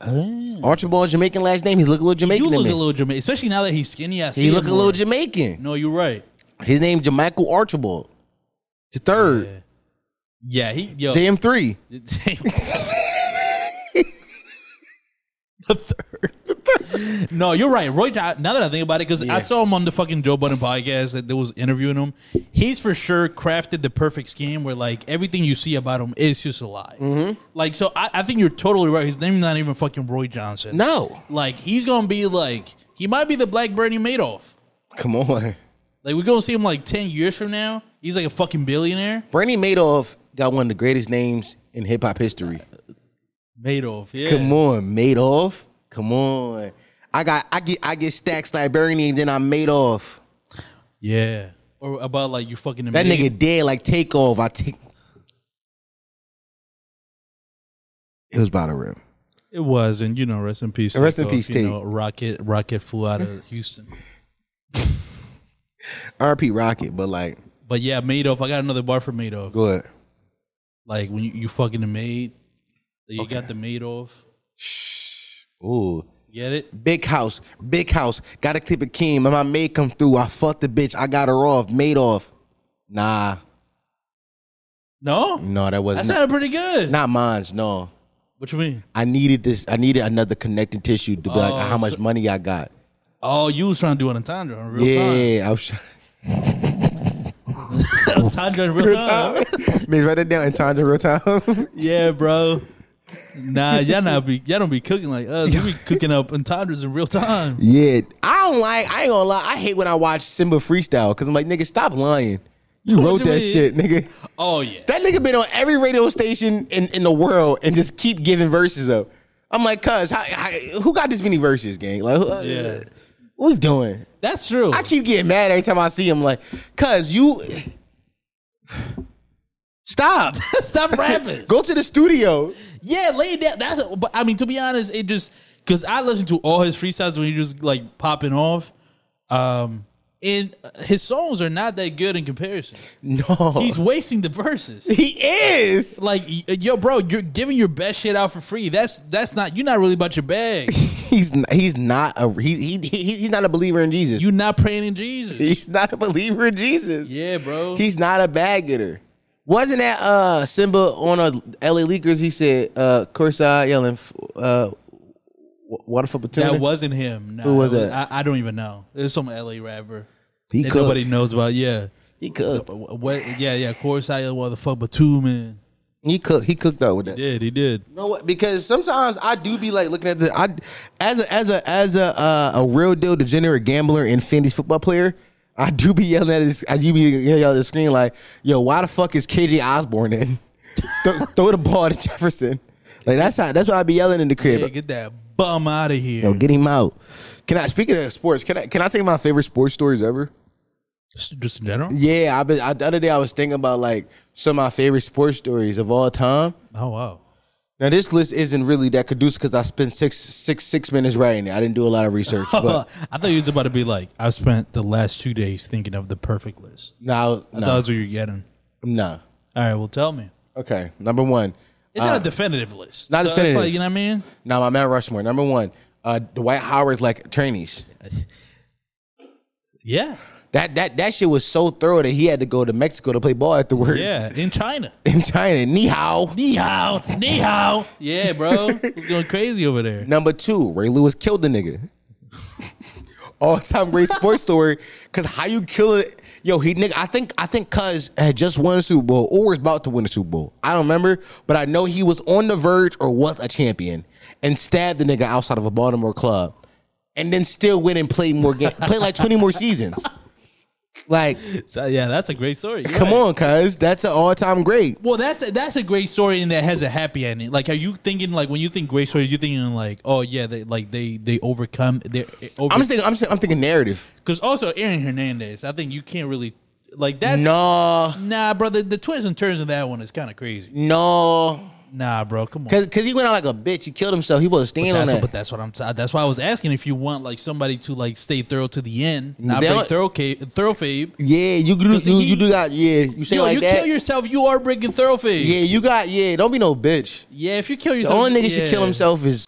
Speaker 1: Oh. Archibald Jamaican last name. He look a little Jamaican.
Speaker 2: You
Speaker 1: in
Speaker 2: look a
Speaker 1: me.
Speaker 2: little Jamaican, especially now that he's skinny. I see
Speaker 1: he
Speaker 2: him
Speaker 1: look a little
Speaker 2: more.
Speaker 1: Jamaican.
Speaker 2: No, you're right.
Speaker 1: His name Jamichael Archibald. The third.
Speaker 2: Yeah, he yo.
Speaker 1: JM3.
Speaker 2: James. the third. No, you're right. Roy, Jo- now that I think about it, because I saw him on the fucking Joe Budden podcast that they was interviewing him. He's for sure crafted the perfect scheme where like everything you see about him is just a lie.
Speaker 1: Mm-hmm.
Speaker 2: Like, so I, I think you're totally right. His name's not even fucking Roy Johnson.
Speaker 1: No.
Speaker 2: Like, he's going to be like, he might be the Black Bernie Madoff.
Speaker 1: Come on.
Speaker 2: Like, we're going to see him like 10 years from now. He's like a fucking billionaire.
Speaker 1: Bernie Madoff got one of the greatest names in hip hop history.
Speaker 2: Madoff, yeah.
Speaker 1: Come on, Madoff. Come on. I got I get I get stacks like Bernie and then I'm Madoff.
Speaker 2: Yeah. Or about like you fucking
Speaker 1: That
Speaker 2: amazing.
Speaker 1: nigga dead like takeoff. I take It was by the rim.
Speaker 2: It was, and you know, rest in peace.
Speaker 1: And rest in
Speaker 2: Takeoff,
Speaker 1: peace,
Speaker 2: you
Speaker 1: Tate.
Speaker 2: know, Rocket, Rocket flew out of Houston.
Speaker 1: RP Rocket, but like
Speaker 2: But yeah, Madoff. I got another bar for Madoff.
Speaker 1: go ahead.
Speaker 2: Like when you, you fucking the maid, you got the Madoff.
Speaker 1: Ooh.
Speaker 2: Get it?
Speaker 1: Big house, big house. Got a clip of Keem. And my maid come through. I fucked the bitch. I got her off. Made off. Nah,
Speaker 2: No,
Speaker 1: no, that
Speaker 2: that
Speaker 1: wasn't. Not,
Speaker 2: sounded pretty good.
Speaker 1: not mine's. No,
Speaker 2: What you mean?
Speaker 1: I needed this. I needed another connecting tissue to be
Speaker 2: Oh,
Speaker 1: like how much
Speaker 2: so-
Speaker 1: money I got.
Speaker 2: Oh, you was trying to do an entendre in real time.
Speaker 1: Yeah, I was.
Speaker 2: entendre in real, time.
Speaker 1: Man, write it down in time to real time.
Speaker 2: Yeah, bro. Nah, y'all not be y'all don't be cooking like us. We be cooking up entendres in real time.
Speaker 1: yeah, I don't like. I ain't gonna lie. I hate when I watch Simba freestyle because I'm like, nigga, stop lying. You
Speaker 2: What
Speaker 1: wrote
Speaker 2: you
Speaker 1: that
Speaker 2: mean?
Speaker 1: shit, nigga.
Speaker 2: Oh yeah.
Speaker 1: That nigga been on every radio station in, in the world and just keep giving verses up. I'm like, cuz, how, how, who got this many verses, gang? Like, who, uh,
Speaker 2: Yeah.
Speaker 1: what we doing?
Speaker 2: That's true.
Speaker 1: I keep getting mad every time I see him. Like, cuz, you stop.
Speaker 2: Stop rapping.
Speaker 1: Go to the studio.
Speaker 2: Yeah, lay it down. That's but I mean to be honest, it just because I listen to all his freestyles when he just like popping off, um, and his songs are not that good in comparison.
Speaker 1: No,
Speaker 2: He's wasting the verses.
Speaker 1: he is.
Speaker 2: Like y- yo, bro, you're giving your best shit out for free. That's that's not you're not really about your bag.
Speaker 1: He's n- he's not a he, he, he he's not a believer in Jesus.
Speaker 2: You're not praying in Jesus.
Speaker 1: he's not a believer in Jesus.
Speaker 2: Yeah, bro.
Speaker 1: He's not a bag getter. Wasn't that uh Simba on a LA Leakers? He said, uh, Corsair yelling, f- uh, wa- water for Platoon.
Speaker 2: that wasn't him. Nah,
Speaker 1: Who was that?
Speaker 2: I, I don't even know. It's some LA rapper.
Speaker 1: he
Speaker 2: that
Speaker 1: cooked.
Speaker 2: nobody knows about. Yeah.
Speaker 1: he cooked.
Speaker 2: What? Yeah, yeah. Chorus I what the fuck, but two man.
Speaker 1: He cooked. He cooked out with that.
Speaker 2: Did he did?
Speaker 1: You know what? Because sometimes I do be like looking at the I as a as a as a uh, a real deal degenerate gambler and fantasy football player. I do be yelling at this. I do be yelling at the screen like, "Yo, why the fuck is KJ Osborne in? Th- throw the ball to Jefferson." Like that's how. That's what I be yelling in the crib.
Speaker 2: Yeah, get that bum out of here.
Speaker 1: Yo, get him out. Can I? Speaking of sports, can I? Can I take my favorite sports stories ever?
Speaker 2: Just, just in general.
Speaker 1: Yeah, I been. I, the other day I was thinking about like some of my favorite sports stories of all time.
Speaker 2: Oh wow.
Speaker 1: Now this list isn't really that conducive because I spent six six six minutes writing it. I didn't do a lot of research,
Speaker 2: Well,
Speaker 1: but
Speaker 2: I thought you was about to be like, I spent the last two days thinking of the perfect list.
Speaker 1: no,
Speaker 2: I thought
Speaker 1: no,
Speaker 2: that's what you're getting.
Speaker 1: no.
Speaker 2: All right, well, tell me.
Speaker 1: Okay, number one.
Speaker 2: It's not a definitive list.
Speaker 1: Uh, not
Speaker 2: So it's
Speaker 1: definitive.
Speaker 2: like, you know what I mean?
Speaker 1: Now my man Rushmore. Number one. Uh, Dwight Howard's like trainees.
Speaker 2: Yeah,
Speaker 1: That that that shit was so thorough that he had to go to Mexico to play ball afterwards.
Speaker 2: yeah. In China,
Speaker 1: In China, ni hao.
Speaker 2: ni hao, ni hao. Yeah, bro, it's going crazy over there.
Speaker 1: Number two, Ray Lewis killed the nigga. All time great sports story. Cause how you kill it? Yo, he nigga. I think I think Cuz had just won a Super Bowl or was about to win a Super Bowl. I don't remember, but I know he was on the verge or was a champion and stabbed the nigga outside of a Baltimore club, and then still went and played more games, played like twenty more seasons. Like,
Speaker 2: So, yeah, that's a great story. You're
Speaker 1: come
Speaker 2: right.
Speaker 1: on, Cuz that's an all time great.
Speaker 2: Well, that's a, that's a great story and that has a happy ending. Like, are you thinking like when you think great stories, you thinking like, oh yeah, they like they they overcome they over.
Speaker 1: I'm just thinking. I'm just, I'm thinking narrative.
Speaker 2: Because also Aaron Hernandez, I think you can't really like that's
Speaker 1: No,
Speaker 2: Nah, brother, the twists and turns of that one is kind of crazy.
Speaker 1: no,
Speaker 2: Nah, bro, come on.
Speaker 1: cause cause he went out like a bitch. He killed himself. He was staying on
Speaker 2: That's
Speaker 1: that.
Speaker 2: what, but that's what I'm. T- that's why I was asking if you want like somebody to like stay thorough to the end, not
Speaker 1: They
Speaker 2: break
Speaker 1: don't-
Speaker 2: thorough ca- thorough fade.
Speaker 1: yeah, you do. You,
Speaker 2: Cause he-
Speaker 1: you do got. Yeah, you say
Speaker 2: Yo,
Speaker 1: like
Speaker 2: you
Speaker 1: that.
Speaker 2: kill yourself, you are breaking thorough fade.
Speaker 1: yeah,
Speaker 2: Yeah,
Speaker 1: you got. Yeah, don't be no bitch.
Speaker 2: if you kill
Speaker 1: The
Speaker 2: yourself,
Speaker 1: only nigga should kill
Speaker 2: yeah.
Speaker 1: himself is.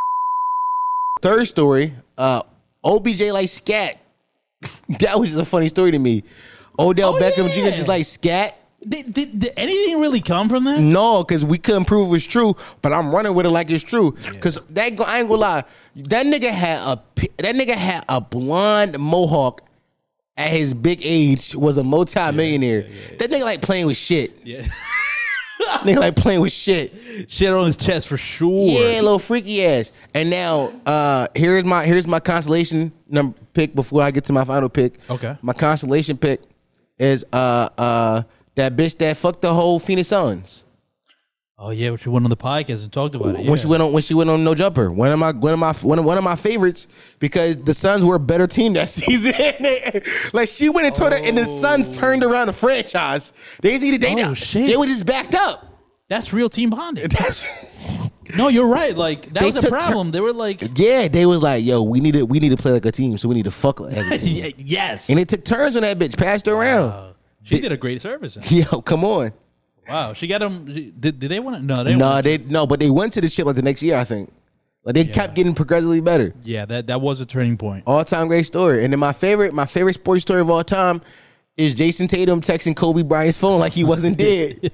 Speaker 1: Third story. Uh, OBJ like scat. that was just a funny story to me. Odell
Speaker 2: Oh,
Speaker 1: Beckham
Speaker 2: yeah.
Speaker 1: Jr. just like scat.
Speaker 2: Did, did, did anything really come from that?
Speaker 1: No, because we couldn't prove it was true, but I'm running with it like it's true. Because that go, I ain't gonna lie, that nigga had a p- that nigga had a blonde mohawk at his big age was a multi-millionaire. That nigga like playing with shit.
Speaker 2: Yeah.
Speaker 1: nigga like playing with shit.
Speaker 2: Shit on his chest for sure.
Speaker 1: Yeah, little freaky ass. And now uh here's my here's my consolation number pick before I get to my final pick.
Speaker 2: Okay.
Speaker 1: My consolation pick is uh uh that bitch that fucked the whole Phoenix Suns.
Speaker 2: oh yeah, she went on the podcast and talked about it.
Speaker 1: when she
Speaker 2: yeah.
Speaker 1: went on when she went on no jumper. One of my one of my one of, one of my favorites because the Suns were a better team that season. like she went and told her, and the Suns turned around the franchise. They just needed they,
Speaker 2: Oh, shit.
Speaker 1: they were just backed up.
Speaker 2: That's real team bonding.
Speaker 1: That's
Speaker 2: no, you're right. Like that
Speaker 1: They
Speaker 2: was a
Speaker 1: took tur-
Speaker 2: problem. they were like,
Speaker 1: yeah. They was like, yo, we need to we need to play like a team, so we need to fuck like a team.
Speaker 2: Y- yes,
Speaker 1: And they took turns on that bitch, passed her around.
Speaker 2: she did a great service.
Speaker 1: Yo, come on.
Speaker 2: Wow, she got him. Did, did they want to? No, they didn't
Speaker 1: No,
Speaker 2: want
Speaker 1: they no, but they went to the chip like the next year, I think. Like they kept getting progressively better.
Speaker 2: Yeah, that that was a turning point.
Speaker 1: All time great story. And then my favorite, my favorite sports story of all time is Jason Tatum texting Kobe Bryant's phone like he wasn't dead.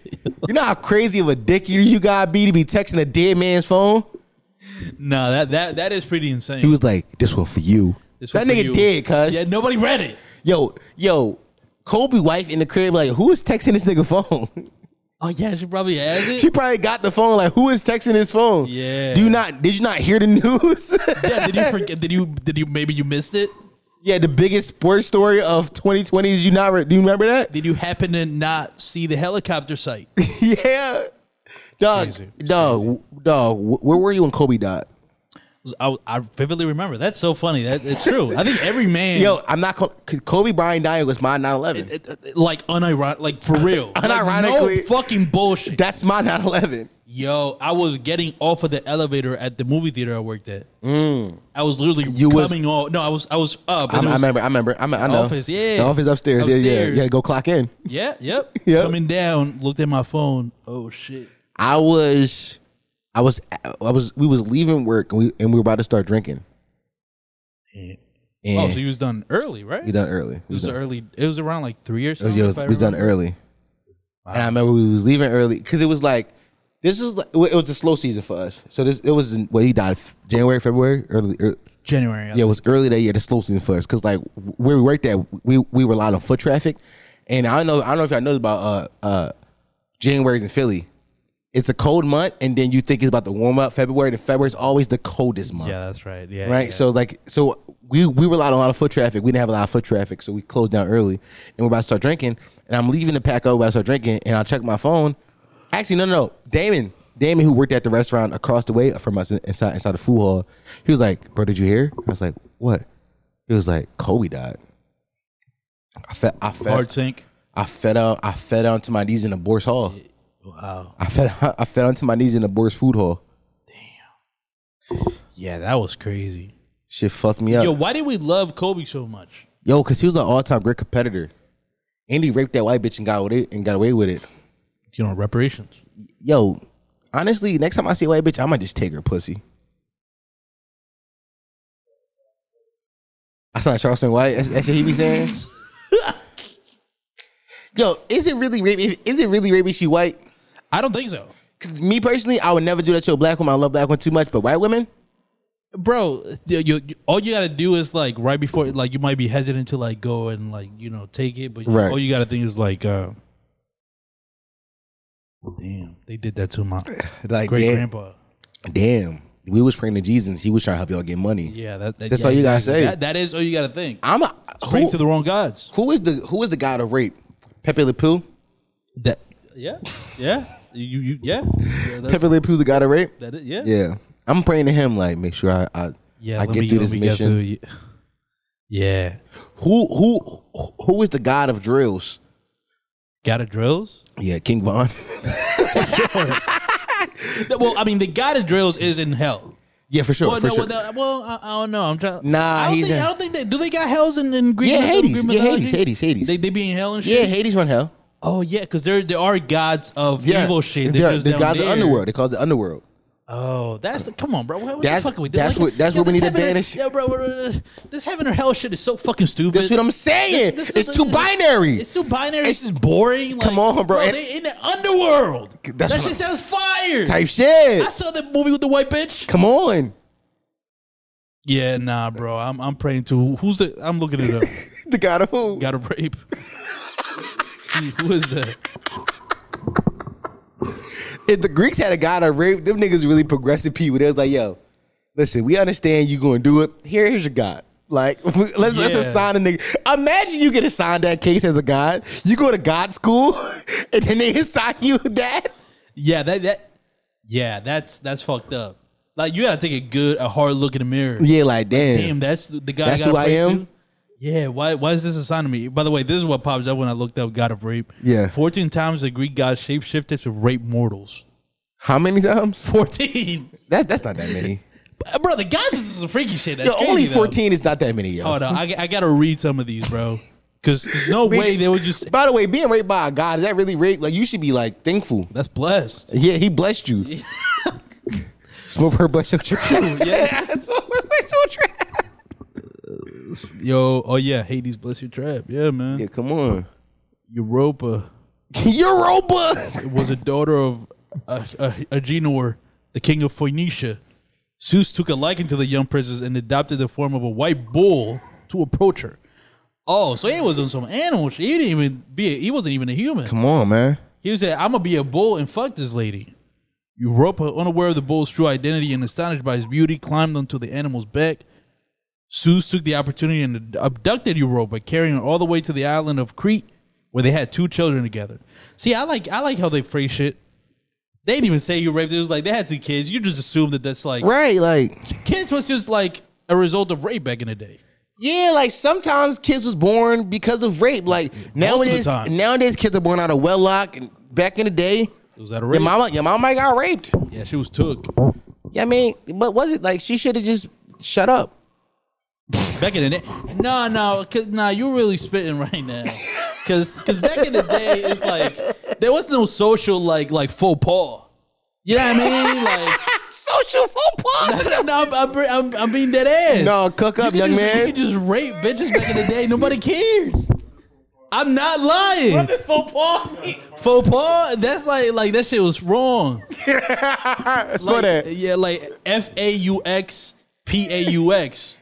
Speaker 1: you know how crazy of a dick you, you gotta be to be texting a dead man's phone?
Speaker 2: No, that that that is pretty insane.
Speaker 1: He was like, This one for you.
Speaker 2: This
Speaker 1: that
Speaker 2: one for
Speaker 1: nigga
Speaker 2: you.
Speaker 1: dead, cuz.
Speaker 2: Yeah, nobody read it.
Speaker 1: Yo, yo, Kobe wife in the crib, like, who is texting this nigga phone?
Speaker 2: Oh yeah, she probably has it.
Speaker 1: she probably got the phone, like, who is texting his phone?
Speaker 2: Yeah.
Speaker 1: Do you not did you not hear the news?
Speaker 2: yeah, did you forget? Did you did you maybe you missed it?
Speaker 1: yeah, the biggest sports story of 2020. Did you not re- do you remember that?
Speaker 2: Did you happen to not see the helicopter site?
Speaker 1: Yeah. Dog,
Speaker 2: crazy. It's
Speaker 1: dog, w- dog. wh- Where were you when Kobe died?
Speaker 2: I, I vividly remember. That's so funny. That it's true. I think every man,
Speaker 1: Yo, I'm not. co- 'cause Kobe Bryant dying was my 9/11.
Speaker 2: it- it- it- like unironic, like for real, Like,
Speaker 1: Unironically.
Speaker 2: no fucking bullshit.
Speaker 1: That's my 9/11.
Speaker 2: Yo, I was getting off of the elevator at the movie theater I worked at. I was literally
Speaker 1: Mm. You was-
Speaker 2: coming off. No, I was I was up.
Speaker 1: I'm,
Speaker 2: and it
Speaker 1: I
Speaker 2: was-
Speaker 1: remember. I remember. I'm, I know.
Speaker 2: Office, yeah.
Speaker 1: The office upstairs. Yeah,
Speaker 2: Upstairs.
Speaker 1: yeah, yeah. Go clock in.
Speaker 2: Yeah, yep.
Speaker 1: Yep.
Speaker 2: Coming down, looked at my phone. Oh shit.
Speaker 1: I was, I was, I was. We was leaving work and we and we were about to start drinking. And
Speaker 2: Oh, so you was done early, right?
Speaker 1: we done early.
Speaker 2: It
Speaker 1: We
Speaker 2: was
Speaker 1: done,
Speaker 2: early. It was around like three or
Speaker 1: it was,
Speaker 2: something.
Speaker 1: yeah, it
Speaker 2: if
Speaker 1: was-
Speaker 2: I
Speaker 1: we done
Speaker 2: remember.
Speaker 1: early. And I remember we was leaving early because it was like this was like, it was a slow season for us. So this it was in, well he died f- January February early, er, early
Speaker 2: January. I
Speaker 1: Yeah, it was early that year, the slow season for us. Cause like where we worked at, we we relied on foot traffic. And I know I don't know if y'all know about uh uh January's in Philly. It's a cold month, and then you think it's about to warm up February, and February's always the coldest month.
Speaker 2: Yeah, that's right. Yeah.
Speaker 1: Right.
Speaker 2: yeah.
Speaker 1: So like so we we relied on a lot of foot traffic. We didn't have a lot of foot traffic, so we closed down early and we're about to start drinking. And I'm leaving to pack up, about to start drinking, and I check my phone. Actually, no, no, no. Damon, Damon, who worked at the restaurant across the way from us in- inside inside the food hall, he was like, "Bro, did you hear?" I was like, "What?" He was like, "Kobe died." I fed I
Speaker 2: Hard
Speaker 1: fed
Speaker 2: sink.
Speaker 1: I fed out I fed onto my knees in the Boers Hall.
Speaker 2: Wow.
Speaker 1: I fed I fed onto my knees in the Boers Food Hall.
Speaker 2: Yeah, that was crazy.
Speaker 1: Shit fucked me up.
Speaker 2: Yo, why did we love Kobe so much?
Speaker 1: Yo, cause he was an all time great competitor. And he raped that white bitch and got with it and got away with it.
Speaker 2: You know, reparations.
Speaker 1: Yo, honestly, next time I see a white bitch, I might just take her pussy. I sound like Charleston White. That's, that's what he be saying. Yo, is it really rape? if- Is it really rape? if She white?
Speaker 2: I don't think so,
Speaker 1: Cause me personally, I would never do that to a black woman. I love black women too much, but white women,
Speaker 2: bro. You, you, you- all you gotta do is like right before, like you might be hesitant to like go and like you know take it, but you-
Speaker 1: Right.
Speaker 2: all you gotta think is like, uh, damn, they did that to my
Speaker 1: like
Speaker 2: great
Speaker 1: damn,
Speaker 2: grandpa.
Speaker 1: damn, we was praying to Jesus. He was trying to help y'all get money.
Speaker 2: Yeah, that, that-
Speaker 1: That's
Speaker 2: yeah,
Speaker 1: all you gotta say.
Speaker 2: That, that is all you gotta think.
Speaker 1: I'm a
Speaker 2: Pray
Speaker 1: who,
Speaker 2: to the wrong gods.
Speaker 1: who is the who is the god of rape? Pepe Le Pew.
Speaker 2: That yeah, yeah, you you yeah. yeah that's,
Speaker 1: Pepe Le Pew, the god of rape.
Speaker 2: that is, yeah.
Speaker 1: Yeah, I'm praying to him. Like, make sure I I,
Speaker 2: Yeah,
Speaker 1: I
Speaker 2: let
Speaker 1: get
Speaker 2: me-
Speaker 1: through
Speaker 2: let
Speaker 1: this
Speaker 2: me get
Speaker 1: mission.
Speaker 2: through- Yeah.
Speaker 1: Who who who is the god of drills?
Speaker 2: Got it drills?
Speaker 1: Yeah, King Von.
Speaker 2: No, Well, I mean, the God of drills is in hell.
Speaker 1: yeah, for sure.
Speaker 2: Well,
Speaker 1: for
Speaker 2: no,
Speaker 1: sure.
Speaker 2: well, no, well, I, I don't know. I'm trying.
Speaker 1: Nah,
Speaker 2: I don't
Speaker 1: he's
Speaker 2: think,
Speaker 1: in-
Speaker 2: I don't think they do. They got hells in, in Greek.
Speaker 1: Yeah,
Speaker 2: myth-
Speaker 1: Hades.
Speaker 2: Greek
Speaker 1: Yeah, Hades,
Speaker 2: mythology?
Speaker 1: Hades, Hades.
Speaker 2: They, they be in hell and shit.
Speaker 1: yeah, Hades run hell.
Speaker 2: Oh yeah, because there there are gods of
Speaker 1: Yeah,
Speaker 2: evil shit. that
Speaker 1: They're-
Speaker 2: goes
Speaker 1: they
Speaker 2: down
Speaker 1: got the
Speaker 2: there.
Speaker 1: underworld. They call it the underworld.
Speaker 2: Oh, that's the, come on, bro. What, what
Speaker 1: That's-
Speaker 2: the fuck are we doing?
Speaker 1: that's what- that's what we
Speaker 2: this
Speaker 1: need to
Speaker 2: heaven or-
Speaker 1: banish.
Speaker 2: Yeah, bro, bro, bro, bro, This heaven or hell shit is so fucking stupid.
Speaker 1: That's what I'm saying.
Speaker 2: This- this
Speaker 1: it's
Speaker 2: is-
Speaker 1: too
Speaker 2: this-
Speaker 1: binary.
Speaker 2: It's too binary. It's just boring. Like,
Speaker 1: Come on, bro. And-
Speaker 2: they in the underworld.
Speaker 1: That's
Speaker 2: that
Speaker 1: what
Speaker 2: shit sounds fire.
Speaker 1: Type shit.
Speaker 2: I saw that movie with the white bitch.
Speaker 1: Come on,
Speaker 2: Yeah, nah, bro. I'm I'm praying to who's the I'm looking it up.
Speaker 1: the god of who?
Speaker 2: Got a rape. Gee, Who is that?
Speaker 1: If the Greeks had a god of rape, them niggas really progressive people. They was like, yo, listen, we understand you going to do it. Here, here's your god. Like, let's, let's
Speaker 2: Yeah.
Speaker 1: assign a nigga. Imagine you get assigned that case as a god. You go to god school, and then they assign you that.
Speaker 2: Yeah, that that yeah, that's that's fucked up. Like you gotta take a good, a hard look in the mirror.
Speaker 1: Yeah, like, damn.
Speaker 2: Damn, that's the guy.
Speaker 1: That's
Speaker 2: I
Speaker 1: who
Speaker 2: gotta
Speaker 1: I
Speaker 2: pray
Speaker 1: am?
Speaker 2: To. Yeah, why why is this a sign to me? By the way, this is what pops up when I looked up God of Rape.
Speaker 1: Yeah.
Speaker 2: Fourteen times the Greek god shapeshifted to rape mortals.
Speaker 1: How many times?
Speaker 2: Fourteen.
Speaker 1: That That's not that many.
Speaker 2: Uh, Bro, the gods is some freaky shit. That's
Speaker 1: Yo,
Speaker 2: crazy,
Speaker 1: only
Speaker 2: though. Oh,
Speaker 1: 14 is not that many, yo.
Speaker 2: Hold on, I, I gotta read some of these, bro. Cause, 'cause no
Speaker 1: Read
Speaker 2: way
Speaker 1: it.
Speaker 2: they would just
Speaker 1: By the way, being raped by a god, is that really rape? Like, you should be, like, thankful.
Speaker 2: that's blessed.
Speaker 1: Yeah, he blessed you. Smoke her butt, your trap.
Speaker 2: Yeah.
Speaker 1: Smoke her butt, your trap.
Speaker 2: Yo, oh yeah, Hades bless your trap. Yeah, man.
Speaker 1: Yeah, come on.
Speaker 2: Europa
Speaker 1: Europa.
Speaker 2: was a daughter of uh, uh, Agenor, the king of Phoenicia. Zeus took a liking to the young princess and adopted the form of a white bull to approach her. Oh, so he was on some animal shit. He didn't even be. A, he wasn't even a human.
Speaker 1: Come on, man.
Speaker 2: He was like, I'm gonna be a bull and fuck this lady. Europa, unaware of the bull's true identity and astonished by his beauty, climbed onto the animal's back. Zeus took the opportunity and abducted Europa, carrying her all the way to the island of Crete, where they had two children together. See, I like I like how they phrase shit. They didn't even say you raped. It was like they had two kids. You just assumed that that's like
Speaker 1: Right, like
Speaker 2: kids was just like a result of rape back in the day.
Speaker 1: yeah, like sometimes kids was born because of rape. Like nowadays,
Speaker 2: time.
Speaker 1: nowadays kids are born out of wedlock. And back in the day,
Speaker 2: It was that a
Speaker 1: your
Speaker 2: rape?
Speaker 1: mama, your mama got raped.
Speaker 2: yeah, she was took.
Speaker 1: Yeah, I mean, but was it like she should have just shut up?
Speaker 2: Back in the day, no, no, cause nah, you're really spitting right now, cause, cause back in the day, it's like there was no social like like faux pas. You know what I
Speaker 1: Social faux pas.
Speaker 2: mean? Like, no, I'm, I'm, I'm, I'm being dead ass.
Speaker 1: No, cook up,
Speaker 2: you
Speaker 1: young
Speaker 2: can just,
Speaker 1: man.
Speaker 2: You could just rape bitches back in the day. Nobody cares. I'm not lying.
Speaker 1: faux pas.
Speaker 2: Faux pas. That's like like that shit was wrong.
Speaker 1: Spell that.
Speaker 2: Yeah, like F A U X P A U X.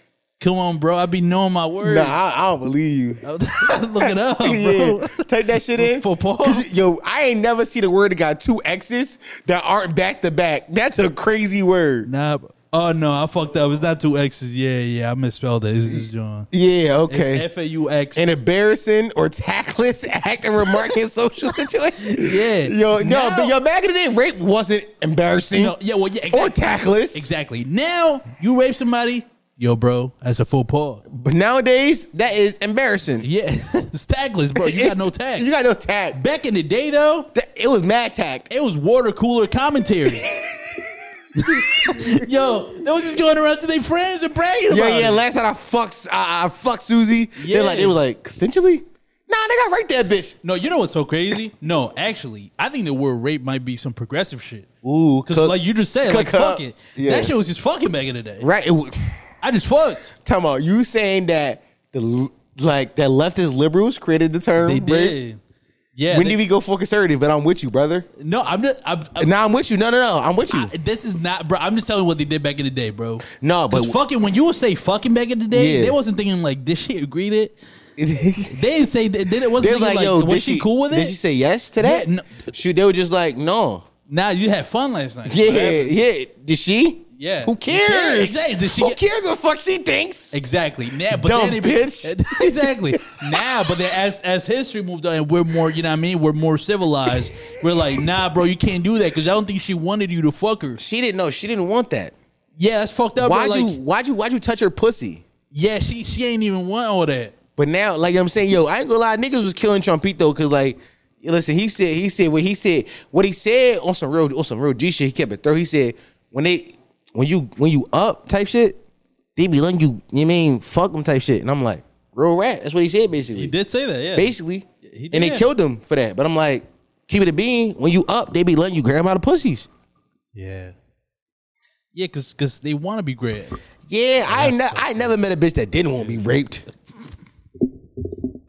Speaker 2: Come on, bro. I be knowing my words.
Speaker 1: Nah, I, I don't believe you.
Speaker 2: Look it up, Oh, bro.
Speaker 1: Yeah, type that shit in.
Speaker 2: Faux pas.
Speaker 1: 'Cause, Yo, I ain't never seen a word that got two X's that aren't back to back. That's a crazy word.
Speaker 2: Nah. bro. Oh no, I fucked up. It's not two X's. Yeah, yeah, I misspelled it. It's just John.
Speaker 1: Yeah,
Speaker 2: It's
Speaker 1: okay.
Speaker 2: F A U X.
Speaker 1: An embarrassing or tactless act and remark in social situation.
Speaker 2: Yeah.
Speaker 1: Yo, no,
Speaker 2: Now-
Speaker 1: but yo, back in the day, rape wasn't embarrassing.
Speaker 2: No, yeah, well, yeah,
Speaker 1: Or
Speaker 2: exactly.
Speaker 1: tactless.
Speaker 2: Exactly. Now you rape somebody, yo, bro, that's a full paw.
Speaker 1: But nowadays, that is embarrassing.
Speaker 2: Yeah, it's tagless, bro. You
Speaker 1: It's-
Speaker 2: got no tag.
Speaker 1: You got no tag.
Speaker 2: Back in the day, though,
Speaker 1: Th- It was mad tact.
Speaker 2: it was water cooler commentary. yo, they was just going around to their friends and bragging about
Speaker 1: Yeah, yeah.
Speaker 2: it.
Speaker 1: Last time I fucked, I, I fucked Susie. Yeah.
Speaker 2: Yeah.
Speaker 1: They like they were like essentially. Nah, they got right that bitch.
Speaker 2: No, you know what's so crazy? No, actually, I think the word rape might be some progressive shit.
Speaker 1: Ooh,
Speaker 2: Because like you just said, like
Speaker 1: cook
Speaker 2: fuck
Speaker 1: up.
Speaker 2: it.
Speaker 1: Yeah.
Speaker 2: That shit was just fucking back in the day.
Speaker 1: right. It was,
Speaker 2: I just fucked.
Speaker 1: talking about you saying that the l- like that leftist liberals created the term.
Speaker 2: They
Speaker 1: rape.
Speaker 2: did. Yeah.
Speaker 1: When
Speaker 2: they-
Speaker 1: did we go for conservative? But I'm with you, brother.
Speaker 2: no, I'm not. I'm, I'm-
Speaker 1: Nah, I'm with you. No, no, no. I'm with you.
Speaker 2: I- this is not, bro. I'm just telling you what they did back in the day, bro.
Speaker 1: No, but-
Speaker 2: 'Cause fucking when you would say fucking back in the day,
Speaker 1: Yeah.
Speaker 2: they wasn't thinking like this shit agreed it.
Speaker 1: They're
Speaker 2: They didn't say that. Then it wasn't thinking
Speaker 1: like,
Speaker 2: like,
Speaker 1: yo,
Speaker 2: was
Speaker 1: did
Speaker 2: she, cool with
Speaker 1: Did
Speaker 2: it?
Speaker 1: she say yes to that?
Speaker 2: Yeah, no.
Speaker 1: She, they were just like, no.
Speaker 2: nah, you had fun last night.
Speaker 1: Yeah,
Speaker 2: Whatever.
Speaker 1: yeah. Did she?
Speaker 2: Yeah.
Speaker 1: Who
Speaker 2: Who
Speaker 1: cares?
Speaker 2: cares? Exactly. Did she
Speaker 1: Who
Speaker 2: get-
Speaker 1: cares what the fuck she thinks?
Speaker 2: Exactly. Now, but
Speaker 1: Dumb
Speaker 2: then it be-
Speaker 1: bitch.
Speaker 2: exactly. Now, but then as as history moved on, and we're more, you know what I mean? We're more civilized. We're like, nah, bro, you can't do that because I don't think she wanted you to fuck her.
Speaker 1: She didn't know. She didn't want that.
Speaker 2: Yeah, that's fucked up.
Speaker 1: Why'd
Speaker 2: bro. Like,
Speaker 1: you? Why'd you? Why'd you touch her pussy?
Speaker 2: Yeah, she she ain't even want all that.
Speaker 1: But now, like I'm saying, yo, I ain't gonna lie, niggas was killing Trumpito because like, listen, he said, he said what he said, what he said on some real, on some real G shit. He kept it thorough. He said when they, when you, when you up type shit, they be letting you, you mean fuck them type shit. And I'm like, real rat. That's what he said basically.
Speaker 2: He did say that, yeah.
Speaker 1: basically,
Speaker 2: He
Speaker 1: and they
Speaker 2: did.
Speaker 1: killed him for that. But I'm like, keep it a bean. When you up, they be letting you grab out of pussies.
Speaker 2: Yeah. Yeah, cause, 'cause they want to be great.
Speaker 1: Yeah, I ain't ne-
Speaker 2: that's so
Speaker 1: I ain't never met a bitch that didn't want to be raped.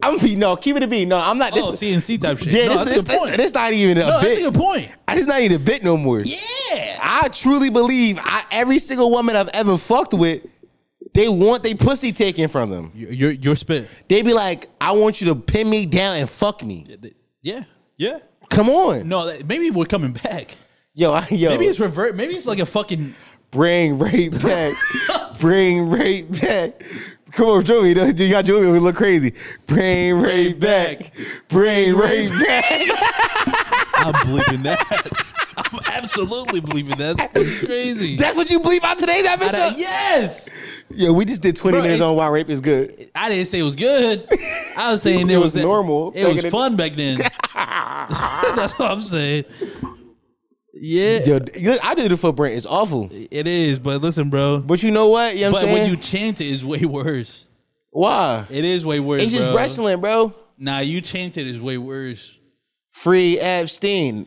Speaker 1: I'm be no, keep it a bean. No, I'm not.
Speaker 2: Oh,
Speaker 1: this,
Speaker 2: CNC type shit.
Speaker 1: Yeah,
Speaker 2: no,
Speaker 1: this, this,
Speaker 2: that's a good
Speaker 1: this,
Speaker 2: point.
Speaker 1: this not even a
Speaker 2: no,
Speaker 1: bit.
Speaker 2: that's a good point.
Speaker 1: I just not even a bit no more.
Speaker 2: Yeah.
Speaker 1: I truly believe I, every single woman I've ever fucked with, they want their pussy taken from them.
Speaker 2: Your your spit.
Speaker 1: They be like, I want you to pin me down and fuck me.
Speaker 2: Yeah. Yeah.
Speaker 1: Come on.
Speaker 2: No, that- maybe we're coming back.
Speaker 1: Yo, I, yo.
Speaker 2: Maybe it's revert. Maybe it's like a fucking
Speaker 1: bring rape back. bring rape back. Come on, Joey. You got Joey. We look crazy. Bring rape back. Bring rape back.
Speaker 2: I'm believing that. I'm absolutely believing that. That's fucking crazy.
Speaker 1: That's what you believe about today's
Speaker 2: I
Speaker 1: episode.
Speaker 2: done- yes,
Speaker 1: Yo, we just did 20
Speaker 2: Bro,
Speaker 1: minutes
Speaker 2: it's-
Speaker 1: on why rape is good.
Speaker 2: I didn't say it was good. I was saying
Speaker 1: It
Speaker 2: it,
Speaker 1: was
Speaker 2: was,
Speaker 1: normal
Speaker 2: It
Speaker 1: back
Speaker 2: was
Speaker 1: in the-
Speaker 2: fun back then. That's what I'm saying. Yeah,
Speaker 1: Yo, look, I did it for Brent. It's awful.
Speaker 2: it is. But listen, bro.
Speaker 1: But you know what? You know what
Speaker 2: but
Speaker 1: I'm
Speaker 2: when
Speaker 1: saying?
Speaker 2: you chant it, is way worse.
Speaker 1: Why?
Speaker 2: It is way worse.
Speaker 1: It's just
Speaker 2: bro.
Speaker 1: wrestling, bro.
Speaker 2: Nah, you chant it is way worse.
Speaker 1: Free Epstein.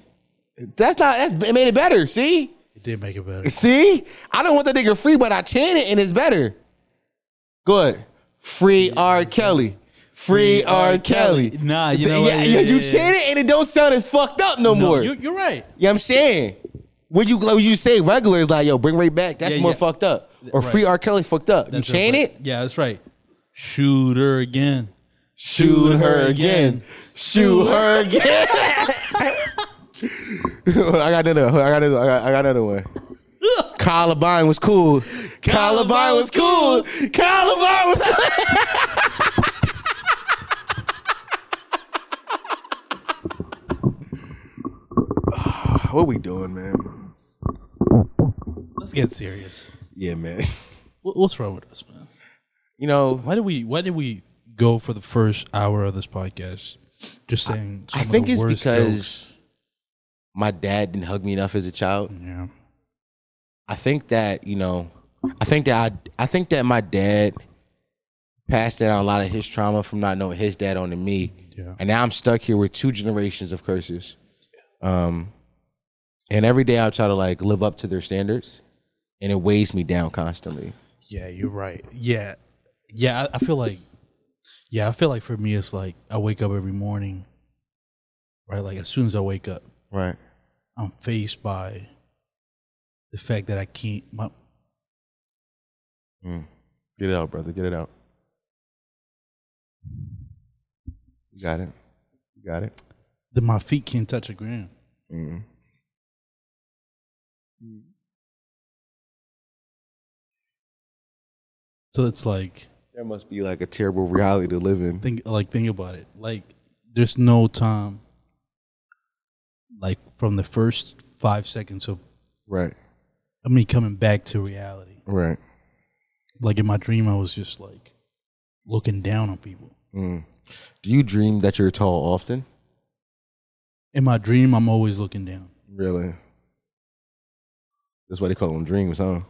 Speaker 1: That's not. That's it made it better. See,
Speaker 2: It did make it better.
Speaker 1: see. I don't want that nigga free, but I chant it and it's better. Good. Free R. Kelly. Free R. Kelly.
Speaker 2: Nah, you know
Speaker 1: yeah,
Speaker 2: what?
Speaker 1: yeah,
Speaker 2: Yeah,
Speaker 1: you
Speaker 2: yeah,
Speaker 1: chant it and it don't sound as fucked up no,
Speaker 2: No,
Speaker 1: more.
Speaker 2: you,
Speaker 1: you
Speaker 2: you're right.
Speaker 1: know what I'm saying? When you like, when you say regular, it's like yo, bring right back. That's
Speaker 2: Yeah,
Speaker 1: more
Speaker 2: yeah.
Speaker 1: fucked up. Or
Speaker 2: Right.
Speaker 1: free R. Kelly fucked up.
Speaker 2: That's
Speaker 1: you chant
Speaker 2: right.
Speaker 1: it.
Speaker 2: Yeah, that's right. Shoot her again.
Speaker 1: Shoot her again. Shoot her again. Hold on, I got another. hold on, I got another. I got, I got another one. Columbine was cool. Columbine was cool. Columbine was cool. what we doing, man?
Speaker 2: Let's get serious.
Speaker 1: Yeah, man.
Speaker 2: Wha- What's wrong with us, man?
Speaker 1: You know,
Speaker 2: Why did we Why did we go for the first hour of this podcast? Just saying.
Speaker 1: I
Speaker 2: some of
Speaker 1: think
Speaker 2: the
Speaker 1: it's
Speaker 2: worst
Speaker 1: because
Speaker 2: jokes.
Speaker 1: my dad didn't hug me enough as a child.
Speaker 2: Yeah.
Speaker 1: I think that you know, I think that I I think that my dad passed down a lot of his trauma from not knowing his dad onto me,
Speaker 2: Yeah.
Speaker 1: and now I'm stuck here with two generations of curses. Um, and every day I try to like live up to their standards, and it weighs me down constantly.
Speaker 2: Yeah, you're right. Yeah, yeah. I, I feel like, yeah, I feel like for me, it's like I wake up every morning, right? Like as soon as I wake up,
Speaker 1: Right.
Speaker 2: I'm faced by the fact that I can't. My,
Speaker 1: Get it out, brother. Get it out. You got it. You got it. Mm-hmm.
Speaker 2: that my feet can't touch the ground. So it's like
Speaker 1: There must be like a terrible reality to live in.
Speaker 2: think like think about it. Like there's no time. Like from the first five seconds of
Speaker 1: Right.
Speaker 2: I mean coming back to reality.
Speaker 1: Right.
Speaker 2: Like in my dream, I was just like looking down on people.
Speaker 1: Mm. Do you dream that you're tall often?
Speaker 2: In my dream, I'm always looking down.
Speaker 1: Really? That's why they call them dreams, huh?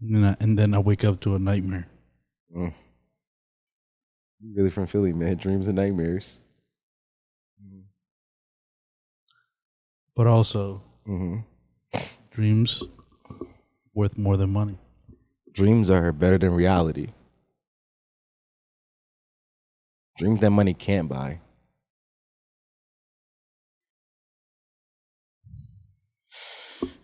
Speaker 2: And then I, and then I wake up to a nightmare.
Speaker 1: Mm. You really from Philly, man. Dreams and nightmares.
Speaker 2: But also,
Speaker 1: Mhm.
Speaker 2: dreams worth more than money.
Speaker 1: Dreams are better than reality. Dreams that money can't buy.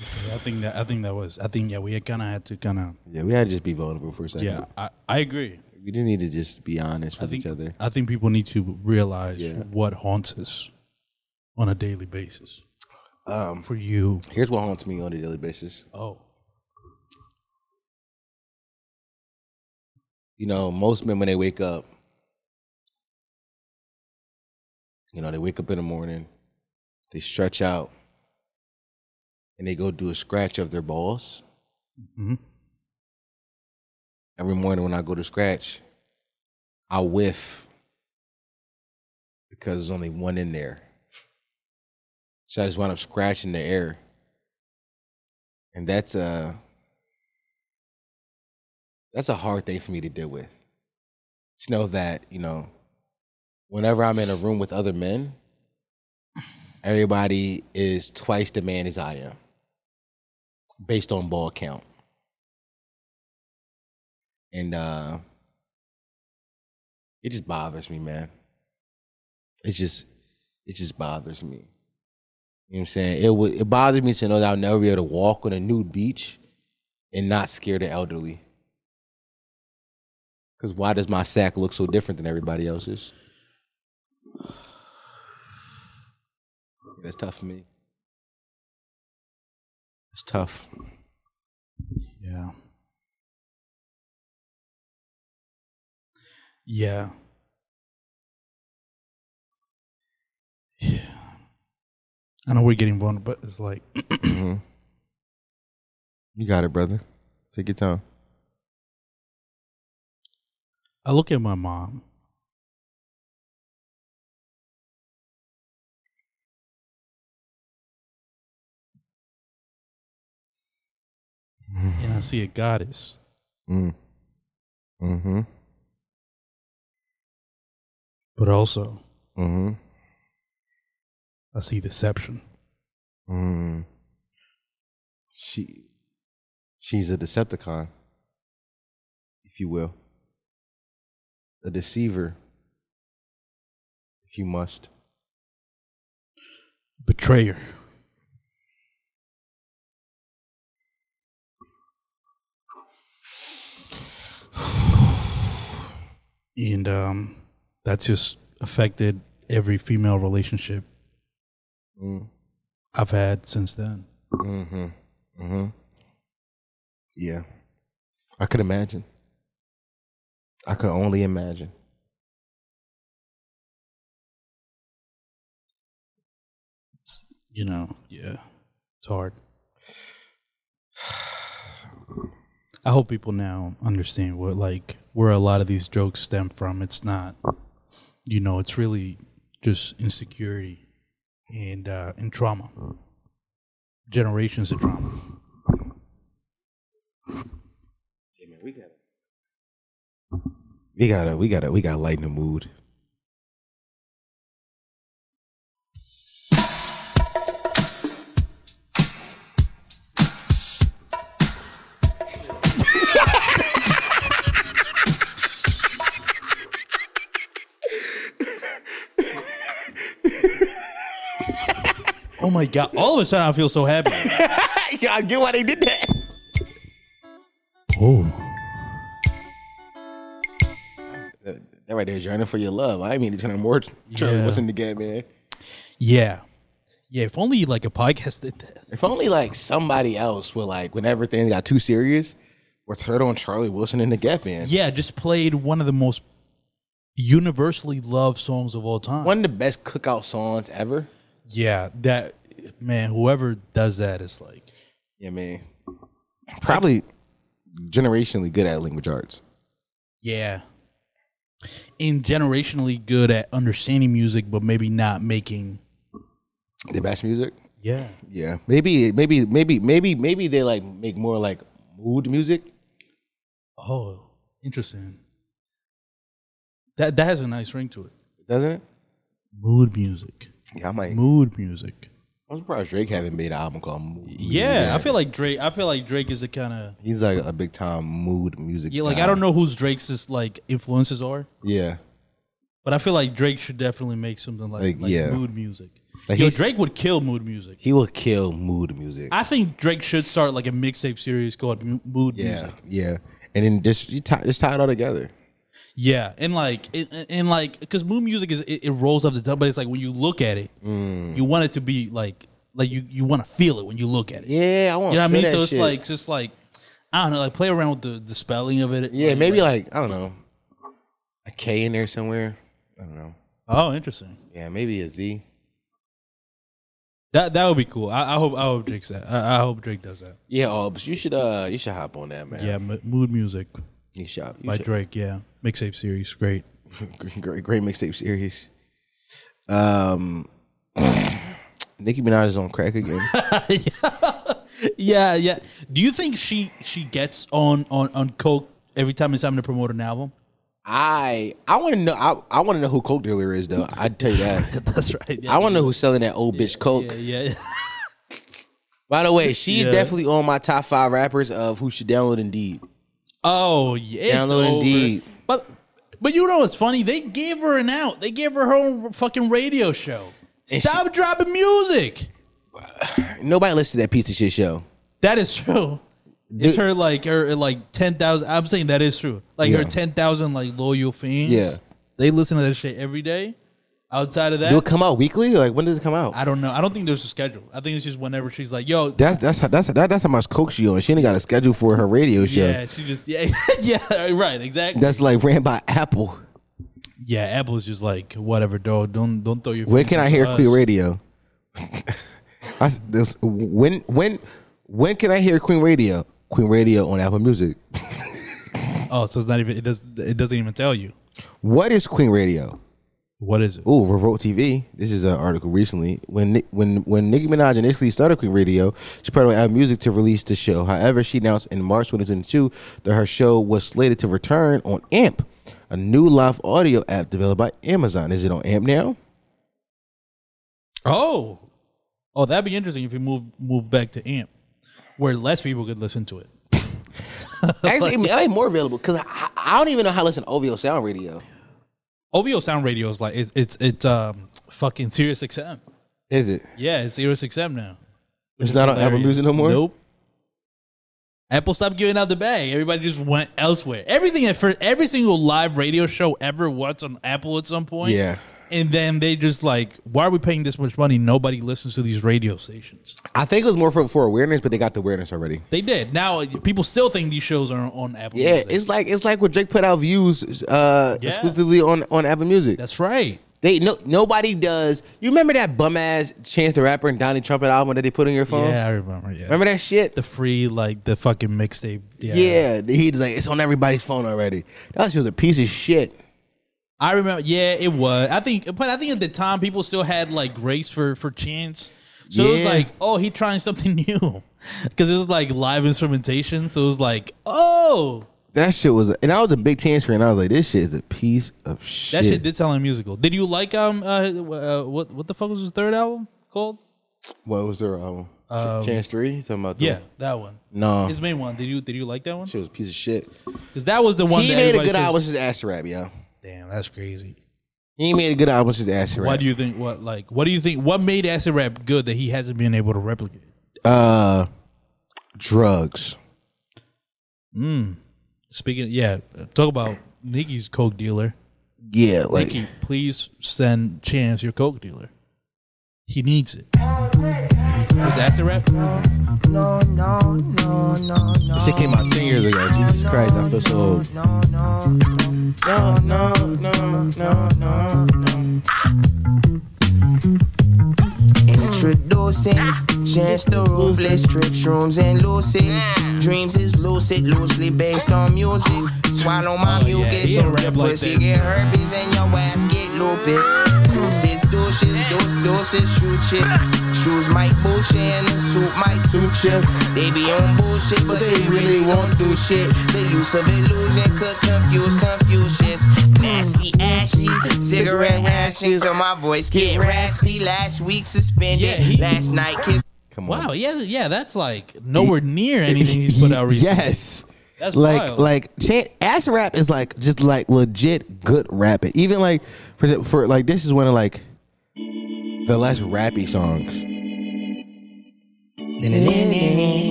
Speaker 2: I think that I think that was I think yeah we kind of had to kind of
Speaker 1: Yeah, we had to just be vulnerable for a second.
Speaker 2: yeah I, I agree.
Speaker 1: We just need to just be honest
Speaker 2: I
Speaker 1: with
Speaker 2: think
Speaker 1: each other.
Speaker 2: I think people need to realize
Speaker 1: Yeah.
Speaker 2: what haunts us on a daily basis.
Speaker 1: Um,
Speaker 2: For you,
Speaker 1: here's what haunts me on a daily basis.
Speaker 2: oh,
Speaker 1: you know, most men when they wake up, you know, they wake up in the morning, they stretch out, and they go do a scratch of their balls.
Speaker 2: Mhm.
Speaker 1: Every morning when I go to scratch, I whiff because there's only one in there. So I just wind up scratching the air. And that's a that's a hard thing for me to deal with. To know that, you know, whenever I'm in a room with other men, everybody is twice the man as I am, based on ball count. And uh it just bothers me, man. It just it just bothers me. You know what I'm saying? It would it bothers me to know that I'll never be able to walk on a nude beach and not scare the elderly. Cause why does my sack look so different than everybody else's? That's tough for me. It's tough.
Speaker 2: yeah, yeah, yeah. I know we're getting vulnerable, but it's like
Speaker 1: You got it, brother. Take your time.
Speaker 2: I look at my mom. And I see a goddess.
Speaker 1: Mm. Mm-hmm.
Speaker 2: But also,
Speaker 1: Mm-hmm.
Speaker 2: I see deception.
Speaker 1: Mm. She she's a Decepticon, if you will. A deceiver, if you must.
Speaker 2: Betrayer. And um, that's just affected every female relationship
Speaker 1: Mm.
Speaker 2: I've had since then.
Speaker 1: Mm-hmm. Mm-hmm. Yeah. I could imagine. I could only imagine.
Speaker 2: It's, you know, yeah, it's hard. I hope people now understand what like where a lot of these jokes stem from. It's not, you know, it's really just insecurity and uh, and trauma, generations of trauma.
Speaker 1: We gotta, we gotta, we gotta lighten the mood.
Speaker 2: Oh my god! All of a sudden, I feel so happy.
Speaker 1: Yeah, I get why they did that.
Speaker 2: oh,
Speaker 1: That right there, journey for your love. I mean, it's kind of more Charlie
Speaker 2: Yeah.
Speaker 1: Wilson to get, man.
Speaker 2: yeah, yeah. If only like a podcast did that.
Speaker 1: If only like somebody else would like when everything got too serious, What's heard on Charlie Wilson and the Gap Band?
Speaker 2: Yeah, just played one of the most universally loved songs of all time.
Speaker 1: One of the best cookout songs ever.
Speaker 2: yeah, that man, whoever does that is like
Speaker 1: Yeah, man. Probably generationally good at language arts.
Speaker 2: Yeah. And generationally good at understanding music, but maybe not making.
Speaker 1: The best music.
Speaker 2: Yeah.
Speaker 1: Yeah, maybe, maybe, maybe, maybe, maybe they like make more like mood music.
Speaker 2: Oh, interesting. That that has a nice ring to it.
Speaker 1: Doesn't it?
Speaker 2: Mood music.
Speaker 1: Yeah, I might.
Speaker 2: Mood music.
Speaker 1: I'm surprised Drake haven't made an album called Mood.
Speaker 2: Yeah, I feel like Drake. I feel like Drake is the kind of
Speaker 1: he's like a big time mood music.
Speaker 2: yeah. Like
Speaker 1: guy.
Speaker 2: I don't know who's Drake's is, like influences are,
Speaker 1: Yeah,
Speaker 2: but I feel like Drake should definitely make something like,
Speaker 1: Like,
Speaker 2: like
Speaker 1: yeah.
Speaker 2: mood music.
Speaker 1: Like,
Speaker 2: Yo,
Speaker 1: he's-
Speaker 2: Drake would kill mood music.
Speaker 1: he will kill mood music.
Speaker 2: I think Drake should start like a mixtape series called Mu- Mood
Speaker 1: yeah,
Speaker 2: Music.
Speaker 1: yeah, and then just you tie, just tie it all together.
Speaker 2: Yeah, and like, it, and- and like, because mood music is it, it rolls up the top, but it's like when you look at it,
Speaker 1: Mm.
Speaker 2: you want it to be like, like you you want to feel it when you look at it.
Speaker 1: Yeah, I want.
Speaker 2: you know what I mean.
Speaker 1: That
Speaker 2: So it's
Speaker 1: shit.
Speaker 2: like just like I don't know, like play around with the the spelling of it.
Speaker 1: yeah, maybe like I don't know, a K in there somewhere. I don't know.
Speaker 2: oh, interesting.
Speaker 1: Yeah, maybe a Z.
Speaker 2: That that would be cool. I, I hope I hope Drake's that. I, I hope Drake does that.
Speaker 1: Yeah, Obs, you should uh you should hop on that man.
Speaker 2: Yeah, m- mood music
Speaker 1: you should. You
Speaker 2: by
Speaker 1: should.
Speaker 2: Drake. Yeah, mixtape series, great.
Speaker 1: great, great mixtape series. Um, Nicki Minaj is on crack again.
Speaker 2: Yeah, yeah. Do you think she she gets on on on coke every time it's time to promote an album?
Speaker 1: I I want to know. I, I want to know who coke dealer is though. I'd tell you that.
Speaker 2: That's right. Yeah,
Speaker 1: I want to know who's selling that old bitch coke.
Speaker 2: yeah. yeah.
Speaker 1: By the way, she's
Speaker 2: Yeah.
Speaker 1: definitely on my top five rappers of who should download Indeed.
Speaker 2: Oh yeah, it's
Speaker 1: Download
Speaker 2: over.
Speaker 1: Indeed.
Speaker 2: But but you know what's funny? They gave her an out. They gave her her own fucking radio show. Stop dropping music.
Speaker 1: Nobody listens to that piece of shit show.
Speaker 2: That is true.
Speaker 1: Dude.
Speaker 2: It's her like her like ten thousand. I'm saying that is true. Like her
Speaker 1: Yeah.
Speaker 2: ten thousand like loyal fans.
Speaker 1: Yeah.
Speaker 2: they listen to that shit every day. Outside of that,
Speaker 1: Do it come out weekly? Like when does it come out?
Speaker 2: I don't know. I don't think there's a schedule. I think it's just whenever she's like, "Yo,
Speaker 1: that's that's how, that's that, that's how much coke she on. She ain't got a schedule for her radio show.
Speaker 2: yeah," she just yeah yeah right exactly.
Speaker 1: That's like ran by Apple.
Speaker 2: yeah, Apple's just like whatever, dog. Don't don't throw your.
Speaker 1: When
Speaker 2: feelings
Speaker 1: can I
Speaker 2: into
Speaker 1: hear
Speaker 2: us.
Speaker 1: Queen Radio? I s this, when when when can I hear Queen Radio? Queen Radio on Apple Music.
Speaker 2: Oh, so it's not even it does it doesn't even tell you.
Speaker 1: What is Queen Radio?
Speaker 2: What is it?
Speaker 1: Ooh, Revolt TV. This is an article recently. When Ni- when when Nicki Minaj initially started Queen Radio, she put on Apple Music to release the show. However, she announced in March 2022 that her show was slated to return on AMP, a new live audio app developed by Amazon. Is it on AMP now?
Speaker 2: Oh, oh, that'd be interesting if you move move back to AMP, where less people could listen to it.
Speaker 1: Actually, it might be more available because I, I don't even know how to listen to OVO Sound Radio.
Speaker 2: OVO Sound Radio is like it's it's it's um fucking Sirius XM.
Speaker 1: Is it?
Speaker 2: Yeah, it's Sirius XM now. which
Speaker 1: It's
Speaker 2: is
Speaker 1: not on Apple
Speaker 2: hilarious.
Speaker 1: Music no more?
Speaker 2: Nope. Apple stopped giving out the bag. Everybody just went elsewhere. Everything at first, every single live radio show ever was on Apple at some point.
Speaker 1: Yeah.
Speaker 2: And then they just like, why are we paying this much money? Nobody listens to these radio stations.
Speaker 1: I think it was more for, for awareness, but they got the awareness already.
Speaker 2: They did. Now uh, people still think these shows are on Apple.
Speaker 1: Yeah,
Speaker 2: Music.
Speaker 1: it's like it's like when Drake put out views uh,
Speaker 2: Yeah.
Speaker 1: exclusively on on Apple Music.
Speaker 2: that's right.
Speaker 1: They no nobody does. You remember that bum ass Chance the Rapper and Donnie Trumpet album that they put on your phone?
Speaker 2: Yeah, I remember. Yeah,
Speaker 1: Remember that shit?
Speaker 2: the free like the fucking mixtape. Yeah.
Speaker 1: yeah, he's like it's on everybody's phone already. That shit was a piece of shit.
Speaker 2: I remember. Yeah, it was. I think, but I think at the time people still had like grace for for chance. So it was
Speaker 1: Yeah.
Speaker 2: like, oh, he trying something new, because it was like live instrumentation. So it was like, oh,
Speaker 1: That shit was, and I was a big Chance fan. I was like, this shit is a piece of shit.
Speaker 2: that shit did sound like musical. Did you like um uh, uh what what the fuck was his third album called?
Speaker 1: What was their album? Ch- Chance Three? You talking about? the-
Speaker 2: Um, Yeah, that one.
Speaker 1: no,
Speaker 2: His
Speaker 1: shit
Speaker 2: main one. Did you did you like that one?
Speaker 1: was a piece of shit.
Speaker 2: Because that was the one.
Speaker 1: he
Speaker 2: that
Speaker 1: made a
Speaker 2: everybody
Speaker 1: good
Speaker 2: says,
Speaker 1: album since Ass Rap, yo.
Speaker 2: Damn, that's crazy.
Speaker 1: He made a good album since Ass Rap.
Speaker 2: Why do you think what like what do you think what made acid rap good that he hasn't been able to replicate?
Speaker 1: uh drugs.
Speaker 2: Speaking, yeah, talk about Nikki's coke dealer.
Speaker 1: Yeah, like
Speaker 2: Nikki, please send Chance your coke dealer. He needs it. This is acid rap?
Speaker 3: No, no, no, no, no.
Speaker 9: This shit came out 10 years ago. Jesus Christ, I feel so old.
Speaker 3: No, no, no, no, no, no, no, no. Introducing Chance the Roofless, Trip Shrooms and Lucid. Dreams is lucid, loosely based on music. Swallow my mucus,
Speaker 2: Oh, he
Speaker 3: so
Speaker 2: don't rap
Speaker 3: rap
Speaker 2: like
Speaker 3: pussy
Speaker 2: that.
Speaker 3: get herpes and your ass get lupus. Deuces, douches, dose, doses, shoot shit. Shoes might boot you and the suit might suit you. They be on bullshit, but they really won't do shit. The use of illusion could confuse Confucius. Nasty, ashy, cigarette ashes on my voice get raspy. Last week suspended,
Speaker 2: Yeah, he-
Speaker 3: last night kissed.
Speaker 9: Come on.
Speaker 2: Wow, yeah, yeah, that's like nowhere near anything he's put out recently.
Speaker 1: Yes.
Speaker 2: That's
Speaker 1: like
Speaker 2: wild.
Speaker 1: like Chan- ass rap is like just like legit good rapping. Even like for the- for like this is one of like the less rappy songs.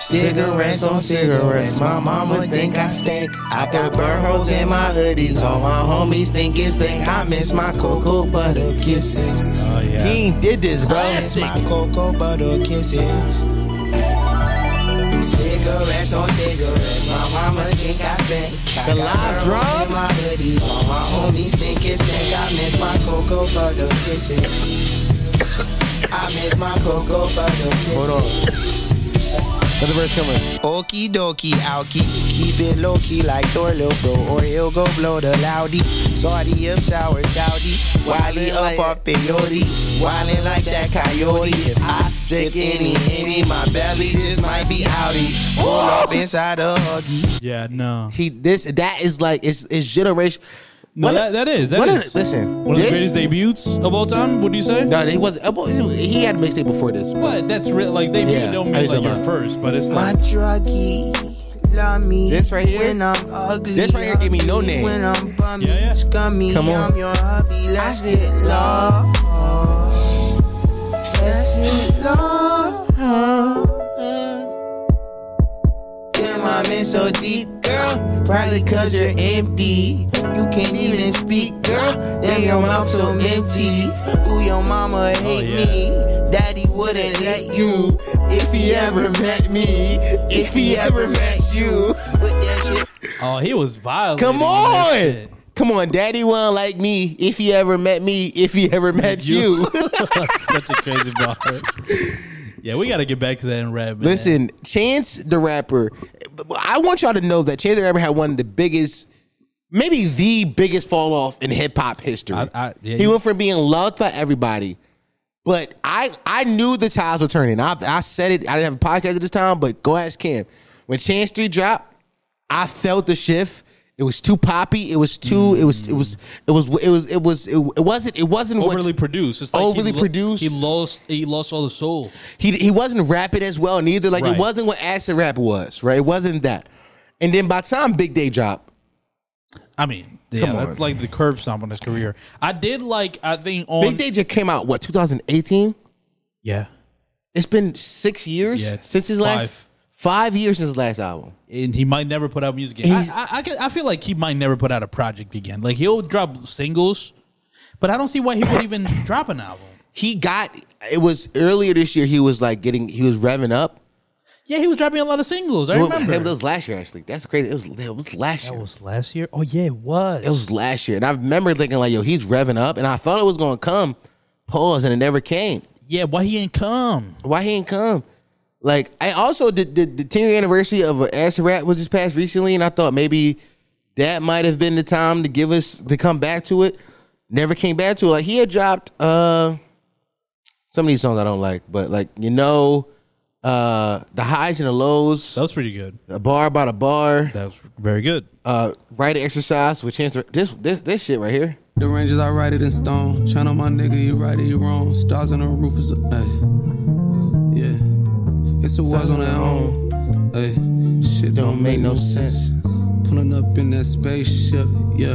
Speaker 3: Cigarettes on cigarettes, my mama think I stink. I got burn holes in my hoodies, all my homies think it's stink. I miss my cocoa butter kisses.
Speaker 2: Oh, yeah.
Speaker 1: He ain't did this, bro.
Speaker 3: Miss my cocoa butter kisses. Cigarettes on cigarettes, my mama think I stink. I
Speaker 1: The live
Speaker 3: got burn holes in
Speaker 1: drums?
Speaker 3: my hoodies, all my homies think it's stink. I miss my cocoa butter kisses. I miss my cocoa butter kisses.
Speaker 1: Hold on. Another verse coming.
Speaker 3: Okie dokie, alkie. Keep it low key like Thor, lil bro, or he'll go blow the loudy. Saudi of sour Saudi. Wiley up off peyote. Wildin' like that coyote. If I sip any, any, my belly just might be outy. Pull up inside a huggy.
Speaker 2: Yeah, no.
Speaker 1: He this that is like it's it's generation.
Speaker 2: No,
Speaker 1: What
Speaker 2: that,
Speaker 1: a-
Speaker 2: that is. that
Speaker 1: what a-
Speaker 2: is.
Speaker 1: listen,
Speaker 2: One of the
Speaker 1: this-
Speaker 2: greatest debuts of all time, would you say?
Speaker 1: No, he wasn't. uh, well, He had a mixtape before this.
Speaker 2: But that's real. Like, debut
Speaker 1: Yeah,
Speaker 2: don't
Speaker 1: I
Speaker 2: mean
Speaker 1: just
Speaker 2: like
Speaker 1: don't
Speaker 2: your
Speaker 1: mind.
Speaker 2: first, but it's
Speaker 3: My
Speaker 2: like.
Speaker 3: druggie. Love me
Speaker 1: This right here?
Speaker 3: When I'm ugly.
Speaker 1: This right here give me no
Speaker 3: ugly
Speaker 1: name.
Speaker 3: When I'm bummy,
Speaker 2: Yeah, yeah.
Speaker 3: scummy,
Speaker 1: Come on.
Speaker 3: I'm your hubby. Let's get lost. Let's get lost. Damn, I'm in so deep, girl. Probably cause you're empty. You can't even speak, girl. Damn, your mouth so minty. Ooh, your mama
Speaker 1: Oh,
Speaker 3: hate me. Daddy wouldn't let you if he ever met me. If he ever met you. But that shit.
Speaker 2: Oh, he was violent.
Speaker 1: Come on. Come on, daddy won't like me if he ever met me, if he ever met you.
Speaker 2: Such a crazy bar. Yeah, we got to get back to that in rap. man.
Speaker 1: Listen, Chance the Rapper, I want y'all to know that Chance the Rapper had one of the biggest, maybe the biggest fall off in hip hop history.
Speaker 2: I- I- yeah,
Speaker 1: he
Speaker 2: you-
Speaker 1: went from being loved by everybody, but I I knew the tides were turning. I, I said it, I didn't have a podcast at this time, but go ask Cam. When Chance 3 dropped, I felt the shift. It was too poppy. It was too. It was. It was. It was. It was. It was. It, it wasn't. It wasn't what-
Speaker 2: overly produced. It's like
Speaker 1: Overly
Speaker 2: he lo-
Speaker 1: produced.
Speaker 2: He lost. He lost all the soul.
Speaker 1: he he wasn't rapping as well neither. Like
Speaker 2: Right.
Speaker 1: it wasn't what acid rap was, right? It wasn't that. And then by the time Big Day dropped,
Speaker 2: I mean, yeah,
Speaker 1: Come
Speaker 2: that's
Speaker 1: on.
Speaker 2: like the curb stomp on his career. I did like. I think on.
Speaker 1: Big Day just came out what 2018.
Speaker 2: Yeah.
Speaker 1: It's been six years
Speaker 2: Yeah, it's
Speaker 1: since his last
Speaker 2: five.
Speaker 1: five years since his last album.
Speaker 2: and he might never put out music again.
Speaker 1: He's-
Speaker 2: I, I, I, get- I feel like he might never put out a project again. Like he'll drop singles, but I don't see why he would even drop an album.
Speaker 1: He got it was earlier this year. He was like getting he was revving up.
Speaker 2: Yeah, he was dropping a lot of singles. I
Speaker 1: It was,
Speaker 2: remember.
Speaker 1: it was last year actually. That's crazy. It was it was last year.
Speaker 2: that was last year. Oh yeah, it was.
Speaker 1: it was last year, and I remember thinking like, yo, he's revving up, and I thought it was gonna come. Pause, and it never came.
Speaker 2: Yeah, why he ain't come?
Speaker 1: Why he ain't come? Like I also the the, the ten year anniversary of Acid Rap was just passed recently, and I thought maybe that might have been the time to give us to come back to it. Never came back to it. Like he had dropped uh some of these songs I don't like, but like you know, uh the highs and the lows,
Speaker 2: That was pretty good.
Speaker 1: a bar by the bar,
Speaker 2: That was very good.
Speaker 1: uh right exercise with chance. To, this this this shit right here.
Speaker 10: The ranges I write it in stone. Channel my nigga, you right, or you wrong. Stars on the roof is a ay. Yeah. It's a was on their own. Ay. Shit don't make no sense. Pulling up in that spaceship, yeah.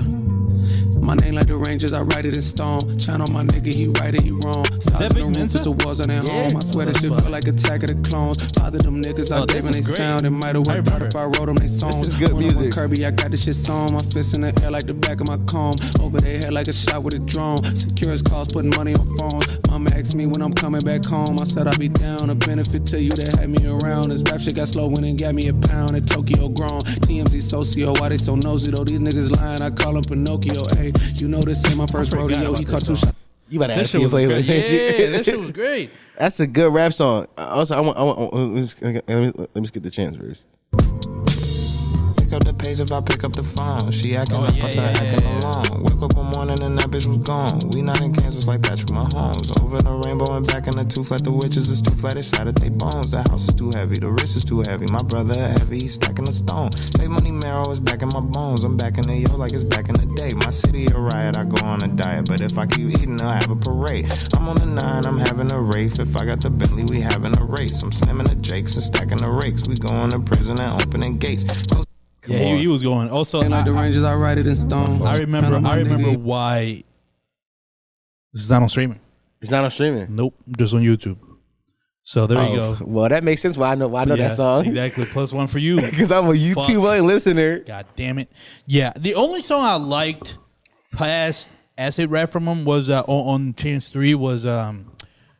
Speaker 10: My name like the Rangers, I write it in stone. Channel my nigga, he right it, he wrong.
Speaker 2: Big
Speaker 10: Size in the roof,
Speaker 2: Mensa?
Speaker 10: it's the walls on their home. I swear that shit feel like attack of the clones. Bother them niggas, I
Speaker 2: Oh,
Speaker 10: gave
Speaker 2: this
Speaker 10: them they
Speaker 2: is great.
Speaker 10: sound. It might have
Speaker 2: I
Speaker 10: worked out
Speaker 2: remember.
Speaker 10: if I wrote them they songs.
Speaker 1: is good
Speaker 10: when I'm
Speaker 1: music.
Speaker 10: with Kirby, I got this shit sewn. My fist in the air like the back of my comb. Over their head like a shot with a drone. Secure as calls, putting money on phones. Mama asked me when I'm coming back home. I said I'd be down. A benefit to you that had me around. This rap shit got slow when it got me a pound. At Tokyo grown. TMZ socio, why they so nosy though? These niggas lying, I call them Pinocchio. Hey, you know this ain't my first rodeo. He caught two shots.
Speaker 1: You better
Speaker 2: That
Speaker 1: add to
Speaker 2: shit
Speaker 1: your
Speaker 2: was great.
Speaker 1: playlist. ain't you?
Speaker 2: Yeah, that shit was great.
Speaker 1: That's a good rap song. Uh, Also, I want. I want. I want- let, me, just- let me let me just get the chance verse.
Speaker 3: Pick up the pace if I pick up the phone. She acting
Speaker 2: Oh,
Speaker 3: up,
Speaker 2: yeah,
Speaker 3: I start
Speaker 2: yeah,
Speaker 3: acting
Speaker 2: yeah.
Speaker 3: alone. Woke up one morning and that bitch was gone. We not in Kansas like Patrick Mahomes. Over the rainbow and back in the two flat. The witches is too flat, it shattered they bones. The house is too heavy, the wrist is too heavy. My brother heavy, he's stacking the stone. Take money marrow is back in my bones. I'm back in the yo like it's back in the day. My city a riot, I go on a diet. But if I keep eating, I'll have a parade. I'm on a nine, I'm having a race. If I got the Bentley, we having a race. I'm slamming the jakes and stacking the rakes. We going to prison and opening gates. Those
Speaker 2: Yeah, he, he was going. Also,
Speaker 10: Ain't like the
Speaker 2: I,
Speaker 10: Rangers, I write it in stone.
Speaker 2: I remember.
Speaker 10: Channel my
Speaker 2: I remember
Speaker 10: nigga,
Speaker 2: why. This is not on streaming.
Speaker 1: It's not on streaming.
Speaker 2: Nope, just on YouTube. So there you
Speaker 1: Oh,
Speaker 2: go.
Speaker 1: Well, that makes sense. Why I know. Why I know
Speaker 2: Yeah,
Speaker 1: that song.
Speaker 2: exactly. Plus one for you.
Speaker 1: Because I'm a YouTuber listener.
Speaker 2: God damn it. Yeah, the only song I liked past acid rap from him was uh, on, on Chance Three was um,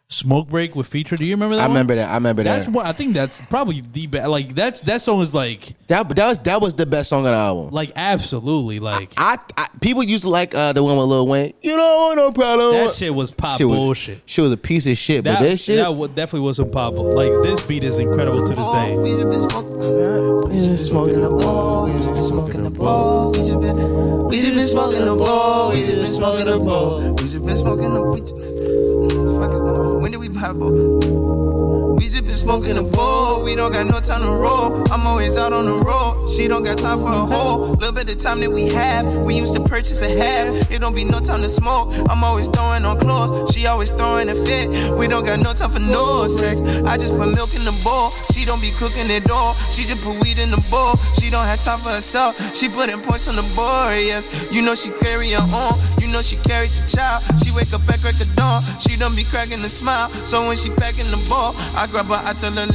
Speaker 2: Smoke Break with Feature. Do you remember that?
Speaker 1: I
Speaker 2: one?
Speaker 1: remember that. I remember
Speaker 2: That's
Speaker 1: that.
Speaker 2: what I think. That's probably the best. Like that's that song is like
Speaker 1: That that was that was the best song on the album.
Speaker 2: like absolutely like
Speaker 1: I, I people used to like uh, the one with Lil Wayne. You don't want no problem.
Speaker 2: that shit was pop
Speaker 1: Shit was-
Speaker 2: bullshit.
Speaker 1: She was a piece of shit,
Speaker 2: That,
Speaker 1: but this shit. Oh,
Speaker 2: that wa- definitely wasn't pop. Like this beat is incredible to this day.
Speaker 3: We just been smoking. We just been smoking the ball. We just been smoking the ball. We just been. We just been smoking the ball. We just been smoking the ball. We just been smoking the. We just, fuck is going on? when did we pop up? We just been smoking the ball. We don't got no time to roll. I'm always out on the road. She don't got time for a hole. Little bit of time that we have, we used to purchase a half. It don't be no time to smoke. I'm always throwing on clothes. She always throwing a fit. We don't got no time for no sex. I just put milk in the bowl. She don't be cooking at all. She just put weed in the bowl. She don't have time for herself. She putting points on the board. Yes, you know she carry her on. You know she carried the child. She wake up at crack of dawn. She don't be cracking a smile. So when she packing the ball, I grab her. I tell her let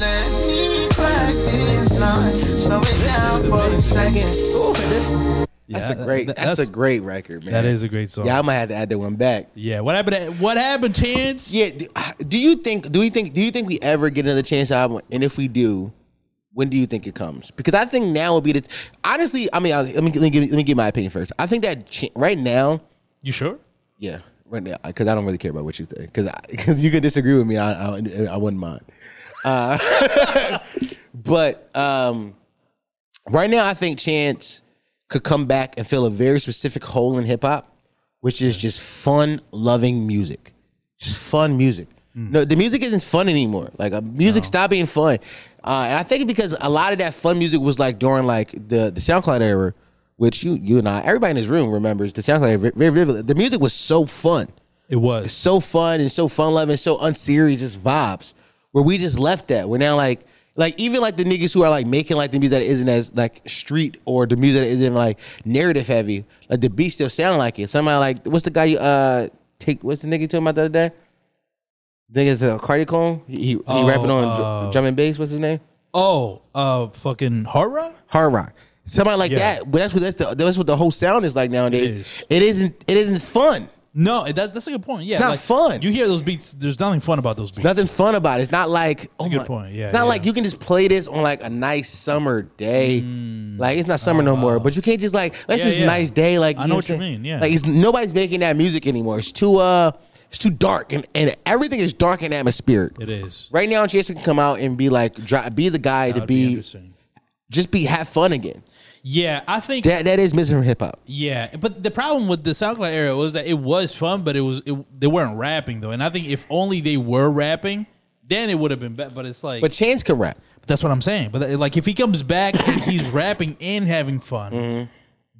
Speaker 3: me practice now. Slow it down for a second.
Speaker 1: that's
Speaker 2: Yeah,
Speaker 1: a great.
Speaker 2: that-
Speaker 1: that's,
Speaker 2: that's-
Speaker 1: a great record, man.
Speaker 2: That is a great song.
Speaker 1: Yeah,
Speaker 2: Yeah,
Speaker 1: I might have to add that one back.
Speaker 2: what happened? To, what happened, Chance?
Speaker 1: Yeah. Do, do you think? Do we think? Do you think we ever get another chance album? And if we do, when do you think it comes? Because I think now would be the. honestly, I mean, I, let me let me, give, let me give my opinion first. I think that cha- right now,
Speaker 2: You sure?
Speaker 1: yeah, right now, because I don't really care about what you think. Because because you can disagree with me, I I, I wouldn't mind. Uh, but um, right now, I think Chance could come back and fill a very specific hole in hip hop, which is just fun, loving music. Just fun music. No, the music isn't fun anymore. Like uh, music stopped being fun, uh, and I think because a lot of that fun music was like during like the the SoundCloud era, which you you and I everybody in this room remembers the SoundCloud era very vividly. The music was so fun
Speaker 2: It was.
Speaker 1: so fun and so fun loving, so unserious, just vibes. Where we just left that. We're now like, like even like the niggas who are like making like the music that isn't as like street or the music that isn't like narrative heavy. Like the beats still sound like it. Somebody like what's the guy you uh take? What's the nigga you talking about the other day? Nigga's a cardiacone. He, he
Speaker 2: Oh,
Speaker 1: rapping on dr-
Speaker 2: uh,
Speaker 1: drum and bass. What's his name?
Speaker 2: Oh, uh, fucking hard rock.
Speaker 1: hard rock. Somebody like
Speaker 2: Yeah.
Speaker 1: that. But that's what that's the that's what the whole sound is like nowadays.
Speaker 2: It is.
Speaker 1: It isn't. It isn't fun.
Speaker 2: No, it- that, that's a good point. Yeah,
Speaker 1: It's not
Speaker 2: like,
Speaker 1: fun.
Speaker 2: You hear those beats? There's nothing fun about those beats.
Speaker 1: nothing fun about it. It's not like oh
Speaker 2: a good
Speaker 1: my-
Speaker 2: point. Yeah,
Speaker 1: it's not
Speaker 2: yeah.
Speaker 1: like you can just play this on like a nice summer day. Like it's not summer no more, but you can't just like let's
Speaker 2: Mm. Oh, Yeah,
Speaker 1: just
Speaker 2: yeah.
Speaker 1: nice day. Like
Speaker 2: I know what you
Speaker 1: I'm saying?
Speaker 2: mean, yeah.
Speaker 1: like it's nobody's making that music anymore. It's too uh, it's too dark, and and everything is dark and atmospheric.
Speaker 2: it is.
Speaker 1: Right now, Jason can come out and be like, dri- be the guy to
Speaker 2: That'd be
Speaker 1: be,
Speaker 2: interesting.
Speaker 1: just be have fun again.
Speaker 2: Yeah, I think.
Speaker 1: That that is missing from hip hop.
Speaker 2: yeah, but the problem with the SoundCloud era was that it was fun, but it was it, they weren't rapping though, and I think if only they were rapping, then it would have been better. But it's like
Speaker 1: But Chance can rap.
Speaker 2: that's what I'm saying. But uh, like if he comes back and he's rapping and having fun.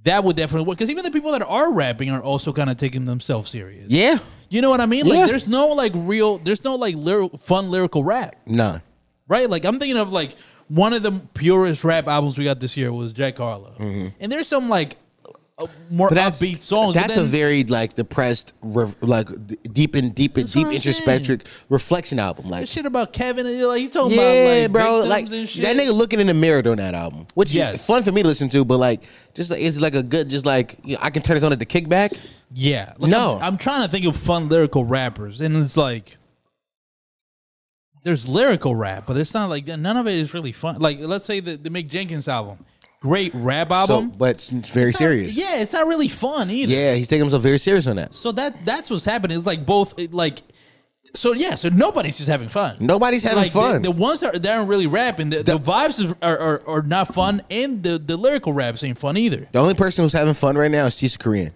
Speaker 2: That would definitely work because even the people that are rapping are also kind of taking themselves serious.
Speaker 1: Yeah,
Speaker 2: You know what I mean? Like,
Speaker 1: Yeah.
Speaker 2: there's no like real, there's no like lyri- fun lyrical rap,
Speaker 1: nah.
Speaker 2: right? Like, I'm thinking of like one of the purest rap albums we got this year was Jack Harlow, and there's some like uh, more
Speaker 1: Mm-hmm. But that's-
Speaker 2: upbeat songs. but
Speaker 1: That's
Speaker 2: then-
Speaker 1: a very like depressed, re- like d- deep and deep and
Speaker 2: That's what
Speaker 1: deep
Speaker 2: I'm
Speaker 1: introspective reflection album.
Speaker 2: that
Speaker 1: Like,
Speaker 2: shit about Kevin. and, Like you talking
Speaker 1: yeah, bro,
Speaker 2: about like
Speaker 1: like
Speaker 2: victims and shit.
Speaker 1: that nigga looking in the mirror during that album, which
Speaker 2: Yes.
Speaker 1: is fun for me to listen to. But like, just like, it's like a good, just like you know, I can turn this on at the kickback.
Speaker 2: Yeah. Like,
Speaker 1: No.
Speaker 2: I'm, I'm trying to think of fun lyrical rappers, and it's like there's lyrical rap, but it's not like none of it is really fun. Like let's say the, the Mick Jenkins album, great rap album.
Speaker 1: So, but it's, it's very
Speaker 2: It's not-
Speaker 1: serious. Yeah.
Speaker 2: yeah, it's not really fun either.
Speaker 1: he's taking himself very serious on that.
Speaker 2: So that that's what's happening. It's like both it, like so yeah, so nobody's just having fun.
Speaker 1: Nobody's having
Speaker 2: Like, the-
Speaker 1: fun.
Speaker 2: The, ones that, are, that aren't really rapping, the, the, vibes is, are, are are not fun, and the, the lyrical raps ain't fun either.
Speaker 1: the only person who's having fun right now is Tisa Korean.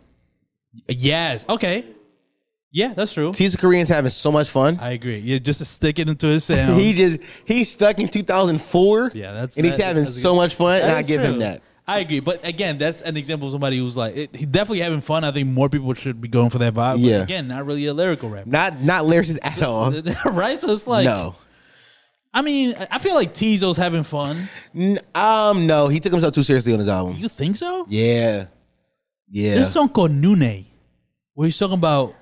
Speaker 2: Yes, okay, yeah, that's true.
Speaker 1: Tisa Korean's having so much fun.
Speaker 2: I agree. Yeah, just to stick it into his sound.
Speaker 1: he just he's stuck in 2004.
Speaker 2: Yeah, that's-
Speaker 1: and he's
Speaker 2: that-
Speaker 1: having
Speaker 2: that's a
Speaker 1: so
Speaker 2: good-
Speaker 1: much fun, and
Speaker 2: That
Speaker 1: I
Speaker 2: is
Speaker 1: give him
Speaker 2: true.
Speaker 1: that.
Speaker 2: I agree, but again, that's an example of somebody who's like it, he definitely having fun. I think more people should be going for that vibe. Yeah.
Speaker 1: Yeah.
Speaker 2: But again, not really a lyrical rapper,
Speaker 1: Not not lyricist at all.
Speaker 2: right? So it's like
Speaker 1: no.
Speaker 2: I mean, I I feel like Tizo's having fun.
Speaker 1: N- um, no, he took himself too seriously on his album.
Speaker 2: You think so?
Speaker 1: Yeah, yeah.
Speaker 2: There's a song called Nune, where he's talking about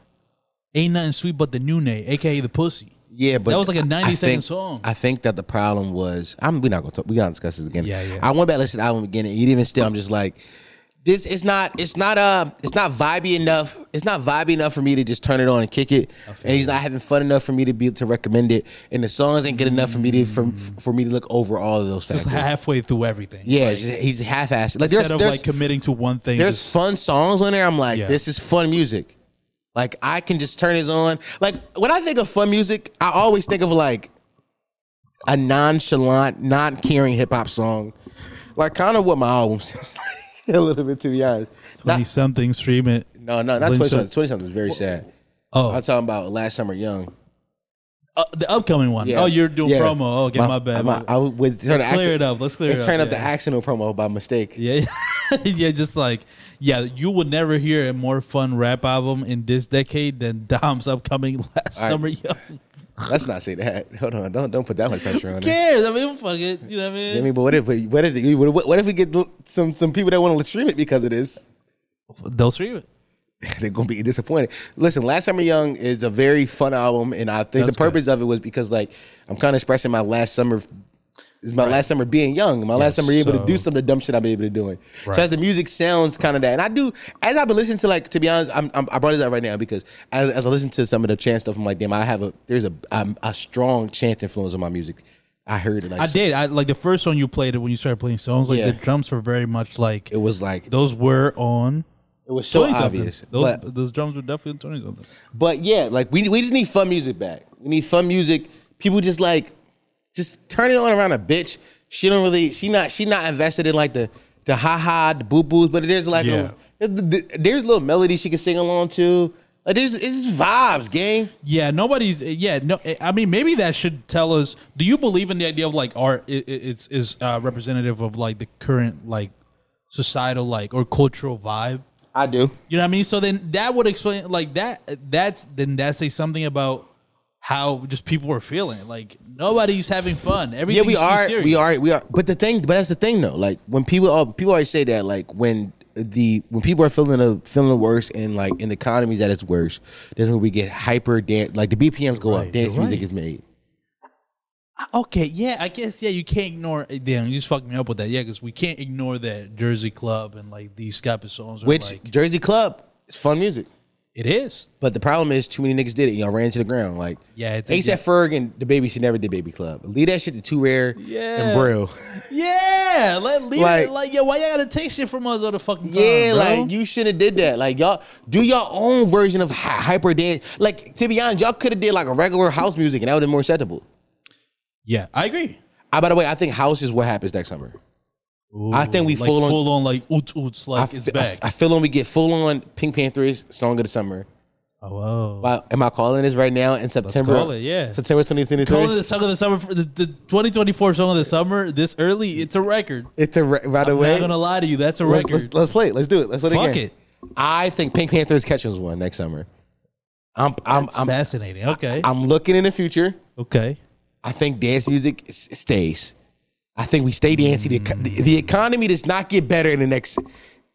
Speaker 2: ain't nothing sweet but the Nune, aka the pussy.
Speaker 1: Yeah, but
Speaker 2: That was like a 90
Speaker 1: I
Speaker 2: second
Speaker 1: think-
Speaker 2: song.
Speaker 1: I think that the problem was I'm we're not gonna talk, we're gonna discuss this again.
Speaker 2: Yeah, yeah.
Speaker 1: I went back to listen to the album again and even still I'm just like this it's not it's not uh it's not vibey enough. It's not vibey enough for me to just turn it on and kick it. And he's not having fun enough for me to be to recommend it. And the songs ain't good enough for me to for, for me to look over all of those
Speaker 2: Just
Speaker 1: factors.
Speaker 2: halfway through everything.
Speaker 1: yeah, it's just- he's half assed. Like there's,
Speaker 2: Instead of
Speaker 1: there's
Speaker 2: like committing to one thing,
Speaker 1: there's
Speaker 2: just-
Speaker 1: fun songs on there. I'm like,
Speaker 2: Yeah.
Speaker 1: this is fun music. Like I can just turn this on. Like when I think of fun music, I always think of like a nonchalant, non-caring hip hop song. Like kind of what my album sounds like a little bit to be honest. Not-
Speaker 2: 20 something stream it.
Speaker 1: no, no, not
Speaker 2: Lynch
Speaker 1: twenty
Speaker 2: Up.
Speaker 1: something. Twenty something is very sad.
Speaker 2: Oh,
Speaker 1: I'm talking about last summer young.
Speaker 2: uh, the upcoming one. Oh, you're doing
Speaker 1: Yeah.
Speaker 2: promo. Okay, my, bad.
Speaker 1: my- I was trying
Speaker 2: Let's
Speaker 1: to
Speaker 2: clear
Speaker 1: act-
Speaker 2: it up. Let's clear it up,
Speaker 1: Turn up the
Speaker 2: yeah.
Speaker 1: accidental promo by mistake.
Speaker 2: Yeah, yeah, just like yeah, you would never hear a more fun rap album in this decade than Dom's upcoming last
Speaker 1: right.
Speaker 2: summer. Young.
Speaker 1: Let's not say that. Hold on. Don't don't put that much pressure on
Speaker 2: Who
Speaker 1: it.
Speaker 2: cares? I mean, fuck it. You know what I mean?
Speaker 1: I mean, but what if what if what, what if we get some some people that want to stream it because of this?
Speaker 2: They'll stream it.
Speaker 1: They're gonna be disappointed. Listen, Last Summer Young is a very fun album, and I think
Speaker 2: That's
Speaker 1: the purpose of it was because like I'm kind of expressing my last summer. Is my last summer being young, my last
Speaker 2: Yeah,
Speaker 1: summer able
Speaker 2: so-
Speaker 1: to do some of the dumb shit I've been able to do. it.
Speaker 2: Right.
Speaker 1: So as the music sounds kind of that, and I do as I've been listening to like to be honest, I'm, I'm I brought it up right now because as, as I listen to some of the chance stuff, I'm like, damn, I have a there's a I'm, a strong chance influence on my music. I heard it, like
Speaker 2: I did. I like the first song you played when you started playing songs. Like
Speaker 1: Yeah.
Speaker 2: the drums were very much like
Speaker 1: It was like it
Speaker 2: those were on.
Speaker 1: was so
Speaker 2: 20 something.
Speaker 1: obvious.
Speaker 2: Those
Speaker 1: but-
Speaker 2: those drums were definitely twenty something.
Speaker 1: But yeah, like we we just need fun music back. We need fun music. People just like just turn it on around a bitch. She don't really she not she not invested in like the the ha ha the boo boos, but it is like
Speaker 2: Yeah.
Speaker 1: a, there's, there's little melodies she can sing along to. Like there's it's just vibes, gang.
Speaker 2: Yeah, nobody's. Yeah, no. eh, I mean, maybe that should tell us. Do you believe in the idea of like art? i- i- It's is uh, representative of like the current like societal like or cultural vibe.
Speaker 1: I do.
Speaker 2: You know what I mean? So then that would explain like that. That's then that says something about how just people are feeling. Like nobody's having fun.
Speaker 1: Yeah,
Speaker 2: Everything
Speaker 1: we are.
Speaker 2: Serious.
Speaker 1: We are. We are. But the thing, but that's the thing though. Like when people, all, people always say that. Like when the when people are feeling the feeling worse and like in the economy's that it's worse, that's when we get hyper dance. Like the BPMs go
Speaker 2: Right,
Speaker 1: up. Dance
Speaker 2: you're
Speaker 1: music
Speaker 2: right.
Speaker 1: is made.
Speaker 2: Okay, yeah, I guess yeah, you can't ignore. eh, Damn, you just fucked me up with that. Yeah, because we can't ignore that Jersey Club and like these Scott songs. Are
Speaker 1: Which
Speaker 2: like,
Speaker 1: Jersey Club is fun music.
Speaker 2: it is.
Speaker 1: But the problem is too many niggas did it. Y'all ran to the ground. Like
Speaker 2: Yeah, it's-
Speaker 1: ASAP
Speaker 2: yeah.
Speaker 1: Ferg and the baby should never did Baby Club. Leave that shit to Too Rare
Speaker 2: Yeah.
Speaker 1: and Brill.
Speaker 2: Yeah, let leave
Speaker 1: Like-
Speaker 2: it. Like, yeah, why y'all gotta take shit from us all the fucking time?
Speaker 1: Yeah,
Speaker 2: bro?
Speaker 1: like you should have did that. Like y'all do your own version of hy- hyper dance. Like to be honest, y'all could have did like a regular house music and that would have been more acceptable.
Speaker 2: Yeah, I agree.
Speaker 1: Ah, by the way, I think house is what happens next summer. I think we
Speaker 2: like,
Speaker 1: full on-
Speaker 2: full on like oots oots
Speaker 1: I,
Speaker 2: like it's
Speaker 1: fe- I,
Speaker 2: back.
Speaker 1: I feel when we get full on Pink Panthers song of the summer.
Speaker 2: oh, wow.
Speaker 1: Wow, am I calling this right now in September?
Speaker 2: call it, yeah.
Speaker 1: September 2023.
Speaker 2: Calling the song of the summer, for the, the 2024 song of the summer this early, it's a record.
Speaker 1: It's a re- right
Speaker 2: I'm
Speaker 1: away.
Speaker 2: not gonna lie to you, that's a
Speaker 1: Let's,
Speaker 2: record.
Speaker 1: let's, let's play it. Let's do it. Let's play
Speaker 2: Fuck
Speaker 1: it again.
Speaker 2: it.
Speaker 1: I think Pink Panthers catches one next summer. I'm I'm
Speaker 2: It's
Speaker 1: I'm,
Speaker 2: fascinating. Okay,
Speaker 1: I'm looking in the future.
Speaker 2: okay.
Speaker 1: I think dance music s- stays. I think we stay dancing. The, eco- the economy does not get better in the next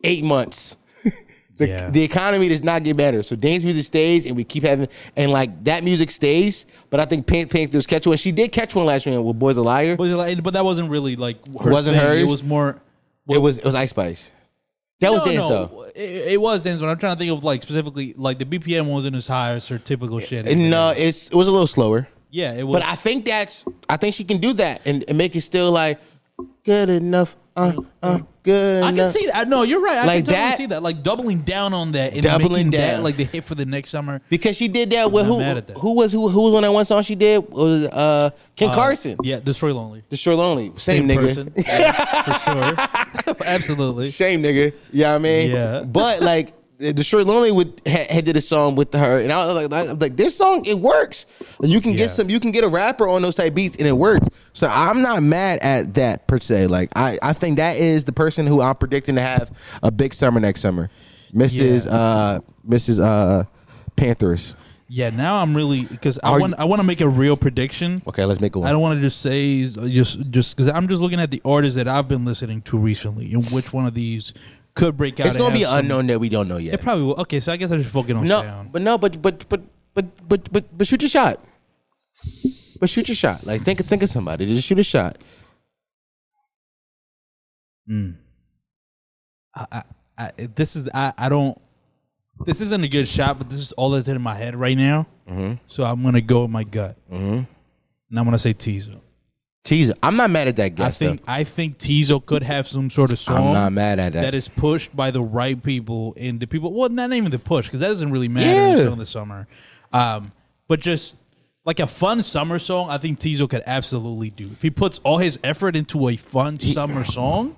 Speaker 1: eight months. The,
Speaker 2: Yeah.
Speaker 1: the economy does not get better. So Dane's music stays, and we keep having and like that music stays. But I think Pink Panthers catch one. She did catch one last year with Boys a Liar.
Speaker 2: Was it like, but that wasn't really like
Speaker 1: It wasn't
Speaker 2: thing.
Speaker 1: hers?
Speaker 2: It was more.
Speaker 1: it was it was Ice Spice. That was Dane's though.
Speaker 2: It, it was dance, but I'm trying to think of like specifically like the BPM wasn't as high as her typical shit.
Speaker 1: And, No, it's it was a little slower.
Speaker 2: yeah, it was.
Speaker 1: But I think that's I think she can do that and, and make it still like good enough. Uh, uh, good
Speaker 2: I can
Speaker 1: enough.
Speaker 2: see that. No, you're right. I
Speaker 1: Like
Speaker 2: can totally
Speaker 1: that-
Speaker 2: see that. Like doubling down on that and
Speaker 1: Doubling
Speaker 2: making that
Speaker 1: down.
Speaker 2: like the hit for the next summer.
Speaker 1: Because she did that with
Speaker 2: not
Speaker 1: who?
Speaker 2: mad at that.
Speaker 1: Who was who? Who was on that one song she did? It was uh Ken Carson?
Speaker 2: Yeah, Destroy Lonely.
Speaker 1: Destroy Lonely. Same, nigga.
Speaker 2: person. Yeah, for sure. Absolutely.
Speaker 1: Same nigga. Yeah, I mean.
Speaker 2: Yeah.
Speaker 1: But like Destroy Lonely would had, had did a song with her, and I was like, I'm like this song it works. And you can
Speaker 2: Yeah.
Speaker 1: get some, you can get a rapper on those type beats, and it works. So I'm not mad at that per se. Like I, I think that is the person who I'm predicting to have a big summer next summer, Mrs.
Speaker 2: Yeah.
Speaker 1: Uh, Mrs. Uh, Panthers.
Speaker 2: Yeah, now I'm really because I
Speaker 1: Are
Speaker 2: want
Speaker 1: you-
Speaker 2: I want to make a real prediction.
Speaker 1: Okay, let's make a one.
Speaker 2: I don't want to just say just just because I'm just looking at the artists that I've been listening to recently and which one of these could break out.
Speaker 1: it's
Speaker 2: and
Speaker 1: gonna be
Speaker 2: have some-
Speaker 1: unknown that we don't know yet.
Speaker 2: It probably will. Okay, so I guess I should focus on
Speaker 1: No,
Speaker 2: sound.
Speaker 1: but no, but but but but but but but shoot your shot. But shoot your shot. Like think think of somebody. Just shoot a shot.
Speaker 2: I, I, I- this is I, I don't. This isn't a good shot, but this is all that's in my head right now.
Speaker 1: Mm-hmm.
Speaker 2: So I'm gonna go with my gut, and I'm gonna say Tizo.
Speaker 1: Teaser. I'm not mad at that guess.
Speaker 2: I think I think Tizo could have some sort of
Speaker 1: though.
Speaker 2: song.
Speaker 1: I'm not mad at that.
Speaker 2: that is pushed by the right people and the people. Well, not even the push because that doesn't really matter
Speaker 1: Yeah.
Speaker 2: until the summer. Um, but just like a fun summer song, I think Tizo could absolutely do. If he puts all his effort into a fun summer song,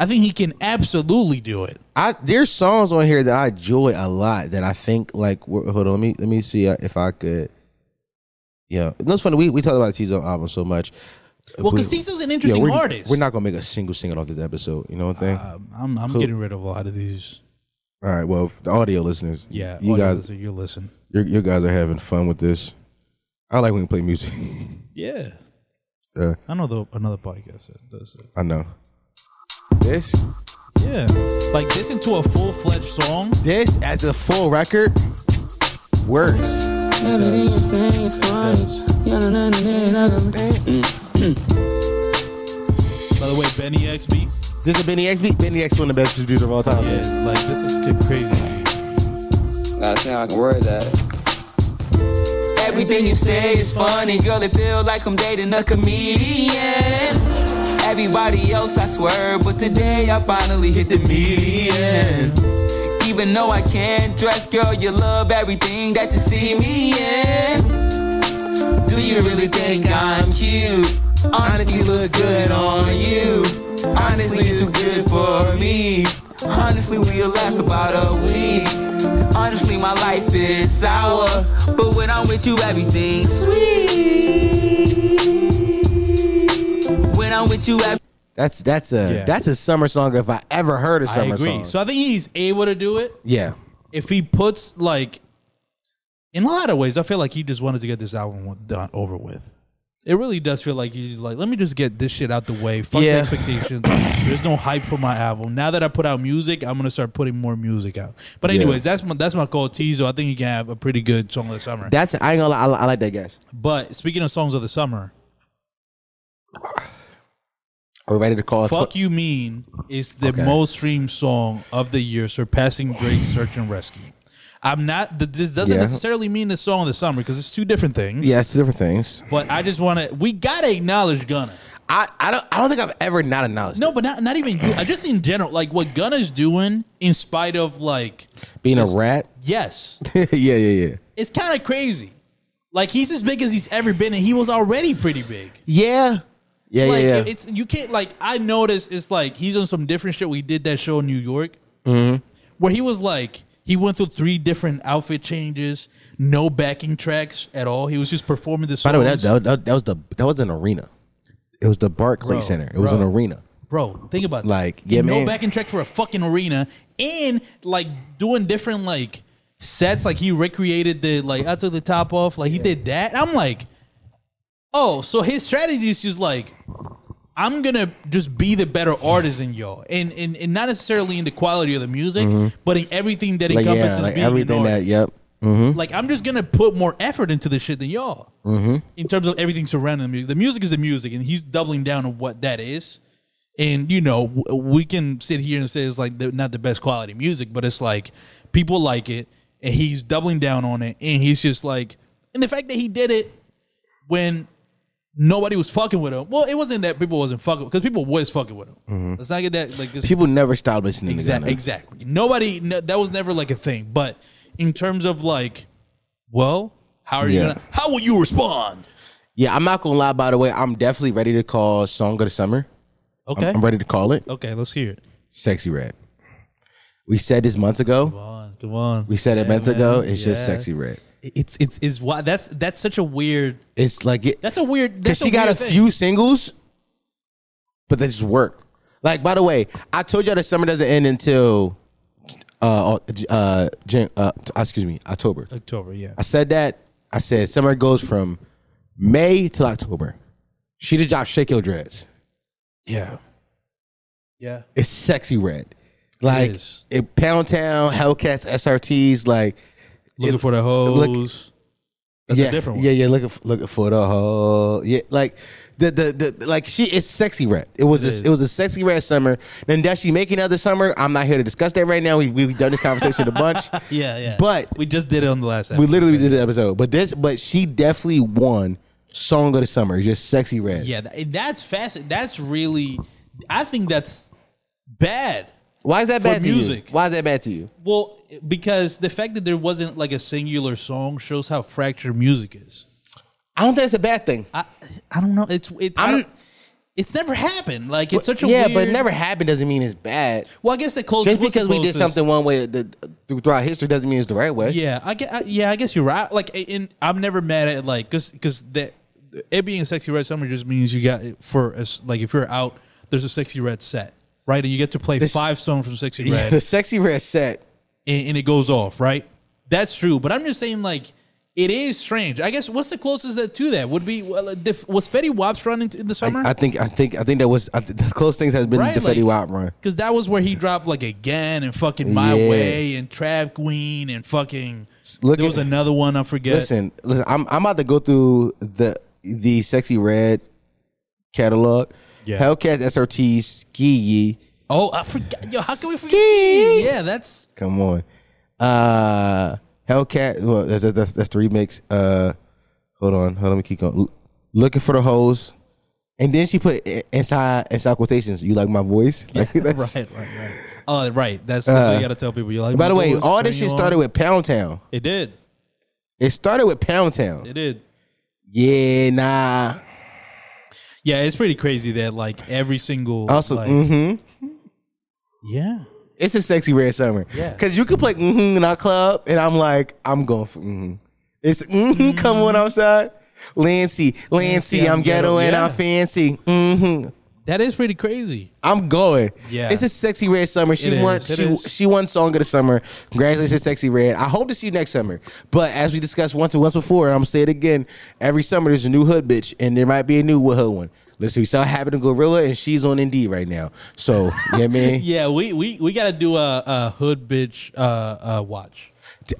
Speaker 2: I think he can absolutely do it.
Speaker 1: I there's songs on here that I enjoy a lot that I think like wh- hold on let me let me see uh, if I could. Yeah, no, it's funny. We we talked about Tizo album so much.
Speaker 2: Well, because
Speaker 1: We-
Speaker 2: Tizo's an interesting
Speaker 1: we're,
Speaker 2: artist.
Speaker 1: We're not gonna make a single single off this episode. You know what I'm saying?
Speaker 2: Um, I'm, I'm getting rid of a lot of these.
Speaker 1: All right. Well, the audio listeners.
Speaker 2: Yeah,
Speaker 1: you guys,
Speaker 2: you listen.
Speaker 1: your, your guys are having fun with this. I like when we play music.
Speaker 2: Yeah,
Speaker 1: Uh,
Speaker 2: I know the another podcast that does it.
Speaker 1: I know. This,
Speaker 2: Yeah, like this into a full fledged song.
Speaker 1: this as a full record, works.
Speaker 2: By the way, Benny XB.
Speaker 1: This is Benny X beat. Benny X one of the best producers of all time.
Speaker 2: Yeah, like this is good- crazy.
Speaker 11: Gotta see how I can word that. Everything you say is funny, girl. It feel like I'm dating a comedian. Everybody else, I swear, but today I finally hit the median. Even though I can't dress, girl, you love everything that you see me in. Do you really think I'm cute? Honestly, look good on you. Honestly, you're too good for me. Honestly, we'll last about a week. Honestly, my life is sour, but when I'm with you, everything's sweet. When I'm with you, everything.
Speaker 1: That's that's a
Speaker 2: Yeah.
Speaker 1: that's a summer song if I ever heard a
Speaker 2: I
Speaker 1: summer
Speaker 2: agree.
Speaker 1: song.
Speaker 2: So I think he's able to do it
Speaker 1: yeah,
Speaker 2: if he puts like. In a lot of ways, I feel like he just wanted to get this album done over with. It really does feel like he's like, let me just get this shit out the way. Fuck
Speaker 1: Yeah.
Speaker 2: the expectations. There's no hype for my album. Now that I put out music, I'm gonna start putting more music out. But anyways, that's my that's my call, Tizo. I think he can have a pretty good song of the summer.
Speaker 1: that's I ain't gonna lie. I, li- I like that guess.
Speaker 2: but speaking of songs of the summer,
Speaker 1: Are we ready to call?
Speaker 2: "Fuck You Mean" is the
Speaker 1: Okay.
Speaker 2: most streamed song of the year, surpassing Drake's "Search and Rescue." I'm not. th- This doesn't
Speaker 1: Yeah.
Speaker 2: necessarily mean the song of the summer because it's two different things.
Speaker 1: yeah, it's different things.
Speaker 2: But I just want to. We gotta acknowledge Gunna.
Speaker 1: I, I don't I don't think I've ever not acknowledged
Speaker 2: No, but not not even you. I just in general, like what Gunna's doing, in spite of like,
Speaker 1: it. being a rat.
Speaker 2: yes,
Speaker 1: yeah, yeah, yeah.
Speaker 2: it's kind of crazy. Like he's as big as he's ever been, and he was already pretty big.
Speaker 1: Yeah, yeah,
Speaker 2: like
Speaker 1: yeah. yeah.
Speaker 2: it's you can't like I noticed it's like he's on some different shit. We did that show in New York
Speaker 1: Mm-hmm.
Speaker 2: where he was like he went through three different outfit changes, no backing tracks at all. He was just performing the
Speaker 1: By
Speaker 2: songs.
Speaker 1: the way, that, that, that, that was the that was an arena. It was the Barclay
Speaker 2: Bro,
Speaker 1: Center. It was an
Speaker 2: bro.
Speaker 1: arena.
Speaker 2: bro, think about
Speaker 1: Like,
Speaker 2: that.
Speaker 1: yeah,
Speaker 2: no
Speaker 1: man.
Speaker 2: backing track for a fucking arena and like doing different like sets. Like he recreated the like I took the top off. Like he did that. I'm like, oh, so his strategy is just like. I'm gonna just be the better artist in y'all, and and, and not necessarily in the quality of the music,
Speaker 1: Mhm.
Speaker 2: but in everything that
Speaker 1: Like, yeah,
Speaker 2: encompasses
Speaker 1: like
Speaker 2: being
Speaker 1: everything
Speaker 2: an
Speaker 1: that-
Speaker 2: artist.
Speaker 1: yep. Mhm.
Speaker 2: Like I'm just gonna put more effort into this shit than y'all
Speaker 1: Mhm.
Speaker 2: in terms of everything surrounding the music. The music is the music, and he's doubling down on what that is. And you know, w- we can sit here and say it's like the, not the best quality music, but it's like people like it, and he's doubling down on it, and he's just like, and the fact that he did it when nobody was fucking with him. Well, it wasn't that people wasn't fucking because people was fucking with him.
Speaker 1: Mhm.
Speaker 2: Let's not get that like this.
Speaker 1: People never stop listening to
Speaker 2: Exactly.
Speaker 1: Gunna.
Speaker 2: Exactly. Nobody. No, that was never like a thing. But in terms of like, well, how are you
Speaker 1: Yeah.
Speaker 2: gonna? How will you respond?
Speaker 1: Yeah, I'm not gonna lie. By the way, I'm definitely ready to call "Song of the Summer." I'm-
Speaker 2: Okay.
Speaker 1: I'm, ready to call it
Speaker 2: Okay, let's hear it.
Speaker 1: "Sexy Red." We said this months ago. Come
Speaker 2: on, come on.
Speaker 1: We said it
Speaker 2: Yeah,
Speaker 1: months
Speaker 2: man.
Speaker 1: ago. It's just
Speaker 2: Yeah.
Speaker 1: "Sexy Red."
Speaker 2: It's it's is why that's that's such a weird.
Speaker 1: It's like it.
Speaker 2: That's a weird.
Speaker 1: Because
Speaker 2: That's
Speaker 1: she got a
Speaker 2: weird thing.
Speaker 1: few singles, but they just work. Like, by the way, I told y'all that summer doesn't end until, uh, uh, Jan- uh excuse me, October.
Speaker 2: October, yeah.
Speaker 1: I said that. I said summer goes from May till October. She did drop Shake Your Dreads.
Speaker 2: Yeah. Yeah.
Speaker 1: It's sexy red. Like it Pound Town, Hellcats, SRTs, like
Speaker 2: looking for the hoes. That's a
Speaker 1: yeah,
Speaker 2: different
Speaker 1: Yeah, yeah, looking for, looking for the hoe. Yeah, like the, the the like she is sexy red. It was a, it was a sexy red summer. Then does she make another summer? I'm not here to discuss that right now. We we've done this conversation a bunch.
Speaker 2: Yeah, yeah.
Speaker 1: But
Speaker 2: we just did it on the last episode.
Speaker 1: we literally did the episode. But this but she definitely won song of the summer. It's Just sexy red.
Speaker 2: Yeah, tha- that's fast. That's really. I think that's bad.
Speaker 1: Why is that
Speaker 2: for
Speaker 1: bad
Speaker 2: music?
Speaker 1: to you? Why is that bad to you?
Speaker 2: Well, because the fact that there wasn't like a singular song shows how fractured music is.
Speaker 1: I don't think it's a bad thing.
Speaker 2: I I don't know. It's it. I don't- it's never happened. Like it's such a
Speaker 1: yeah,
Speaker 2: Weird,
Speaker 1: but never happened doesn't mean it's bad.
Speaker 2: Well, I guess the closest
Speaker 1: just because
Speaker 2: what's the
Speaker 1: we did
Speaker 2: closest?
Speaker 1: something one way the, throughout history doesn't mean it's the right way.
Speaker 2: Yeah, I guess, yeah, I guess you're right. Like, in I'm never mad at like because because that it being a sexy red summer just means you got for as like if you're out, there's a sexy red set, right? And you get to play
Speaker 1: This-
Speaker 2: five songs from sexy
Speaker 1: Yeah,
Speaker 2: red.
Speaker 1: the sexy red set,
Speaker 2: and, and it goes off, right? That's true. But I'm just saying, like, it is strange. I guess what's the closest that to that would be well, uh, def- was Fetty Wap's running in the summer?
Speaker 1: I think I think I think that was I think the close things has been
Speaker 2: Right,
Speaker 1: the Fetty
Speaker 2: like-
Speaker 1: Wap run.
Speaker 2: Because that was where he dropped like again and fucking My
Speaker 1: Yeah.
Speaker 2: Way and Trap Queen and fucking.
Speaker 1: Look
Speaker 2: there
Speaker 1: at-
Speaker 2: was another one I forget.
Speaker 1: Listen, listen, I'm I'm about to go through the the sexy red catalog.
Speaker 2: Yeah.
Speaker 1: Hellcats, SRT, Ski Yee.
Speaker 2: Oh, I forgot. Yo, how can we forget Ski? Yeah, that's
Speaker 1: Come on. Uh Hellcat. Well, that's, that's, that's the remix. Uh, hold on. Hold on. Let me keep going. L- looking for the hoes. And then she put i- inside inside quotations. You like my voice? Like,
Speaker 2: right,
Speaker 1: that's-
Speaker 2: right, right. Oh, right. That's, that's what
Speaker 1: Uh,
Speaker 2: you got to tell people. You're like.
Speaker 1: By the
Speaker 2: "My
Speaker 1: way,
Speaker 2: boys,
Speaker 1: all this
Speaker 2: turn
Speaker 1: shit
Speaker 2: you
Speaker 1: started
Speaker 2: on."
Speaker 1: with Pound Town.
Speaker 2: It did.
Speaker 1: It started with Pound Town.
Speaker 2: It did.
Speaker 1: Yeah, nah.
Speaker 2: Yeah, it's pretty crazy that like every single
Speaker 1: Also,
Speaker 2: like,
Speaker 1: mm-hmm.
Speaker 2: yeah.
Speaker 1: It's a sexy red summer.
Speaker 2: Yeah.
Speaker 1: Cause you could play mm-hmm in our club, and I'm like, I'm going for mm-hmm. It's mm-hmm, come on outside. Lancy, Lancy, I'm, ghetto, and
Speaker 2: yeah.
Speaker 1: I'm fancy. Mm-hmm.
Speaker 2: That is pretty crazy.
Speaker 1: I'm going.
Speaker 2: Yeah.
Speaker 1: It's a sexy red summer. She
Speaker 2: It
Speaker 1: won
Speaker 2: is, it
Speaker 1: she
Speaker 2: is.
Speaker 1: she won song of the summer. Congratulations, sexy red. I hope to see you next summer. But as we discussed once and once before, and I'm gonna say it again, every summer there's a new hood bitch, and there might be a new hood one. Listen, we saw Habit and Gorilla, and she's on Indeed right now. So, you know what I mean?
Speaker 2: Yeah, we we, we got to do a, a hood bitch uh, uh, watch.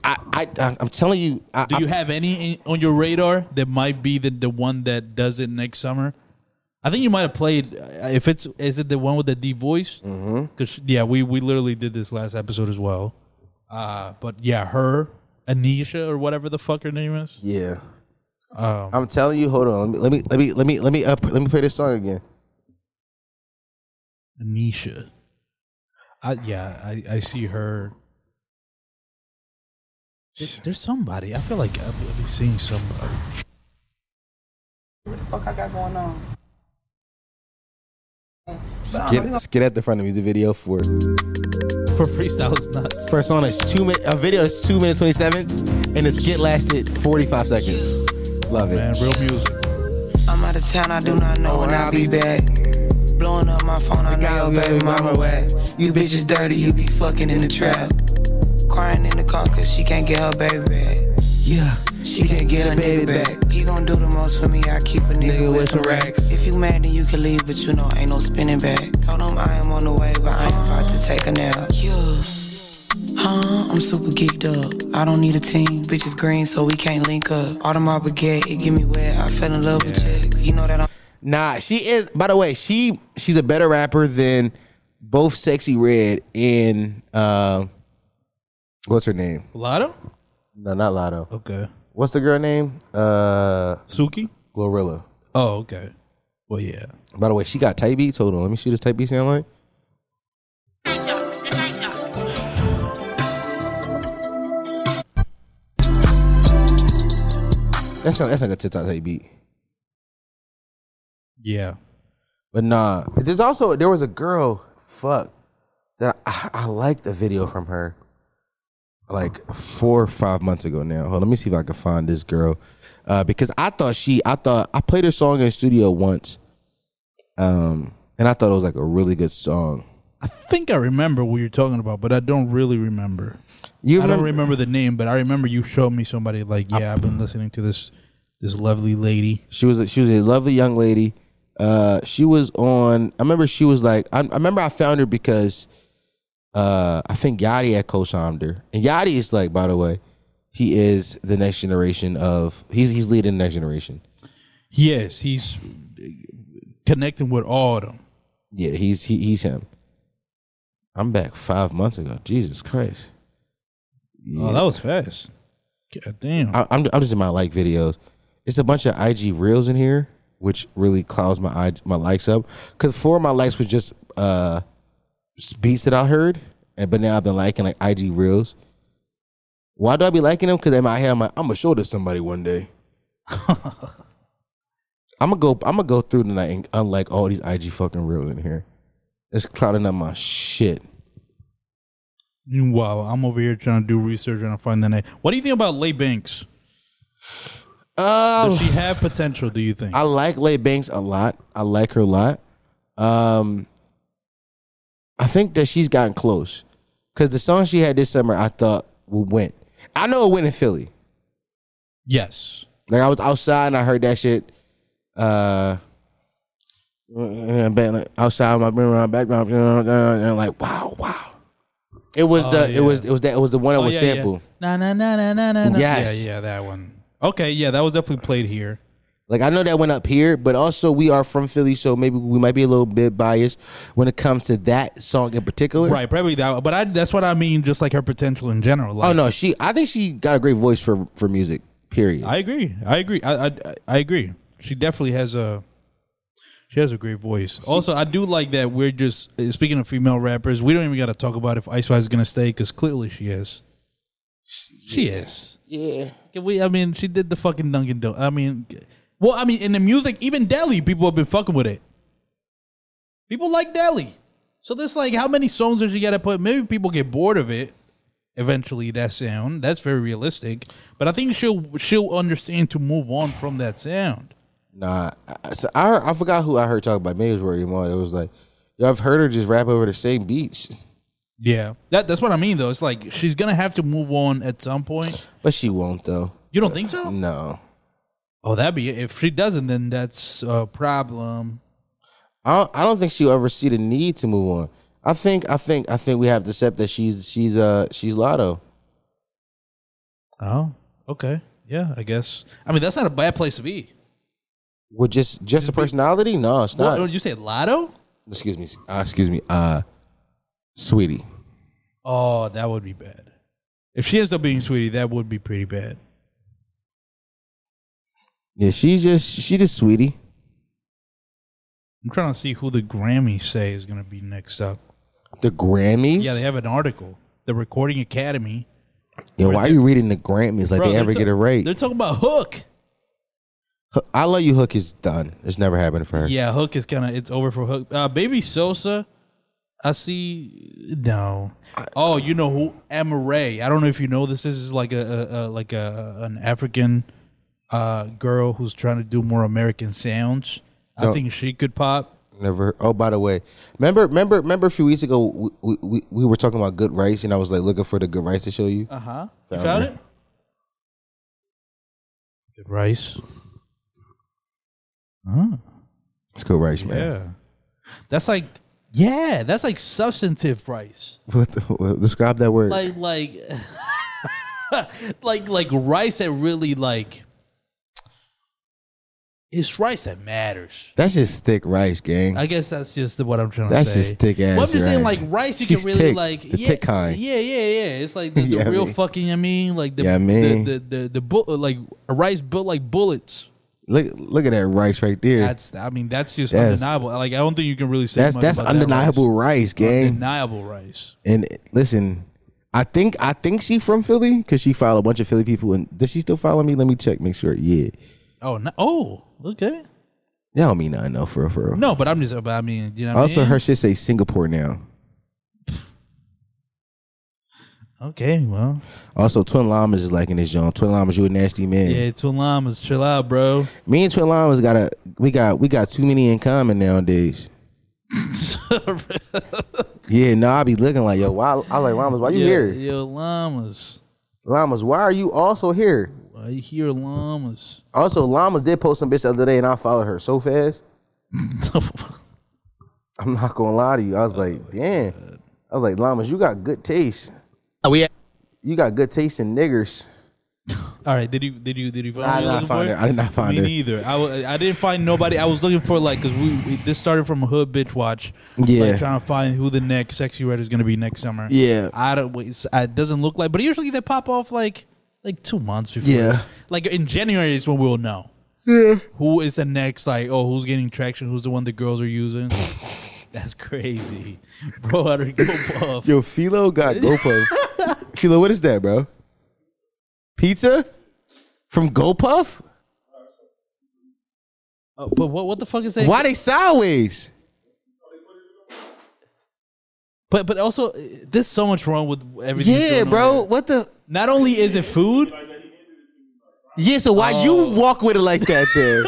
Speaker 1: I, I I'm telling you. I,
Speaker 2: do you have any in, on your radar that might be the, the one that does it next summer? I think you might have played. uh, If it's is it the one with the deep voice? Because yeah, we we literally did this last episode as well. Uh, but yeah, her Anisha or whatever the fuck her name is.
Speaker 1: Yeah.
Speaker 2: Um,
Speaker 1: I'm telling you, hold on. Let me let me let me let me up let me play this song again.
Speaker 2: Anisha. I, yeah, I, I see her. There's, there's somebody. I feel like I'll be, I'll be seeing somebody.
Speaker 12: What the fuck I got going on?
Speaker 1: Get get at the front of the music video for
Speaker 2: For freestyle is nuts.
Speaker 1: First song is two minute. A video is two minutes twenty seven, and the skit lasted forty five seconds. Love it.
Speaker 2: Man, real music.
Speaker 13: I'm out of town, I do not know Oh, when I'll be back. Blowing up my phone, I know your baby mama whack. You bitches dirty, you be fucking in the trap. Crying in the car cause she can't get her baby back. Yeah, she can't get her baby back. You gon' do the most for me, I keep a nigga with some racks.
Speaker 12: If you mad, then you can leave, but you know ain't no spinning back. Told them I am on the way, but I ain't about to take a nap. Yeah. Huh, I'm super geeked up. I don't need a team. Bitch is green, so we can't link up. All of my baguette, it give me wet. I fell in love with chicks. You know that I'm.
Speaker 1: Nah, she is. By the way, she she's a better rapper than both Sexy Red and uh, what's her name?
Speaker 2: Lotto?
Speaker 1: No, not Lotto.
Speaker 2: Okay.
Speaker 1: What's the girl name? Uh,
Speaker 2: Suki?
Speaker 1: Glorilla.
Speaker 2: Oh, okay. Well, yeah.
Speaker 1: By the way, she got tight beats. Hold on, let me see this tight beat sound like. That's not that's like a TikTok type beat.
Speaker 2: Yeah.
Speaker 1: But nah, there's also there was a girl, fuck, that I, I liked the video from her, like four or five months ago now. Hold, on, let me see if I can find this girl, uh, because I thought she, I thought I played her song in the studio once, um, and I thought it was like a really good song.
Speaker 2: I think I remember what you're talking about, but I don't really remember.
Speaker 1: You
Speaker 2: I don't
Speaker 1: remember-
Speaker 2: remember the name, but I remember you showed me somebody like, yeah, I've been listening to this this lovely lady.
Speaker 1: She was a, she was a lovely young lady. Uh, she was on. I remember she was like. I, I remember I found her because uh, I think Yachty had co-signed her, and Yachty is like, by the way, he is the next generation of. He's he's leading the next generation.
Speaker 2: Yes, he's connecting with all of them.
Speaker 1: Yeah, he's he, he's him. I'm back five months ago. Jesus Christ.
Speaker 2: Oh, that was fast. God damn.
Speaker 1: I, I'm I'm just in my like videos. It's a bunch of IG reels in here, which really clouds my IG, my likes up. Cause four of my likes was just uh just beats that I heard, and but now I've been liking like IG reels. Why do I be liking them? Cause in my head I'm like I'm gonna show this somebody one day. I'm gonna go I'm gonna go through tonight and unlike all these IG fucking reels in here. It's clouding up my shit.
Speaker 2: Wow, I'm over here trying to do research and I find the name. What do you think about Lay Banks?
Speaker 1: Oh,
Speaker 2: Does she have potential? Do you think?
Speaker 1: I like Lay Banks a lot. I like her a lot. Um, I think that she's gotten close because the song she had this summer, I thought would win. I know it went in Philly.
Speaker 2: Yes.
Speaker 1: Like I was outside and I heard that shit. Uh, and I'm back, like, outside my background, background, and I'm like wow, wow. It was
Speaker 2: Oh,
Speaker 1: the
Speaker 2: yeah.
Speaker 1: it was it was that it was the one that
Speaker 2: Oh,
Speaker 1: was
Speaker 2: yeah, yeah.
Speaker 1: sampled.
Speaker 2: Na na na na na na. na.
Speaker 1: Yes.
Speaker 2: Yeah, yeah, that one. Okay, yeah, that was definitely played here.
Speaker 1: Like I know that went up here, but also we are from Philly, so maybe we might be a little bit biased when it comes to that song in particular.
Speaker 2: Right, probably that. But I, that's what I mean. Just like her potential in general. Like,
Speaker 1: Oh no, she. I think she got a great voice for for music. Period.
Speaker 2: I agree. I agree. I, I I agree. She definitely has a she has a great voice. Also, I do like that we're just eh, speaking of female rappers. We don't even got to talk about if Ice Wise is gonna stay because clearly she is. She is.
Speaker 1: Yeah.
Speaker 2: Can we? I mean, she did the fucking Dunkin' Donuts. I mean, well, I mean, in the music, even Delhi, people have been fucking with it. People like Delhi. So this, like, how many songs does she got to put? Maybe people get bored of it. Eventually, that sound that's very realistic. But I think she'll she'll understand to move on from that sound.
Speaker 1: Nah. I, so I, heard- I forgot who I heard talk about. Maybe it was Rory Moore. It was like, yo, I've heard her just rap over the same beats,
Speaker 2: Yeah, that that's what I mean though. It's like she's gonna have to move on at some point.
Speaker 1: but she won't though.
Speaker 2: You don't think so?
Speaker 1: No.
Speaker 2: Oh, that'd be it. if she doesn't, then that's a problem.
Speaker 1: I don't, I don't think she'll ever see the need to move on. I think I think I think we have to accept that she's she's uh she's Lotto.
Speaker 2: Oh, okay. Yeah, I guess. I mean, that's not a bad place to be.
Speaker 1: With just just a personality? No, it's
Speaker 2: What,
Speaker 1: not.
Speaker 2: oh, you said Lotto?
Speaker 1: Excuse me. Uh, excuse me. Uh, sweetie.
Speaker 2: Oh, that would be bad. If she ends up being Sweetie, that would be pretty bad.
Speaker 1: Yeah, she's just she just sweetie.
Speaker 2: I'm trying to see who the Grammys say is going to be next up.
Speaker 1: The Grammys.
Speaker 2: Yeah, they have an article. The Recording Academy.
Speaker 1: Yo, why are you reading the Grammys like
Speaker 2: Bro,
Speaker 1: they
Speaker 2: they're
Speaker 1: ever
Speaker 2: ta-
Speaker 1: get it right?
Speaker 2: They're talking about Hook.
Speaker 1: H- I love you. Hook is done. It's never happened for her.
Speaker 2: Yeah, Hook is kind of it's over for Hook. Uh, Baby Sosa, I see. No. Oh, you know who Emma Ray. I don't know if you know this. This is like a, a, a like a an African uh, girl who's trying to do more American sounds. I
Speaker 1: No.
Speaker 2: think she could pop.
Speaker 1: Never. Oh, by the way, remember, remember, remember. A few weeks ago, we, we, we, we were talking about good rice, and I was like looking for the good rice to show you.
Speaker 2: Uh huh. You
Speaker 1: Found
Speaker 2: found
Speaker 1: her.
Speaker 2: it? Good rice. Huh.
Speaker 1: It's cool rice, man.
Speaker 2: Yeah. That's like yeah, that's like substantive rice.
Speaker 1: What the, what- describe that word.
Speaker 2: Like like like like rice that really like it's rice that matters.
Speaker 1: that's just thick rice, gang.
Speaker 2: I guess that's just what I'm trying to
Speaker 1: That's
Speaker 2: say.
Speaker 1: just thick ass.
Speaker 2: Well, I'm just saying, like
Speaker 1: rice.
Speaker 2: rice, you
Speaker 1: She's
Speaker 2: can really
Speaker 1: thick,
Speaker 2: like
Speaker 1: the
Speaker 2: yeah,
Speaker 1: thick kind.
Speaker 2: Yeah, yeah, yeah. It's like the, the
Speaker 1: Yeah, I
Speaker 2: real
Speaker 1: mean.
Speaker 2: fucking. I mean, like the
Speaker 1: Yeah, I mean.
Speaker 2: the the the, the, bu- like rice built like bullets.
Speaker 1: Look, look at that rice right there.
Speaker 2: That's I mean that's just
Speaker 1: That's-
Speaker 2: undeniable. Like I don't think you can really say
Speaker 1: that's
Speaker 2: much
Speaker 1: that's
Speaker 2: about that
Speaker 1: undeniable rice,
Speaker 2: rice.
Speaker 1: gang.
Speaker 2: Undeniable rice.
Speaker 1: And listen, I think I think she from Philly because she followed a bunch of Philly people. And does she still follow me? Let me check, make sure. Yeah,
Speaker 2: Oh no, oh okay.
Speaker 1: that don't mean nothing though, for real, for real.
Speaker 2: No, but I'm just. But I mean, you know. What
Speaker 1: also,
Speaker 2: I mean?
Speaker 1: her shit say Singapore now.
Speaker 2: Okay, well,
Speaker 1: Also, Twin Llamas is liking this joint. Twin Llamas, you a nasty man.
Speaker 2: yeah, Twin Llamas, chill out, bro.
Speaker 1: Me and Twin Llamas got a we got we got too many in common nowadays. Yeah, no, I be looking like yo. Why? I like Llamas. Why you
Speaker 2: yo,
Speaker 1: here?
Speaker 2: Yo, llamas.
Speaker 1: Llamas, why are you also here?
Speaker 2: I hear llamas.
Speaker 1: Also, Llamas did post some bitch the other day, and I followed her so fast. I'm not gonna lie to you. I was like, damn. I was like, Llamas, you got good taste. Oh yeah. You got good taste in niggers.
Speaker 2: All right, did you did you did you find?
Speaker 1: Nah, I did
Speaker 2: who you're
Speaker 1: not
Speaker 2: looking
Speaker 1: find
Speaker 2: for?
Speaker 1: her. I did not find
Speaker 2: Me
Speaker 1: her.
Speaker 2: neither. I, wa- I didn't find nobody. I was looking for like because we, we this started from hood bitch watch.
Speaker 1: Yeah.
Speaker 2: like, trying to find who the next sexy red is going to be next summer.
Speaker 1: Yeah.
Speaker 2: I don't. wait, s- It doesn't look like, but usually they pop off like like two months before.
Speaker 1: Yeah.
Speaker 2: like in January is when we'll know. Who is the next? Like, oh, who's getting traction? Who's the one the girls are using? That's crazy, bro. How to go puff?
Speaker 1: Yo, Philo got GoPuff. Philo, what is that, bro? Pizza from GoPuff?
Speaker 2: Oh, but what what the fuck is that?
Speaker 1: Why they sideways?
Speaker 2: But but also, uh, there's so much wrong with everything. that's
Speaker 1: Yeah,
Speaker 2: going on
Speaker 1: bro.
Speaker 2: there.
Speaker 1: What the?
Speaker 2: Not only is it food,
Speaker 1: Yeah, so why
Speaker 2: Oh.
Speaker 1: you walk with it like that, then?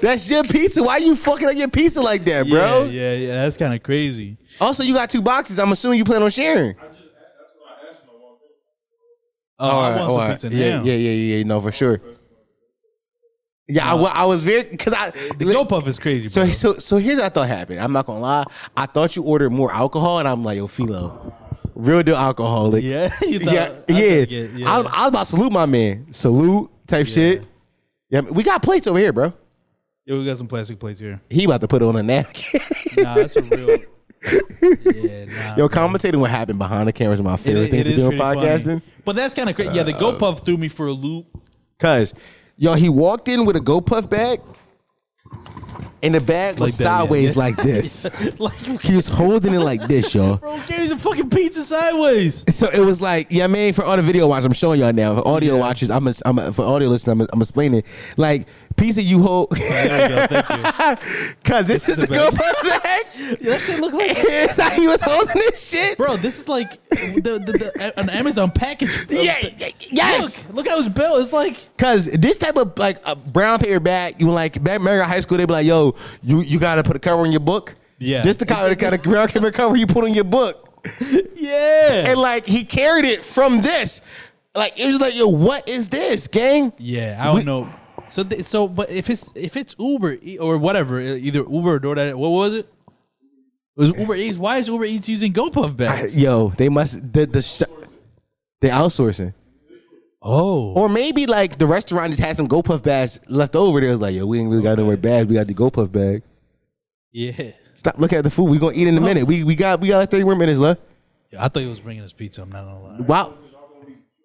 Speaker 1: That's your pizza. Why you fucking up your pizza like that, bro?
Speaker 2: Yeah, yeah, yeah that's kind of crazy.
Speaker 1: Also, you got two boxes. I'm assuming you plan on sharing.
Speaker 2: Oh, I want some pizza
Speaker 1: yeah,
Speaker 2: now.
Speaker 1: yeah, yeah, yeah, yeah. No, for sure. Yeah, I wa- I, was very because I
Speaker 2: The go puff is crazy.
Speaker 1: so
Speaker 2: Bro.
Speaker 1: so so here's what I thought happened. I'm not gonna lie. I thought you ordered more alcohol, and I'm like, yo, Philo, real deal alcoholic.
Speaker 2: yeah, you thought,
Speaker 1: yeah,
Speaker 2: I
Speaker 1: yeah.
Speaker 2: think it-
Speaker 1: I, was- I was about to salute my man, salute type shit. Yeah, we got plates over here, bro.
Speaker 2: Yeah, we got some plastic plates here.
Speaker 1: He about to put it on a napkin.
Speaker 2: Nah, that's a real. yeah, nah.
Speaker 1: Yo, commentating what happened behind the camera is my
Speaker 2: It-
Speaker 1: favorite
Speaker 2: it-
Speaker 1: thing
Speaker 2: it
Speaker 1: to
Speaker 2: is
Speaker 1: do in
Speaker 2: pretty funny.
Speaker 1: podcasting.
Speaker 2: But that's kind of crazy. Yeah, the go
Speaker 1: Uh,
Speaker 2: puff threw me for a loop.
Speaker 1: Cause yo, he walked in with a GoPuff bag, and the bag was
Speaker 2: Like that, yeah,
Speaker 1: sideways
Speaker 2: yeah.
Speaker 1: like this.
Speaker 2: Like,
Speaker 1: He was holding it like this, y'all.
Speaker 2: bro, carries a fucking pizza sideways.
Speaker 1: So it was like, yeah, I mean, for all the video watchers, I'm showing y'all now. For audio watchers, I'm, a, I'm a, for audio listeners, I'm, a, I'm explaining. Like, piece of you hold,
Speaker 2: There we go. Thank you.
Speaker 1: cause this, is the
Speaker 2: the bag.
Speaker 1: GoPuff bag.
Speaker 2: Yeah, that shit look like.
Speaker 1: It's how he was holding this shit.
Speaker 2: Bro, this is like the, the, the an Amazon package.
Speaker 1: Yeah, y- yes.
Speaker 2: Look, look how it's built. It's like
Speaker 1: Cause this type of like a brown paper bag, you like back in high school, they be like, yo, you you gotta put a cover on your book.
Speaker 2: Yeah.
Speaker 1: This the kind of, kind of brown paper cover you put on your book.
Speaker 2: yeah,
Speaker 1: And like he carried it from this. Like it was like, yo, what is this, gang?
Speaker 2: yeah. I don't know. So th- so, but if it's if it's Uber E- or whatever, e- either Uber or DoorDash, what was it? It was Uber Eats? Why is Uber Eats using GoPuff bags?
Speaker 1: Yo, they must the the sh- they outsourcing.
Speaker 2: Oh,
Speaker 1: Or maybe like the restaurant just had some GoPuff bags left over. They was like, yo, we ain't really got no more bags. We got the GoPuff bag.
Speaker 2: yeah.
Speaker 1: Stop looking at the food. We gonna eat in a minute. We we got we got like thirty more minutes left.
Speaker 2: Yeah, I thought he was bringing us pizza. I'm not gonna lie.
Speaker 1: Wow.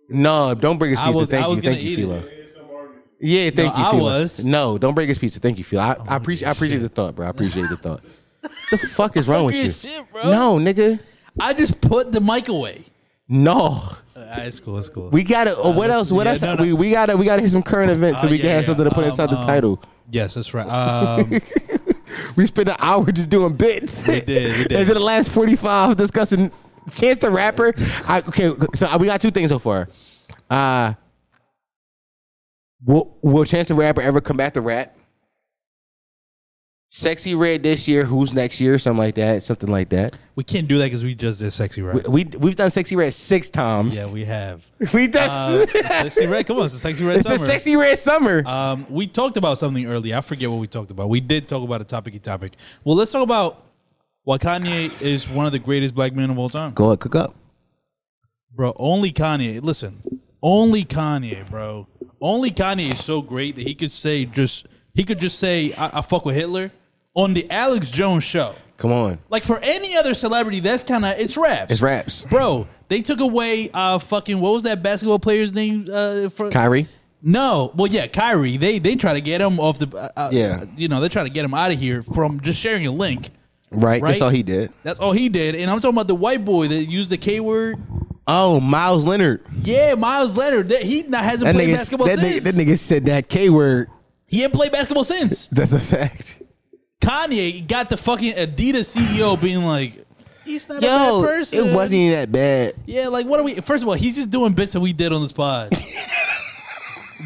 Speaker 1: No, don't bring his
Speaker 2: I
Speaker 1: pizza.
Speaker 2: was-
Speaker 1: thank
Speaker 2: I was
Speaker 1: you, thank
Speaker 2: gonna
Speaker 1: you,
Speaker 2: eat it.
Speaker 1: Philo. Yeah, thank you.
Speaker 2: I
Speaker 1: Philo.
Speaker 2: was. Oh,
Speaker 1: No, don't break his pizza. Thank you, Phil. I, I appreciate. I appreciate the thought, bro. I appreciate the thought. the fuck is wrong with you?
Speaker 2: Fucking shit, bro.
Speaker 1: No, nigga.
Speaker 2: I just put the mic away.
Speaker 1: No.
Speaker 2: Uh, it's cool. It's cool.
Speaker 1: We gotta. oh, what else?
Speaker 2: let's-
Speaker 1: What
Speaker 2: Uh, yeah,
Speaker 1: else?
Speaker 2: no, no.
Speaker 1: We, we gotta. We gotta hit some current events so
Speaker 2: Uh,
Speaker 1: we can
Speaker 2: yeah,
Speaker 1: have
Speaker 2: yeah.
Speaker 1: something to put
Speaker 2: Um,
Speaker 1: inside
Speaker 2: um,
Speaker 1: the title.
Speaker 2: yes, that's right. Um,
Speaker 1: We spent an hour just doing bits. We
Speaker 2: did, we did.
Speaker 1: and then the last forty five discussing Chance the Rapper. I, okay, so we got two things so far. Uh will, will Chance the Rapper ever come back to rap? Sexy Red this year. Who's next year? Something like that. Something like that.
Speaker 2: We can't do that because we just did Sexy Red.
Speaker 1: We, we have done Sexy Red six times.
Speaker 2: yeah, we have.
Speaker 1: we done.
Speaker 2: Uh, sexy red. Come on, it's a sexy red
Speaker 1: It's
Speaker 2: summer.
Speaker 1: a sexy red summer.
Speaker 2: Um, we talked about something earlier. I forget what we talked about. We did talk about a topicy topic. Well, let's talk about why Kanye is one of the greatest black men of all time,
Speaker 1: Go ahead, cook up.
Speaker 2: bro. Only Kanye. Listen, only Kanye, bro. Only Kanye is so great that he could say just he could just say I, I fuck with Hitler on the Alex Jones show.
Speaker 1: Come on.
Speaker 2: Like for any other celebrity, that's kind of it's raps.
Speaker 1: It's raps.
Speaker 2: bro. They took away uh fucking what was that basketball player's name? Uh, for,
Speaker 1: Kyrie.
Speaker 2: No, well, yeah, Kyrie. They they try to get him off the. Uh, uh,
Speaker 1: Yeah.
Speaker 2: you know they try to get him out of here from just sharing a link.
Speaker 1: Right.
Speaker 2: Right?
Speaker 1: That's all he did.
Speaker 2: That's all he did, and I'm talking about the white boy that used the K word.
Speaker 1: Oh, Miles Leonard.
Speaker 2: Yeah, Miles Leonard. That he not hasn't
Speaker 1: That
Speaker 2: played
Speaker 1: nigga,
Speaker 2: basketball
Speaker 1: that, nigga,
Speaker 2: since.
Speaker 1: that nigga said that K word.
Speaker 2: he ain't played basketball since.
Speaker 1: That's a fact.
Speaker 2: Kanye got the fucking Adidas CEO being like, he's not a
Speaker 1: Yo,
Speaker 2: bad person.
Speaker 1: it wasn't even that bad.
Speaker 2: Yeah, like what are we? First of all, he's just doing bits that we did on the pod.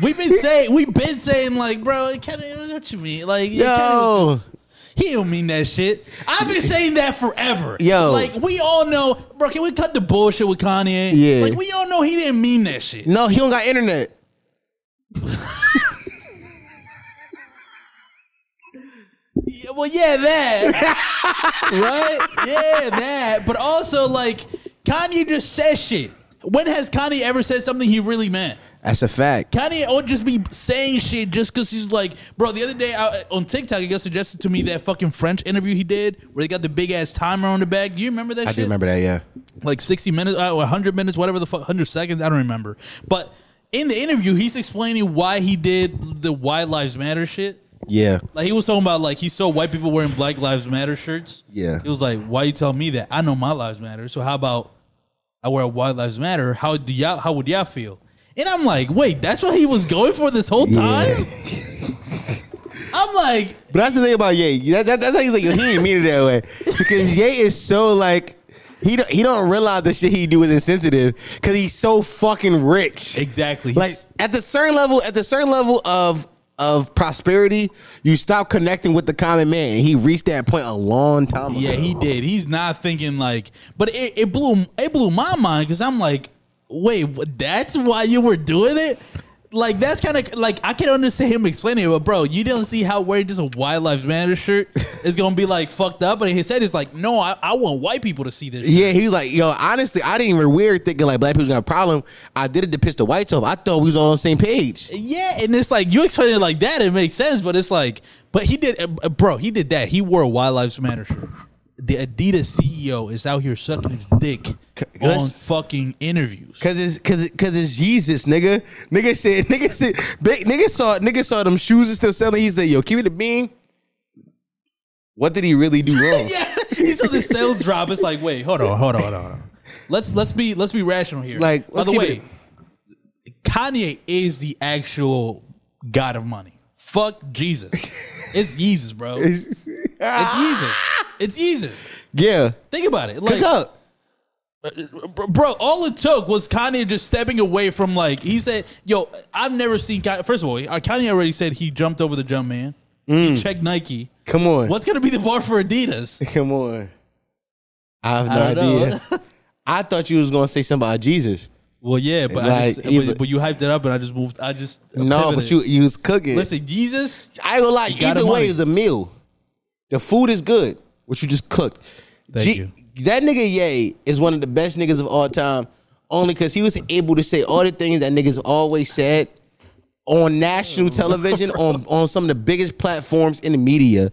Speaker 2: we've been saying, we've been saying, like, bro, it kind of what you mean? Like, it kinda was
Speaker 1: Yo.
Speaker 2: just- he don't mean that shit. I've been saying that forever.
Speaker 1: Yo.
Speaker 2: like we all know, bro. Can we cut the bullshit with Kanye?
Speaker 1: Yeah.
Speaker 2: like we all know he didn't mean that shit.
Speaker 1: No, he don't got internet.
Speaker 2: Yeah, well, yeah, that, right? Yeah, that. But also, like, Kanye just says shit. When has Kanye ever said something he really meant?
Speaker 1: That's a fact.
Speaker 2: Kanye will just be saying shit just because he's like, bro. The other day I, on TikTok, it got suggested to me that fucking French interview he did where they got the big ass timer on the back. Do you remember that?
Speaker 1: I
Speaker 2: shit?
Speaker 1: do remember that. Yeah.
Speaker 2: Like sixty minutes, uh, hundred minutes, whatever the fuck, hundred seconds. I don't remember. But in the interview, he's explaining why he did the "Why Lives Matter" shit.
Speaker 1: Yeah.
Speaker 2: Like he was talking about, like he saw white people wearing Black Lives Matter shirts.
Speaker 1: Yeah.
Speaker 2: He was like, "Why you telling me that? I know my lives matter. So how about I wear a White Lives Matter? How do y'all? How would y'all feel?" And I'm like, "Wait, that's what he was going for this whole time." I'm like,
Speaker 1: But that's the thing about Ye. That, that, that's how he's like he didn't mean it that way because Ye is so like he don't, he don't realize the shit he do is insensitive because he's so fucking rich.
Speaker 2: exactly.
Speaker 1: Like at the certain level, at the certain level of of prosperity, you stop connecting with the common man. And he reached that point a long time ago.
Speaker 2: Yeah, he did. He's not thinking like, but it, it blew it blew my mind because I'm like, wait, what, that's why you were doing it. Like that's kind of like I can understand him explaining it, but bro, you didn't see how wearing just a White Lives Matter shirt is gonna be like fucked up. But he said it's like, no, I, I want white people to see this. shit.
Speaker 1: Yeah, he was like, yo, honestly, I didn't even weird thinking like black people got a problem. I did it to piss the whites off. I thought we was all on the same page.
Speaker 2: Yeah, and it's like you explain it like that, it makes sense. But it's like, but he did, uh, uh, bro. He did that. He wore a Wild Lives Matter shirt. The Adidas CEO is out here sucking his dick on
Speaker 1: let's-
Speaker 2: fucking interviews.
Speaker 1: Cause it's cause it, cause it's Jesus, nigga. Nigga said, nigga said, big, nigga saw nigga saw them shoes is still selling. He said, yo, keep it a bean. What did he really do wrong?
Speaker 2: yeah, he saw the sales drop. It's like, wait, hold on, hold on, hold on. Hold on. Let's let's be let's be rational here.
Speaker 1: Like,
Speaker 2: by
Speaker 1: let's
Speaker 2: the
Speaker 1: keep
Speaker 2: way, Kanye is the actual god of money. Fuck Jesus. It's Jesus, bro. It's Jesus. It's Jesus.
Speaker 1: Yeah.
Speaker 2: Think about it.
Speaker 1: Cook
Speaker 2: Like,
Speaker 1: up.
Speaker 2: bro, all it took was Kanye just stepping away from like he said, "Yo, I've never seen." Kanye. First of all, uh, Kanye already said he jumped over the jump man. He checked Nike.
Speaker 1: Mm. Come on.
Speaker 2: What's gonna be the bar for Adidas?
Speaker 1: Come on. I have no
Speaker 2: I don't know.
Speaker 1: idea. I thought you was gonna say something about Jesus.
Speaker 2: Well, yeah, but I
Speaker 1: Like,
Speaker 2: just,
Speaker 1: either-
Speaker 2: but, but you hyped it up, and I just moved. I just
Speaker 1: No, but
Speaker 2: pivoted.
Speaker 1: you you was cooking.
Speaker 2: listen, Jesus.
Speaker 1: I ain't gonna lie.
Speaker 2: You got
Speaker 1: Either
Speaker 2: the money.
Speaker 1: way, it's a meal. The food is good, which you just cooked.
Speaker 2: Thank you.
Speaker 1: That nigga Ye is one of the best niggas of all time, only because he was able to say all the things that niggas always said on national television, on on some of the biggest platforms in the media.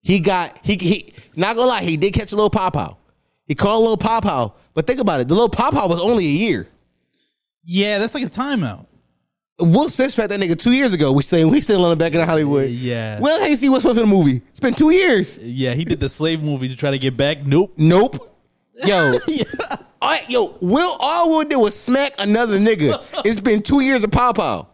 Speaker 1: He got he he not gonna lie, he did catch a little pop out. He called a little pop out, but think about it, the little pop out was only a year.
Speaker 2: Yeah, that's like a timeout.
Speaker 1: Will Smith spat that nigga two years ago. We still we still on the back in Hollywood.
Speaker 2: Yeah. Uh,
Speaker 1: Well, how you see Will Smith in a movie? It's been two years.
Speaker 2: Yeah, he did the slave movie to try to get back. Nope.
Speaker 1: Nope. Yo,
Speaker 2: Yeah.
Speaker 1: all right, yo, Will all Will did was smack another nigga. It's been two years of Pow Pow.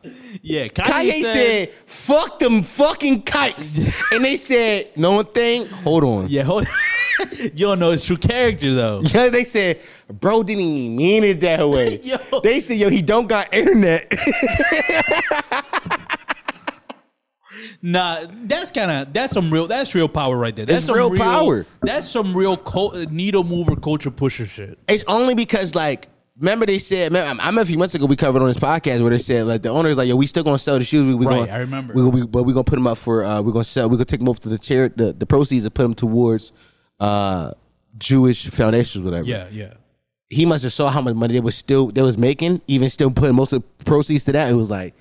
Speaker 2: Yeah,
Speaker 1: Kanye said, fuck them fucking kites. and they said, no one thing, hold on. Yeah.
Speaker 2: "Yeah, hold, you don't know his true character though."
Speaker 1: they said, bro didn't even mean it that way.
Speaker 2: Yo.
Speaker 1: They said, yo, he don't got internet.
Speaker 2: Nah, that's kind of that's some real that's real power right there. That's
Speaker 1: It's
Speaker 2: some
Speaker 1: real power.
Speaker 2: That's some real cult, needle mover culture pusher shit.
Speaker 1: It's only because like remember they said man, I remember a few months ago we covered on this podcast where they said like the owner's like yo we still gonna sell the shoes we, we
Speaker 2: Right,
Speaker 1: gonna,
Speaker 2: I remember.
Speaker 1: we, we, but we gonna put them up for uh, we're gonna sell we're gonna take them up to the chair the, the proceeds and put them towards uh, Jewish foundations whatever
Speaker 2: Yeah, yeah.
Speaker 1: he must have saw how much money they was still they was making even still putting most of the proceeds to that it was like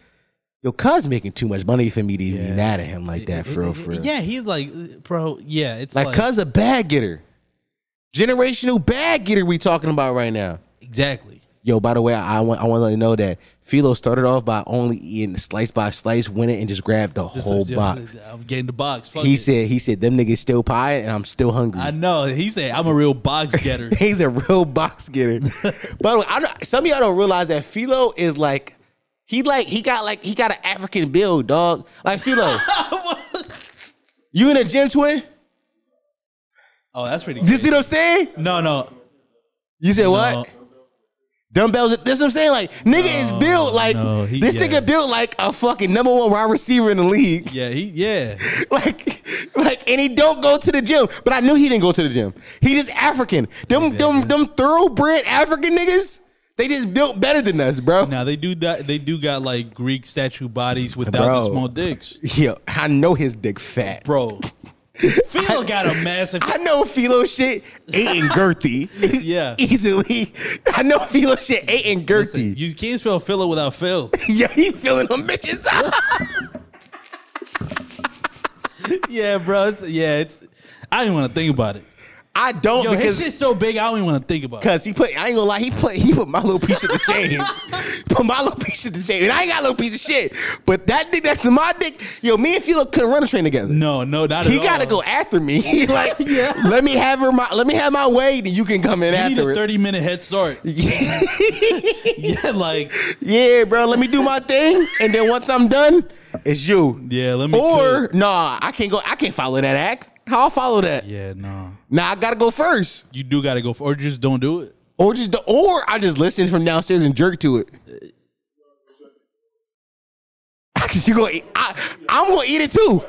Speaker 1: yo cuz making too much money for me to even be mad at him like that for real for real
Speaker 2: Yeah, he's like, bro. Yeah, it's
Speaker 1: like,
Speaker 2: like,
Speaker 1: cuz a bag getter. Generational bag getter we talking about right now.
Speaker 2: Exactly.
Speaker 1: Yo, by the way, I want I want to let you know that Philo started off by only eating slice by slice, went in and just grabbed the
Speaker 2: Just-
Speaker 1: whole
Speaker 2: just-
Speaker 1: box.
Speaker 2: I'm getting the box. Fuck
Speaker 1: He
Speaker 2: it.
Speaker 1: said he said them niggas still pie and I'm still hungry.
Speaker 2: I know. He said, I'm a real box getter.
Speaker 1: He's a real box getter. by the way, I don't, some of y'all don't realize that Philo is like he like he got like he got an African build, dog. Like Philo. you in a gym twin?
Speaker 2: oh, that's pretty
Speaker 1: You
Speaker 2: good.
Speaker 1: see what I'm saying?
Speaker 2: No, no.
Speaker 1: You said what? Dumbbells. That's what I'm saying. Like nigga is built like
Speaker 2: no, he-
Speaker 1: this
Speaker 2: yeah.
Speaker 1: nigga built like a fucking number one wide receiver in the league.
Speaker 2: Yeah, he, yeah.
Speaker 1: like like and he don't go to the gym. But I knew he didn't go to the gym. He just African. Them them them thoroughbred African niggas. They just built better than us, bro.
Speaker 2: Now they do that. They do got like Greek statue bodies without the
Speaker 1: Bro.
Speaker 2: small dicks.
Speaker 1: Yeah, I know his dick fat,
Speaker 2: Bro, Phil got a massive.
Speaker 1: I know Philo shit eight and girthy.
Speaker 2: Yeah.
Speaker 1: easily. I know Philo shit eight and girthy.
Speaker 2: You can't spell Phil without Phil.
Speaker 1: yeah, he feeling them bitches out.
Speaker 2: yeah, bro. It's, yeah, it's. I don't even want to think about it.
Speaker 1: I don't
Speaker 2: Yo,
Speaker 1: because
Speaker 2: his shit's so big. I don't even want to think about it.
Speaker 1: Cause he put, I ain't gonna lie, he put he put my little piece of the shame. put my little piece of the shame. And I ain't got a little piece of shit. But that dick that's my dick, yo, me and Philo couldn't run a train together.
Speaker 2: No, no, not
Speaker 1: He
Speaker 2: at
Speaker 1: gotta
Speaker 2: all.
Speaker 1: go after me. He like, let me have her my let me have my way, then you can come in
Speaker 2: You need
Speaker 1: after
Speaker 2: a
Speaker 1: it.
Speaker 2: thirty minute head start. yeah, like
Speaker 1: Yeah, bro, let me do my thing. And then once I'm done, it's you.
Speaker 2: yeah. Let me.
Speaker 1: or
Speaker 2: cook.
Speaker 1: nah, I can't go, I can't follow that act. How I follow that?
Speaker 2: yeah, no.
Speaker 1: Nah, I gotta go first.
Speaker 2: You do gotta go for, or just don't do it.
Speaker 1: Or just or I just listen from downstairs and jerk to it. you gonna eat, I, I'm gonna eat it too.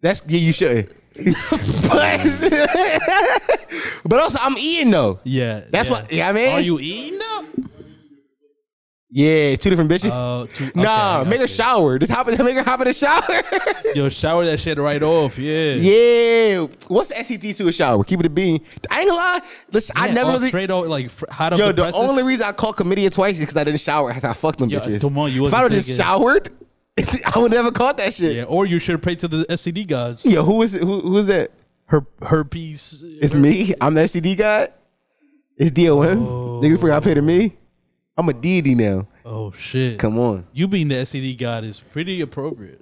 Speaker 1: That's yeah, you should. but, but also I'm eating though.
Speaker 2: Yeah,
Speaker 1: That's
Speaker 2: yeah.
Speaker 1: what- yeah, I mean-
Speaker 2: Are you eating up?
Speaker 1: Yeah, two different bitches.
Speaker 2: Uh, to,
Speaker 1: nah,
Speaker 2: okay, I
Speaker 1: make a
Speaker 2: got you.
Speaker 1: shower. Just hop in, make her hop in the shower.
Speaker 2: Yo, shower that shit right off. Yeah,
Speaker 1: yeah. What's the SET to a shower? Keep it a bean. I ain't gonna lie. Listen, I
Speaker 2: Yeah,
Speaker 1: never
Speaker 2: all
Speaker 1: really
Speaker 2: straight out like fr- hot up.
Speaker 1: Yo,
Speaker 2: the
Speaker 1: the
Speaker 2: presses.
Speaker 1: only reason I called chlamydia twice is because I didn't shower after I fucked them
Speaker 2: Yo,
Speaker 1: bitches.
Speaker 2: come on, you
Speaker 1: if I
Speaker 2: wasn't
Speaker 1: would just
Speaker 2: thinking-
Speaker 1: showered, I would never caught that shit.
Speaker 2: Yeah, or you should pray to the SCD gods.
Speaker 1: Yo, who is it? Who, who is that?
Speaker 2: Her herpes.
Speaker 1: It's me. I'm the STD guy. It's DOM. Niggas forgot I paid to me. I'm a deity now.
Speaker 2: Oh shit!
Speaker 1: Come on.
Speaker 2: You being the SCD god is pretty appropriate.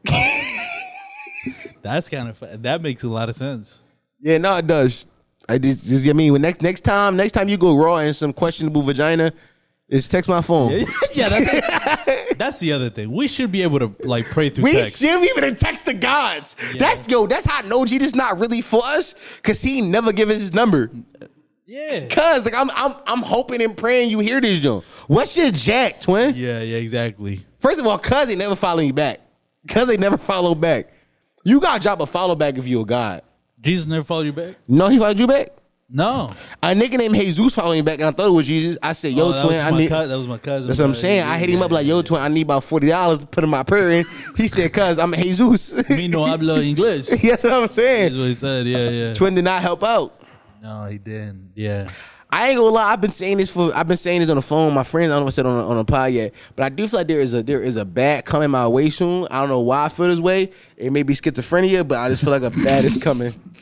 Speaker 2: That's kind of fu- that makes a lot of sense.
Speaker 1: Yeah, no, it does. I just, just I mean, when next next time, next time you go raw in some questionable vagina, is text my phone.
Speaker 2: yeah, that's, that's the other thing. We should be able to like pray through
Speaker 1: We
Speaker 2: text.
Speaker 1: should be able to text the gods. That's yo. That's how No G is not really for us, cause he never give us his number.
Speaker 2: Yeah,
Speaker 1: Cause like I'm I'm I'm hoping and praying you hear this joint. What's your jack, twin?
Speaker 2: yeah, yeah, exactly.
Speaker 1: First of all, cuz they never follow you back. Cuz they never follow back. You gotta drop a follow back if you a god.
Speaker 2: Jesus never followed you back.
Speaker 1: No, he followed you back.
Speaker 2: No,
Speaker 1: A nigga named Jesus followed me back, and I thought it was Jesus. I said, "Yo,
Speaker 2: Oh, that
Speaker 1: twin,
Speaker 2: was
Speaker 1: I
Speaker 2: my
Speaker 1: need."
Speaker 2: cou- that was my cousin. uh,
Speaker 1: That's what I'm
Speaker 2: brother.
Speaker 1: saying. I hit him
Speaker 2: Yeah,
Speaker 1: up like, "Yo,
Speaker 2: yeah.
Speaker 1: twin, I need about forty dollars to put in my prayer in." He said, "Cuz I'm Jesus."
Speaker 2: Me no hablo English. That's
Speaker 1: That's what I'm saying.
Speaker 2: what he said. Yeah, yeah.
Speaker 1: Twin did not help out.
Speaker 2: No, he didn't. Yeah.
Speaker 1: I ain't gonna lie. I've been saying this for. I've been saying this on the phone. with My friends. I don't know if I said it on a, on a pod yet, but I do feel like there is a there is a bad coming my way soon. I don't know why I feel this way. It may be schizophrenia, but I just feel like a bad is coming.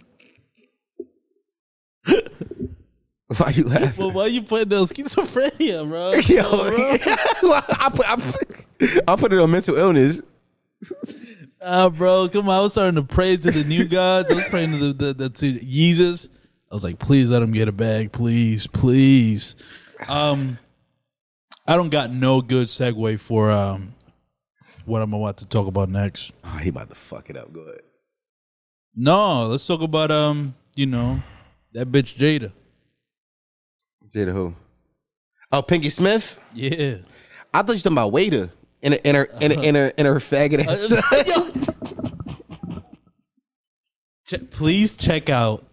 Speaker 1: why you laughing?
Speaker 2: Well, why you putting those schizophrenia, bro?
Speaker 1: Yo, I put I put, I put it on mental illness.
Speaker 2: Ah, bro, come on. I was starting to pray to the new gods. I was praying to the, the, the to Jesus. I was like, please let him get a bag, please, please. Um, I don't got no good segue for um what I'm about to talk about next.
Speaker 1: Oh, he about to fuck it up. Go ahead.
Speaker 2: No, let's talk about um, you know, that bitch Jada.
Speaker 1: Jada who? Oh, Pinky Smith.
Speaker 2: Yeah.
Speaker 1: I thought you were talking about waiter. in a, in her in a, in her in her faggot ass.
Speaker 2: Che- please check out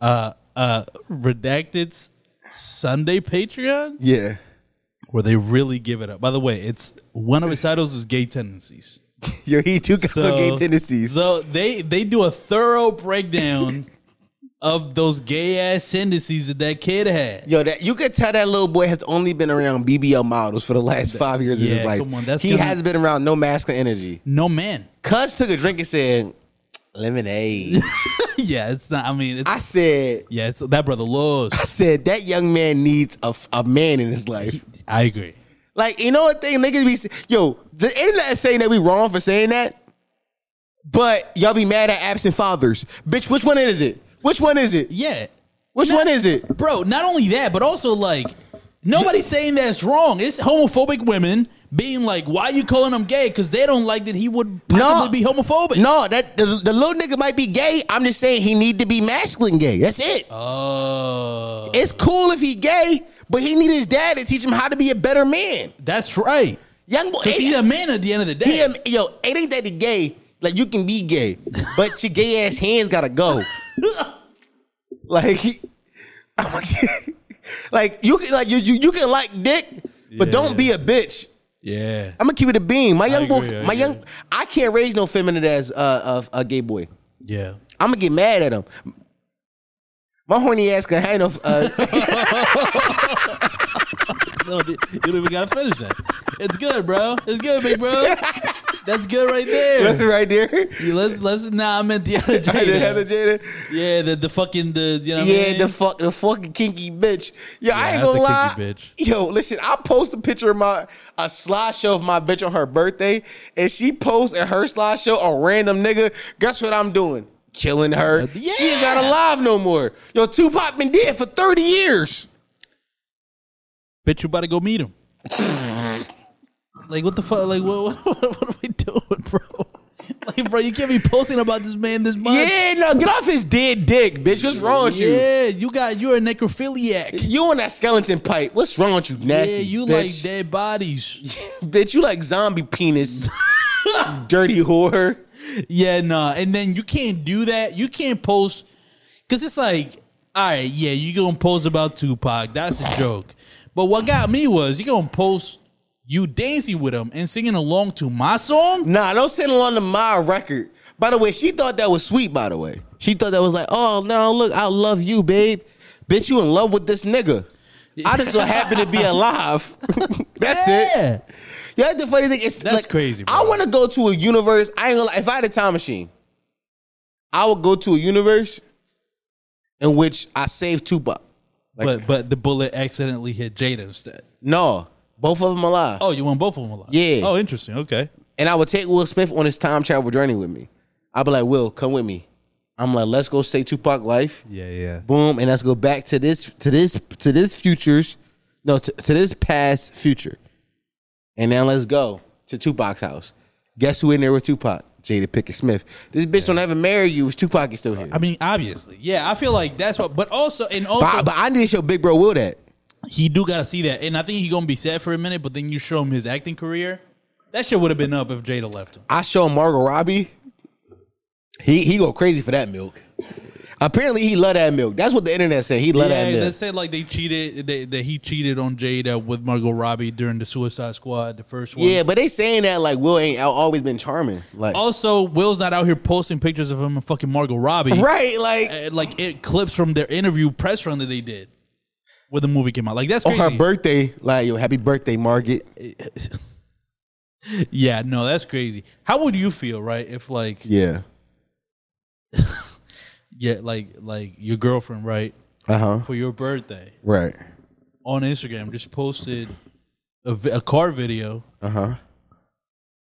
Speaker 2: uh uh Redacted's Sunday Patreon.
Speaker 1: Yeah.
Speaker 2: Where they really give it up. By the way, it's one of his titles is gay tendencies.
Speaker 1: Yo, he too got some gay tendencies.
Speaker 2: So they they do a thorough breakdown of those gay ass tendencies that that kid had.
Speaker 1: Yo, that you could tell that little boy has only been around BBL models for the last five years of
Speaker 2: Yeah,
Speaker 1: his life.
Speaker 2: come on, that's
Speaker 1: he
Speaker 2: gonna-
Speaker 1: has been around no masculine energy.
Speaker 2: No man.
Speaker 1: Cuz took a drink and said, "Lemonade."
Speaker 2: yeah, it's not. I mean, it's,
Speaker 1: I said,
Speaker 2: yeah, it's, that brother loves.
Speaker 1: I said that young man needs a, a man in his life.
Speaker 2: I agree.
Speaker 1: Like you know what thing niggas be s- yo the internet is saying that we wrong for saying that, but y'all be mad at absent fathers, bitch. Which one is it? Which one is it?
Speaker 2: Yeah.
Speaker 1: Which one is it?
Speaker 2: Bro, not only that, but also like nobody's saying that's wrong. It's homophobic women being like, "Why you calling him gay?" Because they don't like that he would possibly be homophobic.
Speaker 1: No, that the, the little nigga might be gay. I'm just saying he need to be masculine gay. That's it.
Speaker 2: Oh,
Speaker 1: It's cool if he gay, but he need his dad to teach him how to be a better man.
Speaker 2: that's right.
Speaker 1: Young boy,
Speaker 2: Because
Speaker 1: ain't-
Speaker 2: he's a man at the end of the day.
Speaker 1: He am- yo, it ain't that he gay. Like you can be gay, but your gay ass hands gotta go. like, he- I'm like, like you can like you you, you can like dick, but don't be a bitch.
Speaker 2: yeah.
Speaker 1: I'm gonna keep it a beam. My young
Speaker 2: agree,
Speaker 1: boy,
Speaker 2: I
Speaker 1: my young,
Speaker 2: agree.
Speaker 1: I can't raise no feminine as uh, a, a gay boy.
Speaker 2: Yeah.
Speaker 1: I'm gonna get mad at him. My horny ass can handle. Uh,
Speaker 2: No, dude, you don't even gotta finish that. It's good, bro. It's good, big bro. That's good right
Speaker 1: That's
Speaker 2: there.
Speaker 1: right there.
Speaker 2: You- Let's let's. Nah, I meant the other
Speaker 1: I didn't have the Jada.
Speaker 2: Jada. Yeah, the the fucking the you know. What I
Speaker 1: Yeah,
Speaker 2: mean?
Speaker 1: the fuck, the fucking kinky bitch. Yo, I ain't
Speaker 2: that's
Speaker 1: gonna lie.
Speaker 2: a kinky bitch.
Speaker 1: Yo, listen, I post a picture of my a slideshow of my bitch on her birthday, and she posts at her slideshow a random nigga. Guess what I'm doing? Killing her. She ain't not
Speaker 2: Uh, yeah.
Speaker 1: alive no more. Yo, Tupac been dead for 30 years.
Speaker 2: Bet you about to go meet him. like what the fuck? Like what? What, what, what are we doing, bro? Like, bro, you can't be posting about this man this much.
Speaker 1: Yeah, no, get off his dead dick, bitch. What's wrong with you?
Speaker 2: Yeah, you got you're a necrophiliac.
Speaker 1: You on that skeleton pipe. What's wrong with you, nasty
Speaker 2: yeah, you like
Speaker 1: bitch?
Speaker 2: dead bodies.
Speaker 1: bitch, you like zombie penis. Dirty whore.
Speaker 2: yeah, nah. And then you can't do that. You can't post because it's like, all right, yeah, you gonna post about Tupac. That's a joke. But what got me was you gonna post you dancing with him and singing along to my song.
Speaker 1: Nah, don't sit along to my record. By the way, she thought that was sweet, by the way. She thought that was like, oh, no, look, I love you, babe. Bitch, you in love with this nigga. I just so happen to be alive. That's it.
Speaker 2: yeah.
Speaker 1: Yeah, that's the funny thing. It's
Speaker 2: That's
Speaker 1: like,
Speaker 2: crazy,
Speaker 1: I
Speaker 2: bro.
Speaker 1: want to go to a universe. I ain't gonna lie. If I had a time machine, I would go to a universe in which I saved Tupac.
Speaker 2: but but the bullet accidentally hit Jada instead.
Speaker 1: No, both of them alive.
Speaker 2: Oh, you want both of them alive?
Speaker 1: Yeah.
Speaker 2: Oh, interesting. Okay.
Speaker 1: And I would take Will Smith on his time travel journey with me. I'd be like, Will, come with me. I'm like, let's go save Tupac life.
Speaker 2: Yeah, yeah.
Speaker 1: boom, and let's go back to this to this to this futures, no, to, to this past future, and now let's go to Tupac's house. Guess who in there with Tupac? Jada Pickett Smith. This bitch don't ever marry you if Tupac is still here.
Speaker 2: I mean, obviously, yeah. I feel like that's what. But also, and also,
Speaker 1: but, but I need to show Big Bro Will that.
Speaker 2: he do gotta see that. And I think he gonna be sad for a minute. But then you show him his acting career. That shit would have been up if Jada left him.
Speaker 1: I show Margot Robbie. He he go crazy for that milk. Apparently he love that milk. That's what the internet said. He love that
Speaker 2: yeah, they
Speaker 1: milk.
Speaker 2: said like they cheated. They, that he cheated on Jada with Margot Robbie during the Suicide Squad, the first one.
Speaker 1: Yeah, but they saying that like Will ain't al- always been charming. Like
Speaker 2: Also, Will's not out here posting pictures of him and fucking Margot Robbie.
Speaker 1: right, like
Speaker 2: Uh, like it clips from their interview press run that they did when the movie came out. Like that's
Speaker 1: on
Speaker 2: crazy.
Speaker 1: her birthday, like yo, happy birthday, Margaret.
Speaker 2: yeah, no, that's crazy. How would you feel, right? If like yeah,
Speaker 1: Yeah.
Speaker 2: like like your girlfriend, right,
Speaker 1: Uh huh.
Speaker 2: for your birthday
Speaker 1: Right.
Speaker 2: on Instagram just posted a, vi- a car video
Speaker 1: Uh huh.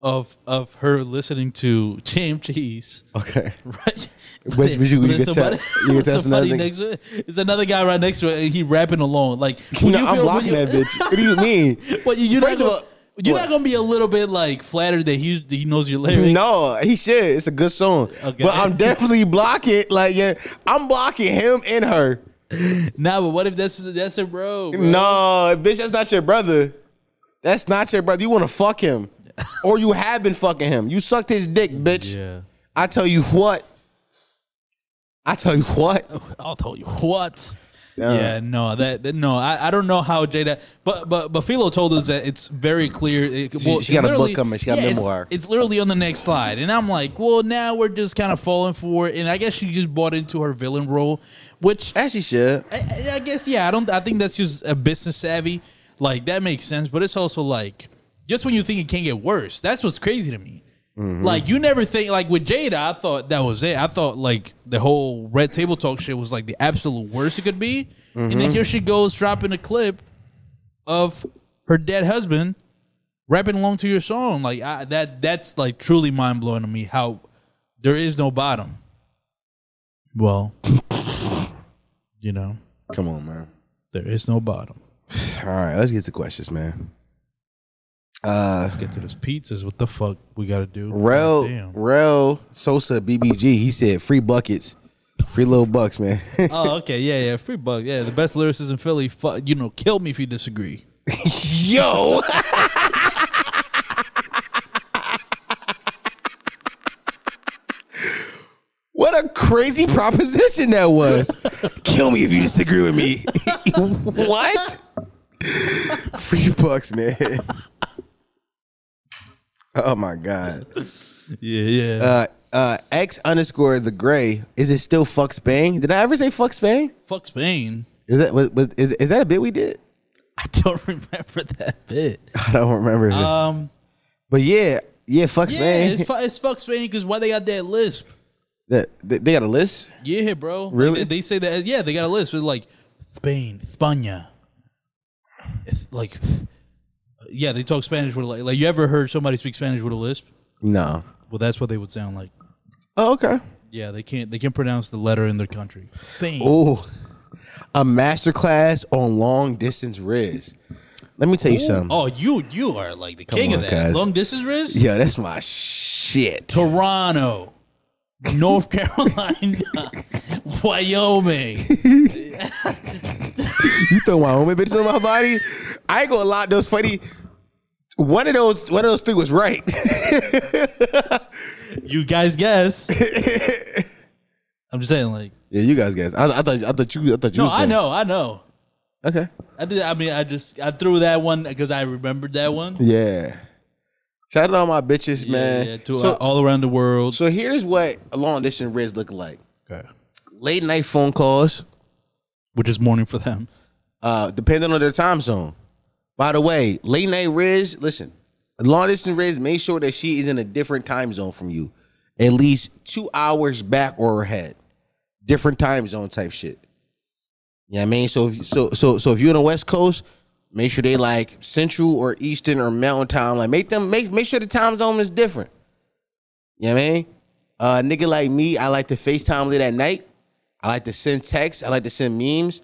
Speaker 2: of of her listening to Jam Cheese,
Speaker 1: Okay.
Speaker 2: right?
Speaker 1: Which- which you-
Speaker 2: But
Speaker 1: you could
Speaker 2: then
Speaker 1: tell- you could tell
Speaker 2: somebody
Speaker 1: something.
Speaker 2: next to it. It's another guy right next to it, and he rapping along. Like, would
Speaker 1: No,
Speaker 2: you
Speaker 1: I'm
Speaker 2: feel- would
Speaker 1: blocking
Speaker 2: you-
Speaker 1: that bitch. What do you mean?
Speaker 2: But you, you're
Speaker 1: First
Speaker 2: not
Speaker 1: of
Speaker 2: gonna,
Speaker 1: all-
Speaker 2: you're
Speaker 1: what?
Speaker 2: not gonna be a little bit like flattered that he he knows your lyrics.
Speaker 1: No, he should. It's a good song.
Speaker 2: Okay.
Speaker 1: But I'm definitely blocking. Like, yeah, I'm blocking him and her.
Speaker 2: Nah, but what if that's that's a bro? bro?
Speaker 1: No, bitch, that's not your brother. That's not your brother. You want to fuck him? or you have been fucking him. You sucked his dick, bitch. Yeah. I tell you what. I tell you what.
Speaker 2: I'll tell you what. Yeah, no, that, that- no, I, I don't know how Jada, but but but Philo told us that it's very clear. It,
Speaker 1: She- she got a book
Speaker 2: literally-
Speaker 1: coming. She got a
Speaker 2: it's-
Speaker 1: memoir.
Speaker 2: It's, literally on the next slide, and I'm like, well, now we're just kind of falling for it, and I guess she just bought into her villain role, which
Speaker 1: as she should.
Speaker 2: I, I- I guess yeah. I don't. I think that's just a business savvy. Like that makes sense, but it's also like just when you think it can't get worse, that's what's crazy to me. Like you never think like with Jada, I thought that was it. I thought like the whole red table talk shit was like the absolute worst it could be. And then
Speaker 14: Mhm.
Speaker 2: here she goes dropping a clip of her dead husband rapping along to your song. Like I, that that's like truly mind blowing to me how there is no bottom. Well, you know,
Speaker 1: Come on, man.
Speaker 2: There is no bottom.
Speaker 1: All right, let's get to questions, man. Uh,
Speaker 2: let's get to this pizzas. What the fuck we got to do?
Speaker 1: Rel
Speaker 2: Goddamn.
Speaker 1: Rel Sosa BBG. He said free buckets, free little bucks, man.
Speaker 2: oh, okay, yeah, yeah, free bug, yeah. The best lyricist in Philly. Fuck, you know, kill me if you disagree.
Speaker 1: Yo. what a crazy proposition that was. Kill me if you disagree with me. what? Free bucks, man. Oh my god.
Speaker 2: Yeah, yeah.
Speaker 1: Uh, uh, X underscore the gray. Is it still fuck Spain? Did I ever say fuck Spain?
Speaker 2: Fuck Spain.
Speaker 1: Is that was, was is, is that a bit we did?
Speaker 2: I don't remember that bit.
Speaker 1: I don't remember. this.
Speaker 2: Um,
Speaker 1: but yeah, yeah, fuck
Speaker 2: yeah,
Speaker 1: Spain.
Speaker 2: it's, fu- it's fuck Spain because why they got that lisp?
Speaker 1: That they, they got a list.
Speaker 2: Yeah, bro. Like,
Speaker 1: Really?
Speaker 2: they, they say that. Yeah, they got a lisp. It's like Spain, España. It's like, yeah, they talk Spanish with a li- like. You ever heard somebody speak Spanish with a lisp?
Speaker 1: No.
Speaker 2: Well, that's what they would sound like.
Speaker 1: Oh, okay.
Speaker 2: Yeah, they can't. They can't pronounce the letter in their country. Spain.
Speaker 1: Oh, a masterclass on long distance riz. Let me tell you
Speaker 2: Ooh.
Speaker 1: something.
Speaker 2: Oh, you you are like the
Speaker 1: Come
Speaker 2: king
Speaker 1: on,
Speaker 2: of that.
Speaker 1: guys.
Speaker 2: Long distance riz?
Speaker 1: Yeah, that's my shit.
Speaker 2: Toronto, North Carolina, Wyoming.
Speaker 1: you throw my homie bitches on my body. I ain't gonna lie, those funny. One of those, one of those three was right.
Speaker 2: you guys guess. I'm just saying, like,
Speaker 1: yeah, you guys guess. I, I thought, I thought you, I thought you.
Speaker 2: no,
Speaker 1: was
Speaker 2: I
Speaker 1: saying-
Speaker 2: know, I know.
Speaker 1: Okay.
Speaker 2: I did. I mean, I just I threw that one because I remembered that one.
Speaker 1: Yeah. Shout out to all my bitches, man.
Speaker 2: yeah, to, uh,
Speaker 1: oh.
Speaker 2: all around the world.
Speaker 1: So here's what a long distance riz look like.
Speaker 2: Okay.
Speaker 1: Late night phone calls.
Speaker 2: Which is morning for them.
Speaker 1: Uh, depending on their time zone. By the way, late night Riz, listen, long distance Riz, make sure that she is in a different time zone from you. At least two hours back or ahead. Different time zone type shit. Yeah, I mean, so if, so so so if you're on the West Coast, make sure they like Central or Eastern or Mountain Time. Like make them make make sure the time zone is different. You know what I mean? Uh, nigga like me, I like to FaceTime late at night. I like to send texts. I like to send memes.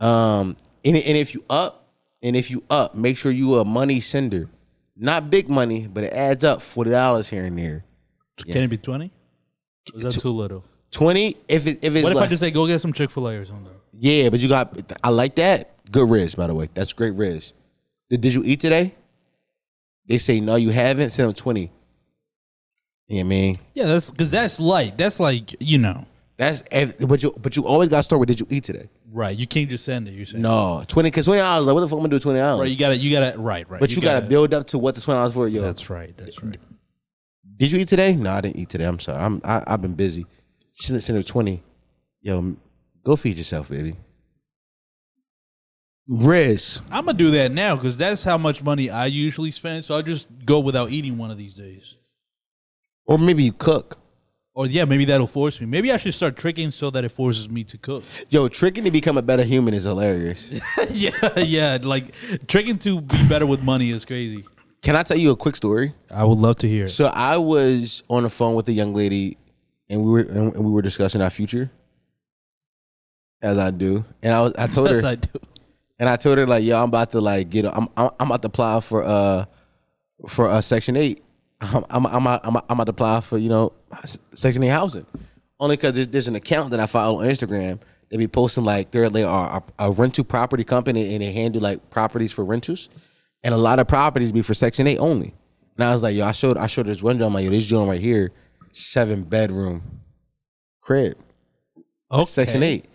Speaker 1: Um, and, and if you up, and if you up, make sure you a money sender. Not big money, but it adds up forty dollars here and there.
Speaker 2: Can it be twenty? Is that too little?
Speaker 1: Twenty if it, if it's
Speaker 2: What if I
Speaker 1: like-
Speaker 2: just say go get some Chick Fil A or something?
Speaker 1: Yeah, but you got. I like that. Good Riz, by the way. That's great Riz. Did, did you eat today? They say no, you haven't. Send them twenty. You know what I mean?
Speaker 2: Yeah, that's because that's light. That's like you know,
Speaker 1: That's ev- but you but you always got to start with. Did you eat today?
Speaker 2: right? You can't just send it. You saying
Speaker 1: No, twenty because twenty dollars. Like, what the fuck am I gonna do with twenty dollars?
Speaker 2: Right, you gotta, you gotta, right, right.
Speaker 1: But you, gotta, build up to what the twenty dollars for. Yo,
Speaker 2: That's right. That's right.
Speaker 1: Did you eat today? No, I didn't eat today. I'm sorry. I'm I, I've been busy. Send her- send her twenty. Yo, m- go feed yourself, baby. Riz.
Speaker 2: I'm gonna do that now because that's how much money I usually spend. So I'll just go without eating one of these days.
Speaker 1: Or maybe you cook.
Speaker 2: Or yeah, maybe that'll force me. Maybe I should start tricking so that it forces me to cook.
Speaker 1: Yo, tricking to become a better human is hilarious.
Speaker 2: yeah, yeah. Like tricking to be better with money is crazy.
Speaker 1: Can I tell you a quick story?
Speaker 2: I would love to hear.
Speaker 1: So I was on the phone with a young lady, and we were and we were discussing our future, as I do. And I was I told her,
Speaker 2: As I do.
Speaker 1: and I told her like, yo, I'm about to like get, I'm I'm, I'm about to apply for uh for uh, Section Eight. I'm I'm I'm I'm, I'm about to apply for you know Section Eight housing, only because there's, there's an account that I follow on Instagram. They be posting like they're they are a, a rental property company and they handle like properties for rentals, and a lot of properties be for Section Eight only. And I was like, yo, I showed I showed this one joint. I'm like, yo, this joint right here, seven bedroom crib.
Speaker 2: Okay.
Speaker 1: Section eight.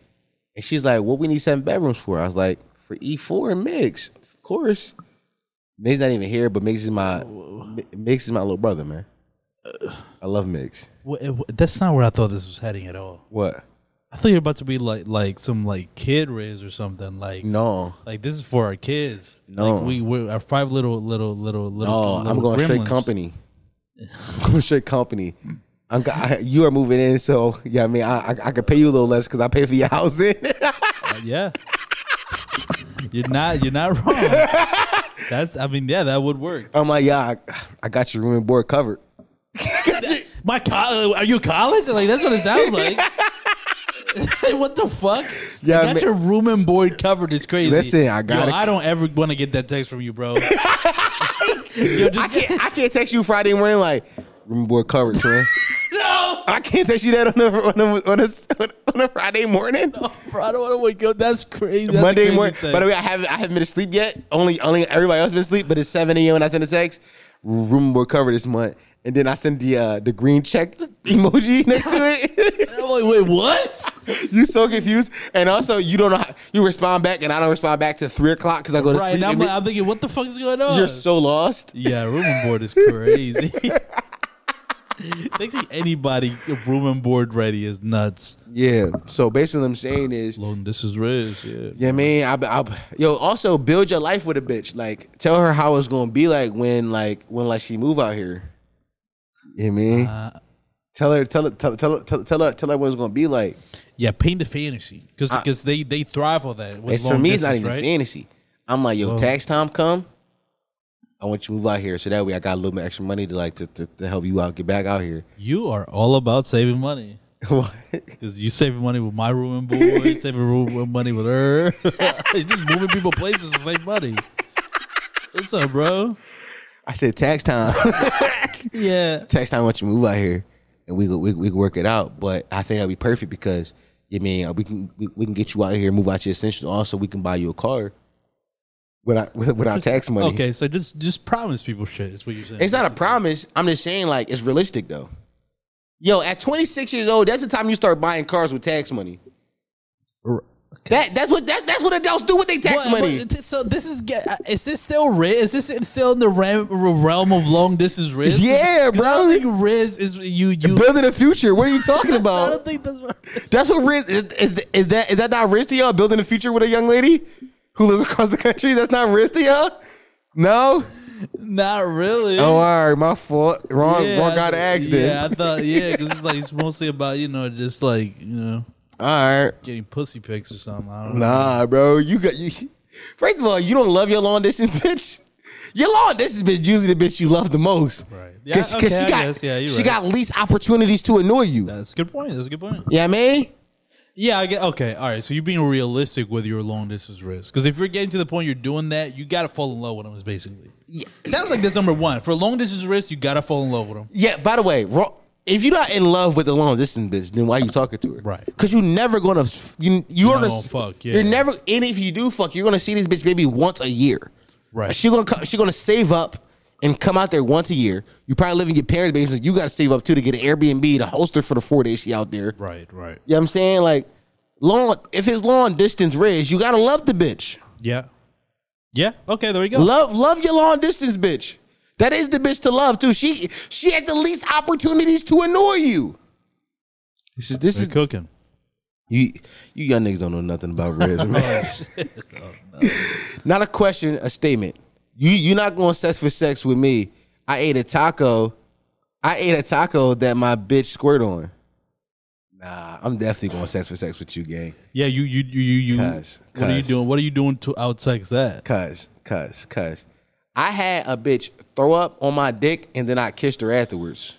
Speaker 1: And she's like, what we need seven bedrooms for? I was like, for E4 and Mix, of course. Mix not even here, but Mix is my Mi- Mix is my little brother, man. I love Mix.
Speaker 2: Wha- uh, wha- That's not where I thought this was heading at all.
Speaker 1: What?
Speaker 2: I thought you were about to be like like some like kid raise or something like
Speaker 1: No.
Speaker 2: like this is for our kids.
Speaker 1: No.
Speaker 2: like we we our five little little little little.
Speaker 1: No,
Speaker 2: little
Speaker 1: Oh, I'm going straight
Speaker 2: gremlins.
Speaker 1: company. I'm going straight company. I'm, go- I, you are moving in, so yeah, I mean, I I, I could pay you a little less because I pay for your housing.
Speaker 2: Uh, yeah, you're not you're not wrong. That's I mean yeah that would work.
Speaker 1: I'm like, yeah, I, I got your room and board covered.
Speaker 2: My co- are you college? Like that's what it sounds like. what the fuck?
Speaker 1: Yeah,
Speaker 2: you got
Speaker 1: man.
Speaker 2: your room and board covered is crazy.
Speaker 1: Listen, I
Speaker 2: Yo,
Speaker 1: gotta-
Speaker 2: I don't ever want to get that text from you, bro.
Speaker 1: I can't I can't text you Friday morning like room and board covered, Trent.
Speaker 2: no,
Speaker 1: I can't text you that on a on a, on a, on a Friday morning.
Speaker 2: bro, I don't want to wake up. That's crazy. That's a
Speaker 1: Monday
Speaker 2: crazy
Speaker 1: morning.
Speaker 2: text.
Speaker 1: By the way, I haven't I haven't been asleep yet. Only only everybody else been asleep, but it's seven a.m. when I send a text. Room board covered this month, and then I send the uh, the green check emoji next to it.
Speaker 2: I'm like, wait, what?
Speaker 1: you so confused, and also you don't know how, you respond back, and I don't respond back to three o'clock because I go to
Speaker 2: Right,
Speaker 1: sleep.
Speaker 2: and I'm,
Speaker 1: and
Speaker 2: like, I'm thinking, what the fuck is going on?
Speaker 1: you're so lost.
Speaker 2: yeah, room and board is crazy. Texting anybody room and board ready is nuts.
Speaker 1: Yeah. So basically, what I'm saying is,
Speaker 2: Loan, this is Riz. Yeah.
Speaker 1: Yeah, man. I, I, yo, also build your life with a bitch. Like, tell her how it's gonna be like when, like, when, like, she move out here. You know what I mean?
Speaker 2: Uh,
Speaker 1: tell her, tell her, tell, her- tell her, tell her, tell her, tell her what it's gonna be like.
Speaker 2: yeah, paint the fantasy because they they thrive on that. With
Speaker 1: It's for
Speaker 2: long
Speaker 1: me, it's not
Speaker 2: distance,
Speaker 1: even
Speaker 2: right?
Speaker 1: fantasy. I'm like, yo,
Speaker 2: Well-
Speaker 1: tax time come. I want you to move out here, so that way I got a little bit extra money to like to, to, to help you out, get back out here.
Speaker 2: You are all about saving money
Speaker 1: What?
Speaker 2: because you saving money with my room and board, saving room with money with her. You're just moving people places to save money. What's up, bro?
Speaker 1: I said tax time.
Speaker 2: Yeah,
Speaker 1: text time once you move out here, and we could- we we could work it out. But I think that'd be perfect because you mean uh, we can we, we can get you out here, move out your essentials. Also, we can buy you a car without without tax money.
Speaker 2: Okay, so just just promise people shit. Is what you're saying.
Speaker 1: It's not a promise. I'm just saying like it's realistic though. Yo, at 26 years old, that's the time you start buying cars with tax money. That that's what that, that's what adults do with their tax
Speaker 2: Well,
Speaker 1: money.
Speaker 2: but th- so this is ge- uh, is this still Riz? Is this still in the ram- realm of long distance Riz?
Speaker 1: Yeah,
Speaker 2: 'Cause I
Speaker 1: bro.
Speaker 2: don't think Riz is you you.
Speaker 1: Building a future. What are you talking
Speaker 2: I
Speaker 1: about?
Speaker 2: don't think that's what.
Speaker 1: That's what risk is, is. Is that is that not risk to y'all building a future with a young lady who lives across the country? That's not risk to y'all. No.
Speaker 2: Not really.
Speaker 1: Oh, all right, my fault. Wrong, wrong guy to ask then.
Speaker 2: Yeah, I thought yeah, because it's like it's mostly about you know just like you know
Speaker 1: all right,
Speaker 2: getting pussy pics or something. I don't know.
Speaker 1: nah, bro. You got you. First of all, you don't love your long distance bitch. Your long distance bitch usually the bitch you love the most.
Speaker 2: Right. Yeah,
Speaker 1: Because
Speaker 2: okay, I
Speaker 1: she got
Speaker 2: guess. Yeah, you're
Speaker 1: she
Speaker 2: right.
Speaker 1: got least opportunities to annoy you.
Speaker 2: That's a good point. That's a good point.
Speaker 1: Yeah, you know what I mean.
Speaker 2: Yeah, I get okay. All right, so you're being realistic with your long distance risk because if you're getting to the point you're doing that, you gotta fall in love with them. Is basically. Sounds like that's number one for long distance risk. You gotta fall in love with them.
Speaker 1: Yeah. By the way, wrong, if you're not in love with the long distance bitch, then why you talking to her?
Speaker 2: Right.
Speaker 1: Because you're never gonna f- you you're
Speaker 2: not
Speaker 1: gonna
Speaker 2: gonna
Speaker 1: s-
Speaker 2: fuck, yeah.
Speaker 1: You're never and if you do fuck, you're gonna see this bitch maybe once a year.
Speaker 2: Right.
Speaker 1: She gonna co- she gonna save up and come out there once a year. You probably live in your parents' basement. You gotta save up too to get an Airbnb to host her for the four days she out there.
Speaker 2: Right. Right.
Speaker 1: You know what I'm saying? Like long if it's long distance Riz, you gotta love the bitch.
Speaker 2: Yeah. Yeah. Okay. There we go.
Speaker 1: Love love your long distance bitch. That is the bitch to love too. She she had the least opportunities to annoy you. This is this
Speaker 2: They're
Speaker 1: is
Speaker 2: cooking.
Speaker 1: you you young niggas don't know nothing about Riz, man. Not a question, a statement. You you're not going sex for sex with me. I ate a taco. I ate a taco that my bitch squirt on. Nah, I'm definitely going sex for sex with you, gang.
Speaker 2: Yeah. You. You. You. You. you
Speaker 1: Cuz,
Speaker 2: What are you
Speaker 1: cuz.
Speaker 2: doing? What are you doing to outsex that?
Speaker 1: Cuz, cuz, cuz. I had a bitch throw up on my dick and then I kissed her afterwards.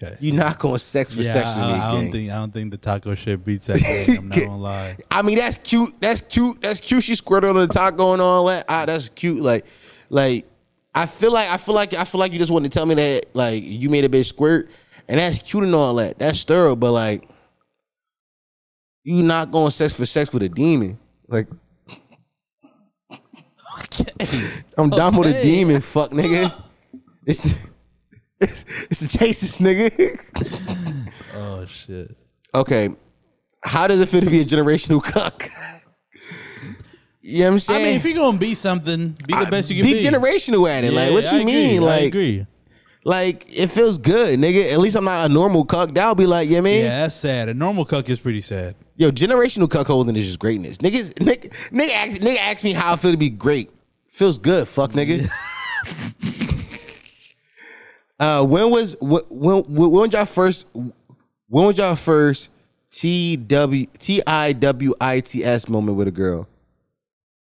Speaker 2: Okay.
Speaker 1: You're not going sex for
Speaker 2: Yeah,
Speaker 1: sex with me,
Speaker 2: I, I
Speaker 1: gang.
Speaker 2: don't think I don't think the taco shit beats that. Game. I'm not gonna lie.
Speaker 1: I mean, that's cute. That's cute. That's cute. She squirted on the taco and all that. Ah, that's cute. Like, like I feel like I feel like I feel like you just wanted to tell me that like you made a bitch squirt, and that's cute and all that. That's thorough, but like, you not going sex for sex with a demon. Like, I'm down with a demon, fuck nigga. It's the, it's, it's the chases, nigga.
Speaker 2: Oh shit.
Speaker 1: okay. How does it feel to be a generational cuck? you know what I'm
Speaker 2: I
Speaker 1: saying?
Speaker 2: mean, if you're gonna be something, be the best you can be.
Speaker 1: be generational at it. like,
Speaker 2: Yeah,
Speaker 1: what you
Speaker 2: I agree.
Speaker 1: mean?
Speaker 2: I
Speaker 1: Like,
Speaker 2: agree.
Speaker 1: Like, it feels good, nigga. At least I'm not a normal cuck. That'll be like, you know what I mean?
Speaker 2: Yeah, that's sad. A normal cuck is pretty sad.
Speaker 1: Yo, generational cuckolding is just greatness. Niggas, nigga, nigga, ask, nigga asked me how I feel to be great. Feels good, fuck nigga. uh, when was wh- when when when y'all first when was y'all first T W T I W I T S moment with a girl?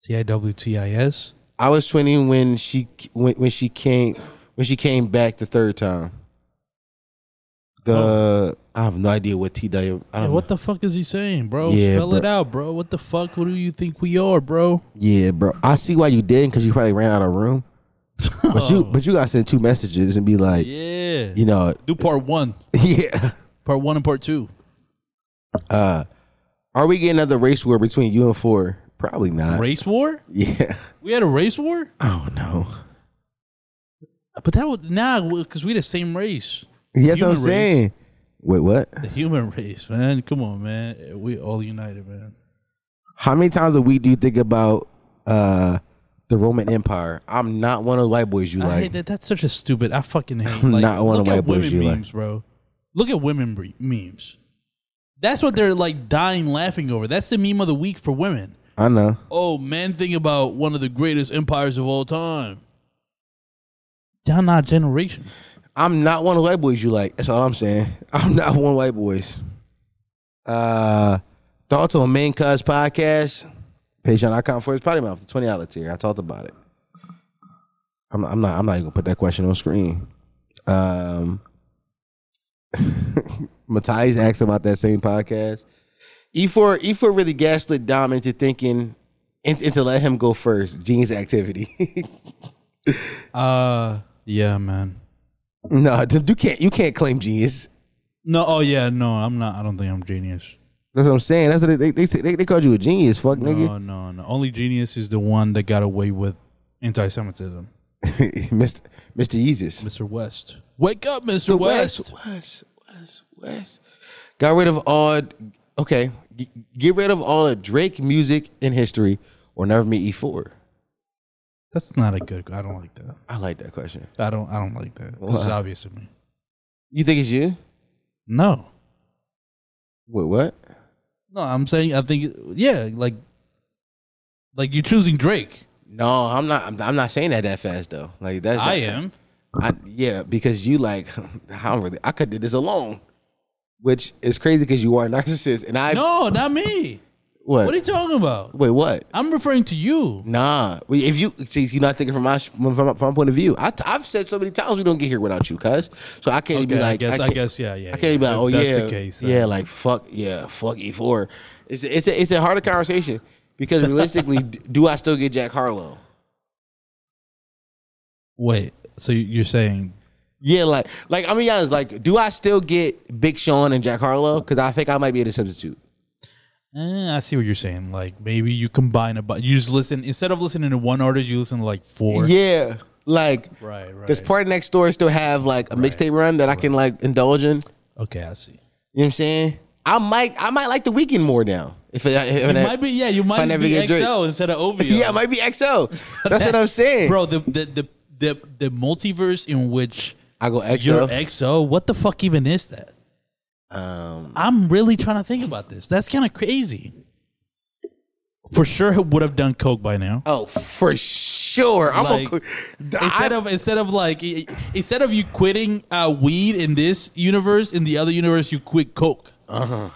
Speaker 2: T I W T I S.
Speaker 1: I was twenty when she when, when she came when she came back the third time. The I have no idea what T W. I don't
Speaker 2: Hey,
Speaker 1: know.
Speaker 2: what the fuck is he saying, bro?
Speaker 1: Yeah,
Speaker 2: Spell it
Speaker 1: bro.
Speaker 2: out, bro. What the fuck? What do you think we are, bro?
Speaker 1: Yeah, bro. I see why you didn't because you probably ran out of room. But you but you gotta send two messages and be like,
Speaker 2: Yeah.
Speaker 1: you know,
Speaker 2: Do part one,
Speaker 1: yeah.
Speaker 2: part one and part two.
Speaker 1: Uh are we getting another race war between you and four? Probably not.
Speaker 2: Race war?
Speaker 1: Yeah.
Speaker 2: We had a race war,
Speaker 1: Oh no.
Speaker 2: but that would nah, because we the same race.
Speaker 1: Yes, I'm
Speaker 2: Human race.
Speaker 1: saying. Wait, what?
Speaker 2: The human race, man. Come on, man. We all united, man.
Speaker 1: How many times a week do you think about uh the Roman Empire? I'm not one of the white boys you
Speaker 2: I
Speaker 1: like.
Speaker 2: hate that. That's such a stupid. I fucking hate.
Speaker 1: I'm
Speaker 2: Like,
Speaker 1: not one of
Speaker 2: look
Speaker 1: the
Speaker 2: at
Speaker 1: white boys
Speaker 2: women
Speaker 1: you like.
Speaker 2: memes, bro. Look at women bre- memes. That's what they're like dying laughing over. That's the meme of the week for women.
Speaker 1: I know.
Speaker 2: Oh, man, think about one of the greatest empires of all time. Y'all not generation.
Speaker 1: I'm not one of the white boys you like. That's all I'm saying. I'm not one of the white boys. Uh thoughts on main cuz podcast. Patreon.com for his potty mouth, the twenty dollar tier. I talked about it. I'm I'm not I'm not even gonna put that question on screen. Um Matthias asked about that same podcast. E E4 E4 really gaslit Dom into thinking into, into let him go first. Genius activity.
Speaker 2: Uh, yeah, man.
Speaker 1: no, dude, you can't you can't claim genius.
Speaker 2: No, oh yeah, no, I'm not. I don't think I'm genius.
Speaker 1: That's what I'm saying. That's what they they they, they called you a genius, fuck
Speaker 2: No,
Speaker 1: nigga.
Speaker 2: no, no. Only genius is the one that got away with anti-Semitism.
Speaker 1: Mr. Mr. Yeezus.
Speaker 2: Mr. West, wake up, Mr.
Speaker 1: The
Speaker 2: West.
Speaker 1: West, West, West. Got rid of all okay. G- get rid of all the Drake music in history or never meet E E4.
Speaker 2: That's not a good. I don't like that.
Speaker 1: I like that question.
Speaker 2: I don't. I don't like that. This is
Speaker 1: Why?
Speaker 2: obvious to me.
Speaker 1: You think it's you?
Speaker 2: No,
Speaker 1: Wait, what?
Speaker 2: no. I'm saying. I think. Yeah, like, like you're choosing Drake.
Speaker 1: No, I'm not I'm, I'm not saying that that fast though. Like that's
Speaker 2: I am.
Speaker 1: I, yeah, because you like I don't really I could do this alone. Which is crazy because you are a narcissist and I
Speaker 2: no, not me.
Speaker 1: what?
Speaker 2: What are you talking about?
Speaker 1: Wait, what?
Speaker 2: I'm referring to you.
Speaker 1: Nah, we- if you see, you're not thinking from my from, from my point of view. I, have said so many times we don't get here without you, cuz. So I can't
Speaker 2: Okay,
Speaker 1: be like,
Speaker 2: I guess. I,
Speaker 1: can't-
Speaker 2: guess. Yeah, yeah.
Speaker 1: I can't be
Speaker 2: yeah.
Speaker 1: like, oh
Speaker 2: If that's
Speaker 1: yeah,
Speaker 2: the case. uh, then.
Speaker 1: yeah, like fuck, yeah, fuck E4. It's a, it's a, it's a harder conversation because realistically, d- do I still get Jack Harlow?
Speaker 2: Wait. So you- you're saying
Speaker 1: Yeah, like like I'm gonna be honest, like do I still get Big Sean and Jack Harlow? Because I think I might be able to substitute.
Speaker 2: Eh, I see what you're saying. Like maybe you combine a but you just listen instead of listening to one artist, you listen to like four.
Speaker 1: Yeah, like
Speaker 2: Right, right.
Speaker 1: does Party Next Door still have like a mixtape run that I can like indulge in?
Speaker 2: Okay, I see.
Speaker 1: You know what I'm saying? I might I might like the weekend more now. If, I, if
Speaker 2: It
Speaker 1: I-
Speaker 2: might be yeah, you might
Speaker 1: never
Speaker 2: be
Speaker 1: get
Speaker 2: XL
Speaker 1: Drake.
Speaker 2: instead of OVO.
Speaker 1: yeah, it might be XO. That's what I'm saying.
Speaker 2: bro. The the the the, the multiverse in which
Speaker 1: I go XO.
Speaker 2: you're XO. What the fuck even is that?
Speaker 1: um,
Speaker 2: I'm really trying to think about this. That's kind of crazy. For sure, it would have done coke by now.
Speaker 1: oh, for sure. I'm
Speaker 2: Like,
Speaker 1: gonna,
Speaker 2: Instead
Speaker 1: I-
Speaker 2: of instead of like i- i- instead of you quitting uh, weed in this universe, in the other universe, you quit coke.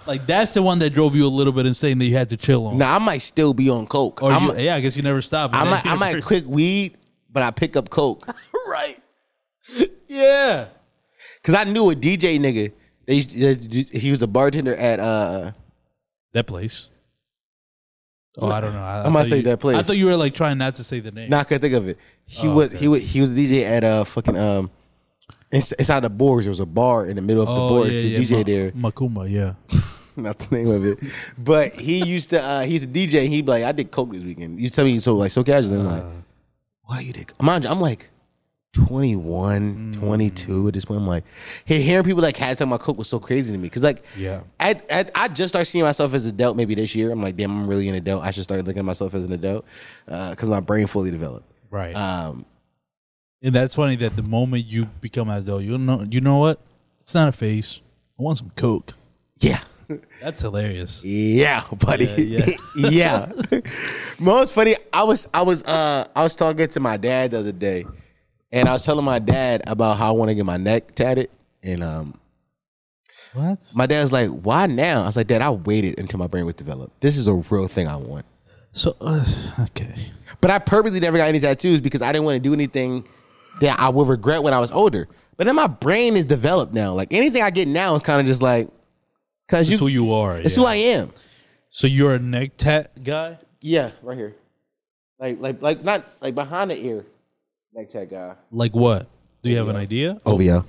Speaker 2: Like that's the one that drove you a little bit insane that you had to chill on.
Speaker 1: Uh-huh. nah, I might still be on coke.
Speaker 2: or
Speaker 1: I'm-
Speaker 2: you, yeah, I guess you never stop. in
Speaker 1: I
Speaker 2: that
Speaker 1: might I might
Speaker 2: universe.
Speaker 1: quit weed, but I pick up coke
Speaker 2: right. Yeah.
Speaker 1: because I knew a DJ nigga. They used to- he was a bartender at uh
Speaker 2: That place. Oh, I don't know. I,
Speaker 1: I might
Speaker 2: thought
Speaker 1: say
Speaker 2: you-
Speaker 1: that place.
Speaker 2: I thought you were like trying not to say the name.
Speaker 1: now I can't think of it. He
Speaker 2: Oh,
Speaker 1: was
Speaker 2: okay.
Speaker 1: he was he was a DJ at uh fucking um ins- inside the boards. There was a bar in the middle of the boards. He was DJ
Speaker 2: Oh, Ma-
Speaker 1: there.
Speaker 2: Makuma, yeah.
Speaker 1: not the name of it. But he used to uh he's a DJ. He'd be like, I did coke this weekend. You tell me so like so casual. I'm like, why you dick? Mind you, I'm like 21,
Speaker 2: Mm.
Speaker 1: 22 at this point. I'm like, he- hearing people like hashtag my cook was so crazy to me. Cause like,
Speaker 2: Yeah.
Speaker 1: I, I, I just started seeing myself as an adult maybe this year. I'm like, damn, I'm really an adult. I should start looking at myself as an adult because my brain fully developed.
Speaker 2: Right.
Speaker 1: Um,
Speaker 2: Uh, and that's funny that the moment you become an adult, you know, you know what? It's not a face. I want some coke.
Speaker 1: Yeah.
Speaker 2: That's hilarious.
Speaker 1: Yeah, buddy.
Speaker 2: Yeah,
Speaker 1: Yeah. Most funny. I was I was uh I was talking to my dad the other day, and I was telling my dad about how I want to get my neck tatted, and um
Speaker 2: What?
Speaker 1: my dad's like, "Why now?" I was like, "Dad, I waited until my brain was developed. This is a real thing I want."
Speaker 2: So uh, okay.
Speaker 1: But I purposely never got any tattoos because I didn't want to do anything that I would regret when I was older. But then my brain is developed now. Like anything I get now is kind of just like, cause
Speaker 2: It's
Speaker 1: you,
Speaker 2: who you are.
Speaker 1: it's who I am.
Speaker 2: So you're a neck tat guy.
Speaker 1: Yeah, right here. Like like like not like behind the ear. Like that guy.
Speaker 2: Like what? Do you have an idea?
Speaker 1: OVO.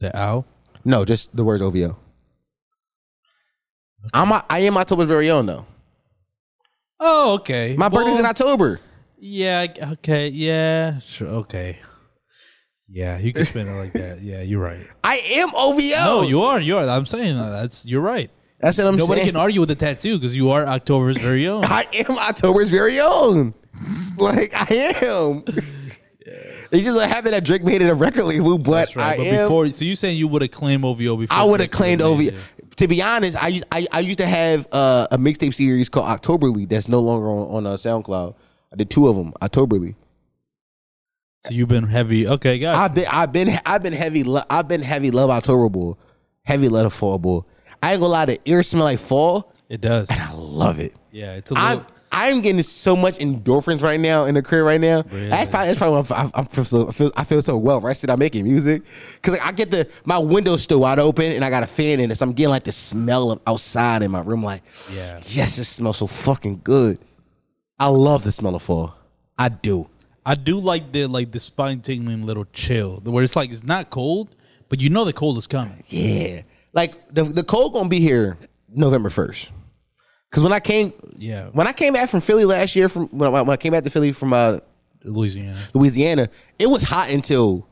Speaker 2: The owl.
Speaker 1: No, just the words OVO. I'm a, I am October's very own though.
Speaker 2: Oh, okay.
Speaker 1: My birthday's in
Speaker 2: Well,
Speaker 1: October.
Speaker 2: Yeah. I- Okay. Yeah. Sure. Okay. Yeah, you can spin it like that. Yeah, you're right.
Speaker 1: I am OVO.
Speaker 2: No, you are. You are. I'm saying that. that's. You're right.
Speaker 1: That's what Oh. I'm
Speaker 2: Nobody
Speaker 1: saying.
Speaker 2: can argue with the tattoo because you are October's very own.
Speaker 1: I am October's very own. like I am. It's just a habit that Drake made it a record label, but
Speaker 2: That's right.
Speaker 1: I
Speaker 2: but
Speaker 1: am.
Speaker 2: before, so you saying you would have claimed OVO before?
Speaker 1: I would have
Speaker 2: Drake
Speaker 1: claimed
Speaker 2: made
Speaker 1: OVO.
Speaker 2: it.
Speaker 1: To be honest, I used I, I used to have uh, a mixtape series called Octoberly that's no longer on, on uh, SoundCloud. I did two of them, Octoberly.
Speaker 2: So you've been heavy. Okay, got
Speaker 1: I've been I've been I've been heavy lo- I've been heavy love October bull, heavy love fall bull. I ain't gonna lie, the ear smell like fall.
Speaker 2: it. It does.
Speaker 1: I love it.
Speaker 2: Yeah, it's a
Speaker 1: I'm
Speaker 2: little.
Speaker 1: I'm getting so much endorphins right now in the crib right now.
Speaker 2: Really?
Speaker 1: That's probably that's probably why I'm, I'm feel so, I, feel, I feel so well rested. I'm making music because like, I get the my window's still wide open and I got a fan in it, so I'm getting like the smell of outside in my room. Like,
Speaker 2: Yeah.
Speaker 1: yes, it smells so fucking good. I love the smell of fall. I do.
Speaker 2: I do like the like the spine tingling little chill where it's like it's not cold, but you know the cold is coming.
Speaker 1: Yeah. Like the the cold gonna be here November first. Cause when I came,
Speaker 2: Yeah,
Speaker 1: when I came back from Philly last year, from when I, when I came back to Philly from uh,
Speaker 2: Louisiana.
Speaker 1: Louisiana, it was hot until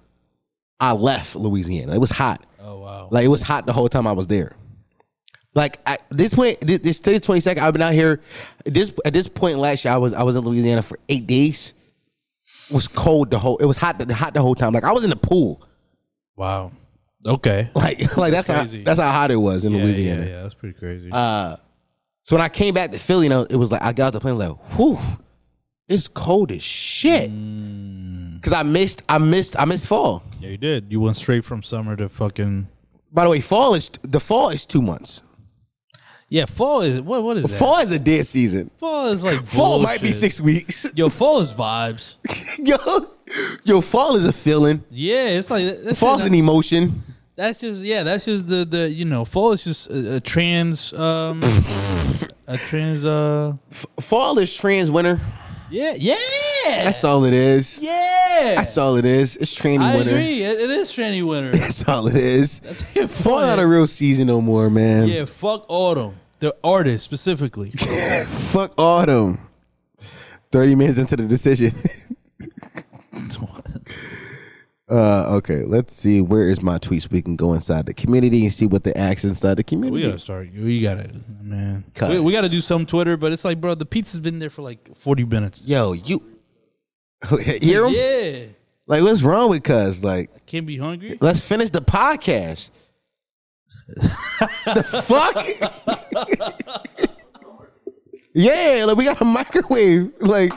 Speaker 1: I left Louisiana. It was hot.
Speaker 2: Oh wow.
Speaker 1: Like it was hot the whole time I was there. Like I, this point, this, this to the twenty second, I've been out here. This at this point last year, I was I was in Louisiana for eight days. It was cold the whole. It was hot the hot the whole time. Like I was in the pool.
Speaker 2: Wow. Okay.
Speaker 1: Like like that's,
Speaker 2: That's
Speaker 1: how
Speaker 2: crazy.
Speaker 1: that's how hot it was in
Speaker 2: Yeah,
Speaker 1: Louisiana.
Speaker 2: Yeah, yeah, that's pretty crazy.
Speaker 1: Uh, so when I came back to Philly, you know, it was like I got off the plane like, whew, it's cold as shit.
Speaker 2: Mm.
Speaker 1: Cause I missed, I missed, I missed fall.
Speaker 2: yeah, you did. You went straight from summer to fucking.
Speaker 1: By the way, fall is the fall is two months.
Speaker 2: Yeah, fall is what? What is that?
Speaker 1: Fall is a dead season.
Speaker 2: Fall is like
Speaker 1: Fall might be
Speaker 2: bullshit.
Speaker 1: six weeks.
Speaker 2: Yo, fall is vibes.
Speaker 1: yo, yo, fall is a feeling.
Speaker 2: Yeah, it's like that's
Speaker 1: Fall's
Speaker 2: just-
Speaker 1: an emotion.
Speaker 2: That's just yeah. That's just the the you know fall is just a, a trans um a trans uh
Speaker 1: Fall is trans winter.
Speaker 2: yeah yeah
Speaker 1: That's all it is.
Speaker 2: yeah.
Speaker 1: That's all it is. It's tranny
Speaker 2: I
Speaker 1: winter.
Speaker 2: agree. It, it is tranny winter.
Speaker 1: That's all it is.
Speaker 2: That's it.
Speaker 1: fall not a real season no more, man.
Speaker 2: yeah. Fuck autumn. The artist specifically.
Speaker 1: Fuck autumn. 30 minutes into the decision. uh, okay, let's see. Where is my tweets? We can go inside the community and see what the acts inside the
Speaker 2: we
Speaker 1: community.
Speaker 2: gotta start. We gotta man.
Speaker 1: Cuz.
Speaker 2: We, we gotta do some Twitter, but it's like bro, the pizza's been there for like forty minutes.
Speaker 1: Yo, you hear him?
Speaker 2: Yeah,
Speaker 1: Like, what's wrong with cuz? Like,
Speaker 2: can't be hungry.
Speaker 1: let's finish the podcast. the fuck? yeah, like we got a microwave. Like,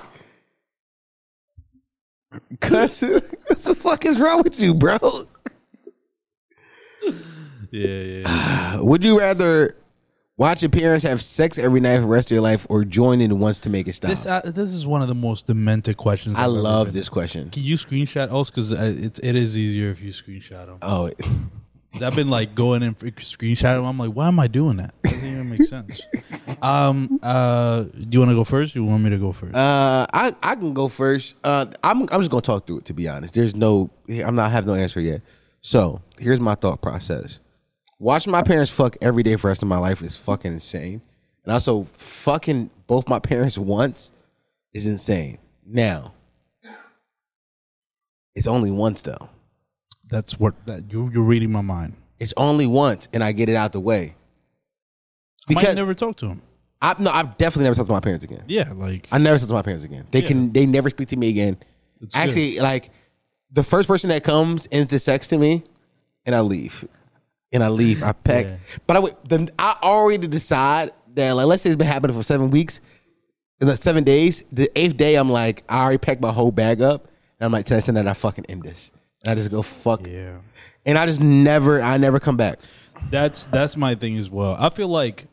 Speaker 1: cuz, what the fuck is wrong with you, bro?
Speaker 2: Yeah,
Speaker 1: Ah.
Speaker 2: yeah.
Speaker 1: Would you rather watch your parents have sex every night for the rest of your life or join in once to make it stop?
Speaker 2: This uh, this is one of the most demented questions.
Speaker 1: I
Speaker 2: I've ever
Speaker 1: love
Speaker 2: been.
Speaker 1: this question.
Speaker 2: Can you screenshot us? Because it, it is easier if you screenshot them.
Speaker 1: Oh,
Speaker 2: I've been like going and screenshotting. 'em. I'm like, why am I doing that? Doesn't even make sense. Um, uh, do you want to go first? Or you want me to go first?
Speaker 1: uh, I I can go first. Uh, I'm I'm just gonna talk through it. To be honest, there's no I'm not I have no answer yet. So here's my thought process: watching my parents fuck every day for the rest of my life is fucking insane, and also fucking both my parents once is insane. Now, it's only once though.
Speaker 2: That's what that you you're reading my mind.
Speaker 1: It's only once, and I get it out the way.
Speaker 2: I might never talk to him.
Speaker 1: I no, I've definitely never talked to my parents again.
Speaker 2: Yeah, like
Speaker 1: I never talk to my parents again. They
Speaker 2: Yeah.
Speaker 1: can they never speak to me again.
Speaker 2: That's
Speaker 1: Actually, like the first person that comes ends the sex to me, and I leave. And I leave. I pack. But I would then I already decide that like let's say it's been happening for seven weeks, in the seven days. The eighth day, I'm like I already packed my whole bag up, and I'm like testing that I fucking end this, and I just go fuck.
Speaker 2: Yeah.
Speaker 1: And I just never I never come back.
Speaker 2: That's that's my thing as well. I feel like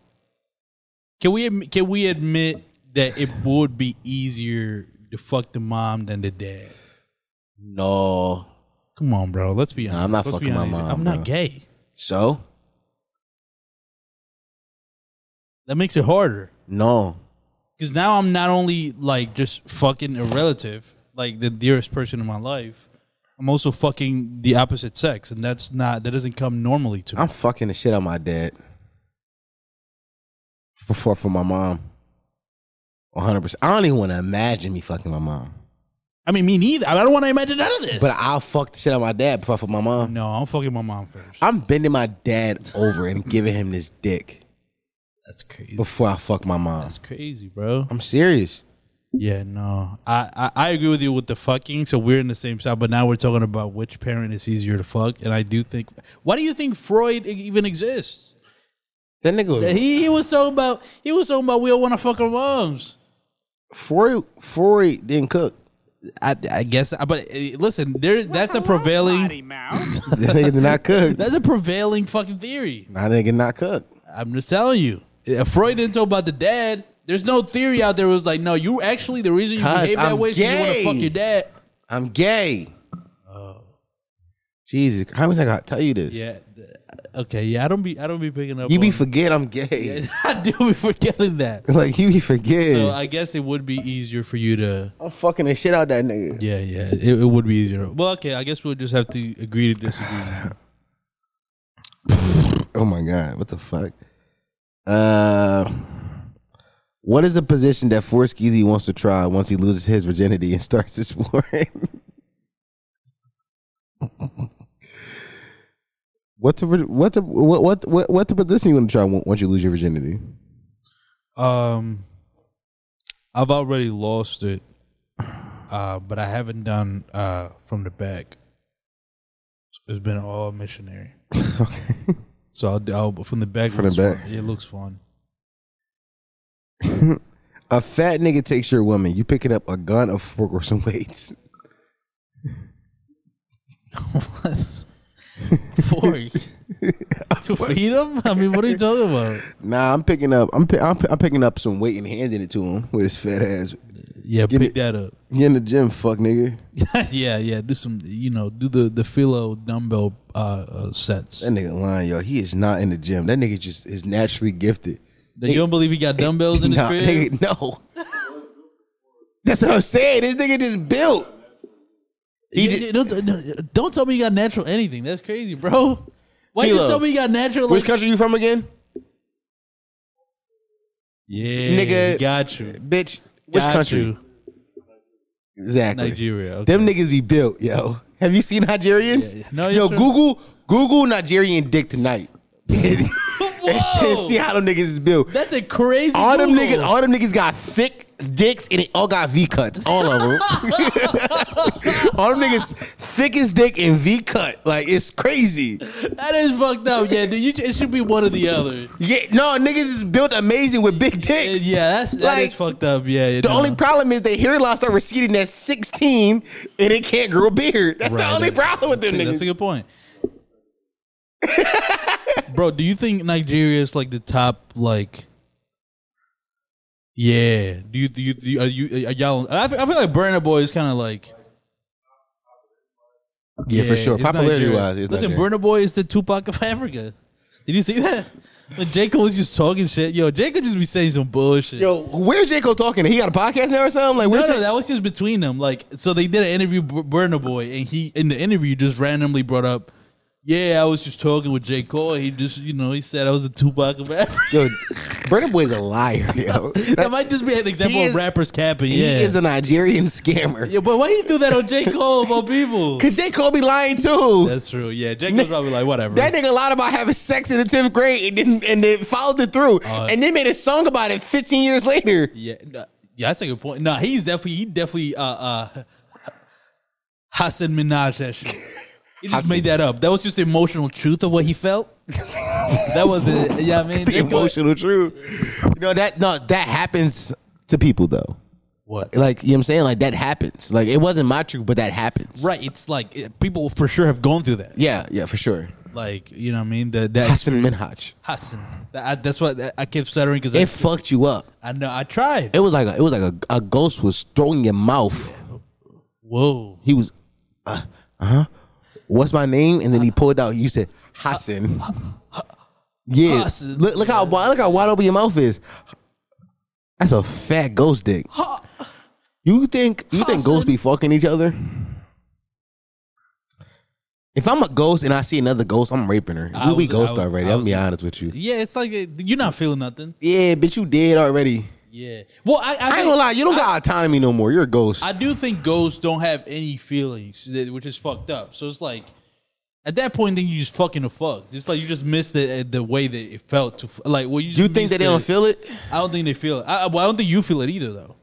Speaker 2: can we admi- can we admit that it would be easier to fuck the mom than the dad?
Speaker 1: No.
Speaker 2: Come on, bro. Let's be honest.
Speaker 1: I'm not
Speaker 2: Let's be
Speaker 1: fucking my
Speaker 2: honest.
Speaker 1: mom.
Speaker 2: I'm not
Speaker 1: bro.
Speaker 2: gay.
Speaker 1: So
Speaker 2: That makes it harder
Speaker 1: no.
Speaker 2: because now I'm not only like just fucking a relative, like the dearest person in my life. I'm also fucking the opposite sex, and that's not that doesn't come normally to me.
Speaker 1: I'm fucking the shit out of my dad. Before for my mom. 100%. I don't even want to imagine me fucking my mom.
Speaker 2: I mean, me neither. I don't want to imagine none of this.
Speaker 1: But I'll fuck the shit out of my dad before I fuck my mom.
Speaker 2: no, I'm fucking my mom first.
Speaker 1: I'm bending my dad over and giving him this dick
Speaker 2: That's crazy.
Speaker 1: before I fuck my mom.
Speaker 2: That's crazy, bro.
Speaker 1: I'm serious.
Speaker 2: Yeah, no, I, I I agree with you with the fucking. So we're in the same side, but now we're talking about which parent is easier to fuck. And I do think, why do you think Freud e- even exists?
Speaker 1: That nigga was,
Speaker 2: He, he was talking about he was talking about we all want to fuck our moms.
Speaker 1: Freud, Freud didn't cook.
Speaker 2: I, I guess, but eh, listen, there that's a prevailing
Speaker 1: That nigga did not cook.
Speaker 2: that's a prevailing fucking theory.
Speaker 1: That nigga not cook.
Speaker 2: I'm just telling you, Eh, Freud didn't talk about the dad. There's no theory out there that was like, no, you actually the reason you
Speaker 1: Cuz
Speaker 2: behave that
Speaker 1: I'm
Speaker 2: way is 'cause you want
Speaker 1: gay.
Speaker 2: to fuck your dad.
Speaker 1: I'm gay. Oh. Jesus. How many times I gotta tell you this?
Speaker 2: Yeah. th- Okay. Yeah. I don't be. I don't be picking up.
Speaker 1: You be
Speaker 2: on-
Speaker 1: forget I'm gay.
Speaker 2: I do be forgetting that.
Speaker 1: Like you be forget.
Speaker 2: So I guess it would be easier for you to.
Speaker 1: I'm fucking the shit out of that nigga.
Speaker 2: Yeah. Yeah. It, it would be easier. Well, okay. I guess we'll just have to agree to disagree. now.
Speaker 1: Oh my god, what the fuck? Uh, what is a position that Forrest Geezy wants to try once he loses his virginity and starts exploring? what's a vir- what's a what what what what's the position you want to try on- once you lose your virginity?
Speaker 2: Um, I've already lost it, uh, but I haven't done uh from the back. It's been all missionary.
Speaker 1: okay,
Speaker 2: So I'll, do- I'll from the back.
Speaker 1: From the
Speaker 2: looks fun.
Speaker 1: back.
Speaker 2: it looks fun.
Speaker 1: a fat nigga takes your woman. You picking up a gun, a fork, or some weights.
Speaker 2: what? Fork. to feed him? I mean, what are you talking about?
Speaker 1: Nah, I'm picking up. I'm pi- I'm, pi- I'm picking up some weight and handing it to him with his fat ass.
Speaker 2: Yeah,
Speaker 1: Give
Speaker 2: pick
Speaker 1: me-
Speaker 2: that up.
Speaker 1: You in the gym, fuck nigga.
Speaker 2: yeah, yeah. Do some, you know, do the the philo dumbbell uh, uh sets.
Speaker 1: That nigga lying, yo. He is not in the gym. That nigga just is naturally gifted.
Speaker 2: you don't believe he got dumbbells in his
Speaker 1: Nah,
Speaker 2: crib?
Speaker 1: nigga, no. That's what I'm saying. This nigga just built. He
Speaker 2: Yeah,
Speaker 1: did-
Speaker 2: yeah, don't, no, don't tell me you got natural anything. That's crazy, bro. Why you
Speaker 1: Philo.
Speaker 2: tell me you got natural?
Speaker 1: Which
Speaker 2: Like,
Speaker 1: country you from again,
Speaker 2: yeah,
Speaker 1: nigga?
Speaker 2: got you.
Speaker 1: bitch. Which
Speaker 2: Got
Speaker 1: country?
Speaker 2: you.
Speaker 1: Exactly.
Speaker 2: Nigeria. Okay.
Speaker 1: Them niggas be built, yo. Have you seen Nigerians?
Speaker 2: Yeah, yeah. No,
Speaker 1: yo,
Speaker 2: yes, sir.
Speaker 1: Google Google Nigerian dick tonight. and
Speaker 2: Whoa!
Speaker 1: see how them niggas is built.
Speaker 2: That's a crazy.
Speaker 1: All them
Speaker 2: Google.
Speaker 1: niggas, all them niggas got thick dicks and it all got V cuts. All of them. all them niggas thick as dick and V cut. Like it's crazy.
Speaker 2: that is fucked up. Yeah, dude, you, it should be one or the other.
Speaker 1: Yeah, no, niggas is built amazing with big dicks.
Speaker 2: Yeah, that's that is
Speaker 1: Like,
Speaker 2: fucked up. Yeah, you
Speaker 1: The
Speaker 2: know.
Speaker 1: only problem is they hair loss are receding at 16 and they can't grow a beard. That's
Speaker 2: Right,
Speaker 1: the only
Speaker 2: that-
Speaker 1: problem with them
Speaker 2: that's a-
Speaker 1: niggas.
Speaker 2: That's a good point. Bro, do you think Nigeria is like the top like? Yeah. Do you do you, do you are you are y'all? I feel, I feel like Burna Boy is kind of like
Speaker 1: yeah, for sure.
Speaker 2: it's
Speaker 1: Popularity
Speaker 2: Nigeria.
Speaker 1: wise, it's
Speaker 2: listen,
Speaker 1: Nigeria.
Speaker 2: Burna Boy is the Tupac of Africa. Did you see that? When Jacob was just talking shit, yo, Jacob just be saying some bullshit.
Speaker 1: Yo, where's J. Cole talking? He got a podcast now or something? Like,
Speaker 2: No,
Speaker 1: where's
Speaker 2: no,
Speaker 1: J-
Speaker 2: that was just between them. Like, so they did an interview, Bur- Burna Boy, and he in the interview just randomly brought up Yeah, I was just talking with J. Cole. He just, you know, he said I was a Tupac of Africa.
Speaker 1: Yo, Burna Boy's a liar, yo.
Speaker 2: That, might just be an example
Speaker 1: He
Speaker 2: of
Speaker 1: is-
Speaker 2: rappers capping.
Speaker 1: He
Speaker 2: yeah.
Speaker 1: is a Nigerian scammer.
Speaker 2: yeah, but why he threw that on J. Cole of all people?
Speaker 1: Cause J. Cole be lying too.
Speaker 2: That's true. Yeah, J. Cole's probably like, whatever.
Speaker 1: That nigga lied about having sex in the tenth grade and didn't and then followed it through.
Speaker 2: Uh,
Speaker 1: and then made a song about it 15 years later.
Speaker 2: yeah, no, yeah, that's a good point. No, he's definitely, he definitely, uh, uh, Hassan Minaj that shit. He just made that up. That was just emotional truth of what he felt. that was it. Yeah, I mean,
Speaker 1: The
Speaker 2: J. Cole-
Speaker 1: emotional truth. You know, that no, that happens to people though.
Speaker 2: What?
Speaker 1: Like, you know what I'm saying? Like that happens. Like it wasn't my truth, but that happens.
Speaker 2: Right. It's like eh, people for sure have gone through that.
Speaker 1: Yeah, yeah, for sure.
Speaker 2: Like, you know what I mean? The, that
Speaker 1: Hassan Minhaj.
Speaker 2: Hassan. That, I, that's what I- I kept stuttering because
Speaker 1: It fucked you up.
Speaker 2: I know I tried.
Speaker 1: It was like a, it was like a, a ghost was throwing your mouth.
Speaker 2: Whoa.
Speaker 1: He was, uh huh. What's my name? And then he pulled out. You said Hassan. Yeah.
Speaker 2: Hassan.
Speaker 1: Look, look how wide- look how wide open your mouth is. That's a fat ghost dick. You think you think ghosts be fucking each other? If I'm a ghost and I see another ghost, I'm raping her.
Speaker 2: I
Speaker 1: We, we
Speaker 2: was- I
Speaker 1: ghost
Speaker 2: was-
Speaker 1: already.
Speaker 2: I
Speaker 1: I'm
Speaker 2: was-
Speaker 1: be honest with you.
Speaker 2: Yeah, it's like eh, you're not feeling nothing.
Speaker 1: Yeah, bitch, you dead already.
Speaker 2: Yeah. Well, I, I,
Speaker 1: I ain't gonna lie, you don't
Speaker 2: I,
Speaker 1: got autonomy no more. You're a ghost.
Speaker 2: I do think ghosts don't have any feelings, that- which is fucked up. So it's like at that point, then you just fucking a fuck. It's like you just missed the eh, the way that it felt to f- like. Well, you, just
Speaker 1: you think
Speaker 2: missed
Speaker 1: that they don't
Speaker 2: the-
Speaker 1: feel it?
Speaker 2: I don't think they feel it. I, I- well, I don't think you feel it either, though.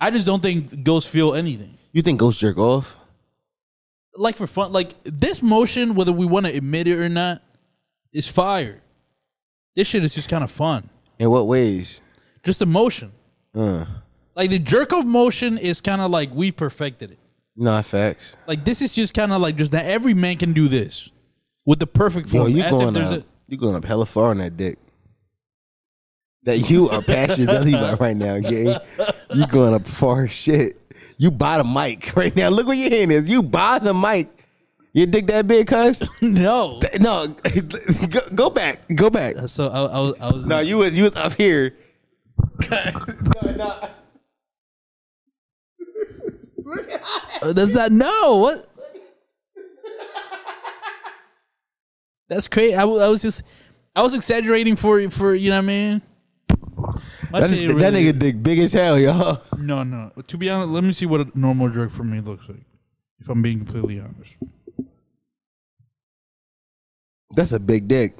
Speaker 2: I just don't think ghosts feel anything.
Speaker 1: You think ghosts jerk off?
Speaker 2: Like for fun, like this motion, whether we want to admit it or not, is fire. This shit is just kind of fun.
Speaker 1: In what ways?
Speaker 2: Just the motion.
Speaker 1: Uh,
Speaker 2: Like the jerk off motion is kind of like we perfected it.
Speaker 1: not facts.
Speaker 2: Like this is just kind of like just that every man can do this with the perfect
Speaker 1: Yo,
Speaker 2: form.
Speaker 1: you
Speaker 2: as if
Speaker 1: going
Speaker 2: there's
Speaker 1: up, you going up hella far on that dick. That you are past your belly button right now, gang. You going up far as shit. You buy the mic right now. Look what your hand is. You buy the mic. Your dick that big, cuz?
Speaker 2: a no.
Speaker 1: No, go, go back. Go back.
Speaker 2: So I, I was, I was
Speaker 1: No, you was you was up here.
Speaker 2: Uh, That's not no. What? That's crazy. I, w- I was just, I was exaggerating for for you know what I mean. My
Speaker 1: That,
Speaker 2: shit
Speaker 1: that
Speaker 2: really-
Speaker 1: nigga dick big as hell, y'all.
Speaker 2: No, no. To be honest, let me see what a normal jerk for me looks like. If I'm being completely honest,
Speaker 1: That's a big dick.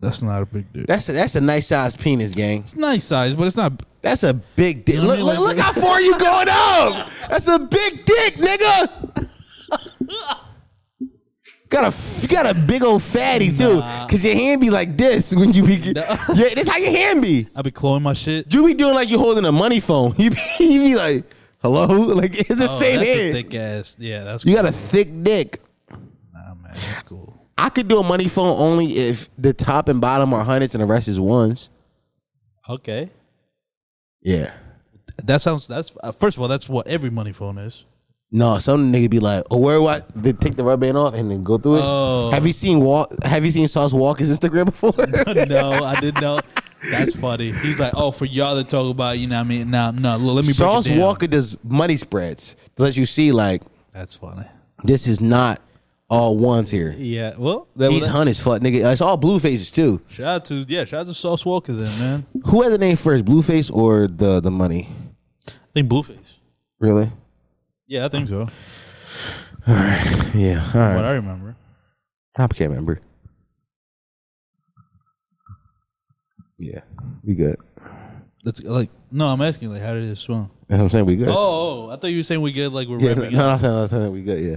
Speaker 2: that's not a big deal.
Speaker 1: That's a, that's a nice sized penis, gang.
Speaker 2: It's nice size, but it's not.
Speaker 1: That's a big dick.
Speaker 2: You know
Speaker 1: Look,
Speaker 2: what I
Speaker 1: look,
Speaker 2: mean?
Speaker 1: look how far you going up. That's a big dick, nigga. Got a you got a big old fatty too, cause your hand be like this when you be. Yeah, that's how your hand be.
Speaker 2: I be clawing my shit.
Speaker 1: You be doing like you holding a money phone. You be, you be like, hello, like it's the
Speaker 2: Oh,
Speaker 1: same
Speaker 2: that's a
Speaker 1: hand.
Speaker 2: thick ass. Yeah, that's.
Speaker 1: you
Speaker 2: cool.
Speaker 1: got a thick dick.
Speaker 2: Nah, man, that's cool.
Speaker 1: I could do a money phone only if the top and bottom are hundreds and the rest is ones.
Speaker 2: Okay,
Speaker 1: Yeah.
Speaker 2: that sounds. That's uh, first of all, that's what every money phone is.
Speaker 1: No, some nigga be like, "Oh, where what? They take the rubber band off and then go through it."
Speaker 2: Oh.
Speaker 1: Have you seen walk? Have you seen Sauce walk his Instagram before?
Speaker 2: no, I didn't know. That's funny. He's like, oh, for y'all to talk about, you know what I mean? Nah, no, nah, let me break
Speaker 1: Sauce
Speaker 2: it down.
Speaker 1: Walker does money spreads to let you see like
Speaker 2: That's funny.
Speaker 1: this is not all ones here.
Speaker 2: Yeah, well, that
Speaker 1: He's
Speaker 2: was
Speaker 1: hunt as fuck, nigga. It's all blue faces too.
Speaker 2: shout out to yeah, shout out to Sauce Walker then, man.
Speaker 1: Who had the name first, Blueface or the the money?
Speaker 2: I think Blueface.
Speaker 1: Really?
Speaker 2: Yeah, I think so.
Speaker 1: Yeah. All right.
Speaker 2: What I remember.
Speaker 1: I can't remember. Yeah, we good.
Speaker 2: That's like no, I'm asking like how did it smell?
Speaker 1: That's what I'm saying. We good.
Speaker 2: Oh, oh, I thought you were saying we good like we're
Speaker 1: yeah. No,
Speaker 2: wrapping
Speaker 1: no,
Speaker 2: up.
Speaker 1: I'm saying, I'm saying we good. Yeah.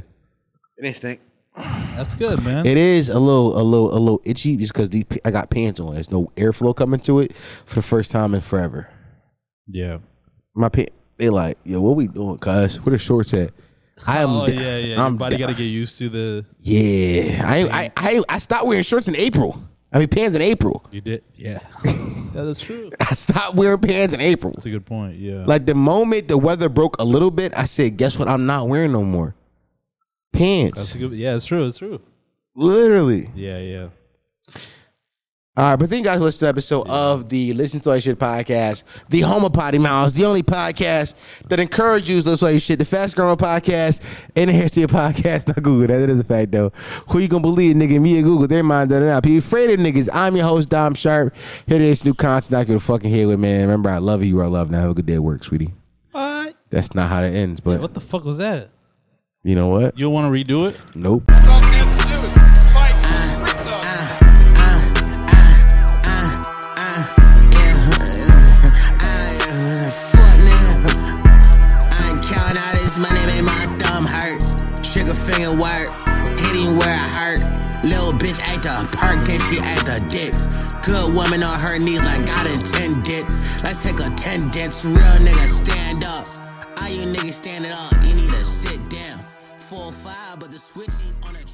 Speaker 1: It ain't stink.
Speaker 2: That's good, man.
Speaker 1: It is a little, a little, a little itchy just because I got pants on. There's no airflow coming to it for the first time in forever.
Speaker 2: yeah.
Speaker 1: My pants, they like, yo, what we doing, cuz? Where the shorts at? I am.
Speaker 2: Oh
Speaker 1: da-
Speaker 2: yeah, yeah.
Speaker 1: I'm
Speaker 2: Your body
Speaker 1: da-
Speaker 2: got to get used to the.
Speaker 1: Yeah, I, I, I, I stopped wearing shorts in April. I mean, pants in April.
Speaker 2: You did, yeah. that is true.
Speaker 1: I stopped wearing pants in April.
Speaker 2: That's a good point. Yeah.
Speaker 1: Like the moment the weather broke a little bit, I said, guess what? I'm not wearing no more
Speaker 2: that's
Speaker 1: pants.
Speaker 2: a good. Yeah, it's true. It's true.
Speaker 1: Literally.
Speaker 2: Yeah, yeah.
Speaker 1: All right, but thank you guys for listening to the episode of the Listen to Our Shit podcast, the Homo Potty Mouse, the only podcast that encourages you to listen to your shit, the fast growing podcast, and the history of podcast, not Google. That, that is a fact, though. Who you gonna believe, nigga? Me or Google? Their mind that not. Be afraid of niggas. I'm your host, Dom Sharp. Here it is, new content I could fucking hear with, man. Remember, I love you, you are loved. Now have a good day at work, sweetie.
Speaker 2: What?
Speaker 1: That's not how that ends, but
Speaker 2: What the fuck was that?
Speaker 1: you know what?
Speaker 2: You want to redo it?
Speaker 1: Nope.
Speaker 3: Fuck nigga. I count all this money, made my thumb hurt. Trigger finger work, hitting where I hurt. Little bitch at the park, then she at the dick. Good woman on her knees like God intended. Let's take attendance, real nigga stand up. All you niggas standing up, you need to sit down. Four five, but the switchy on a.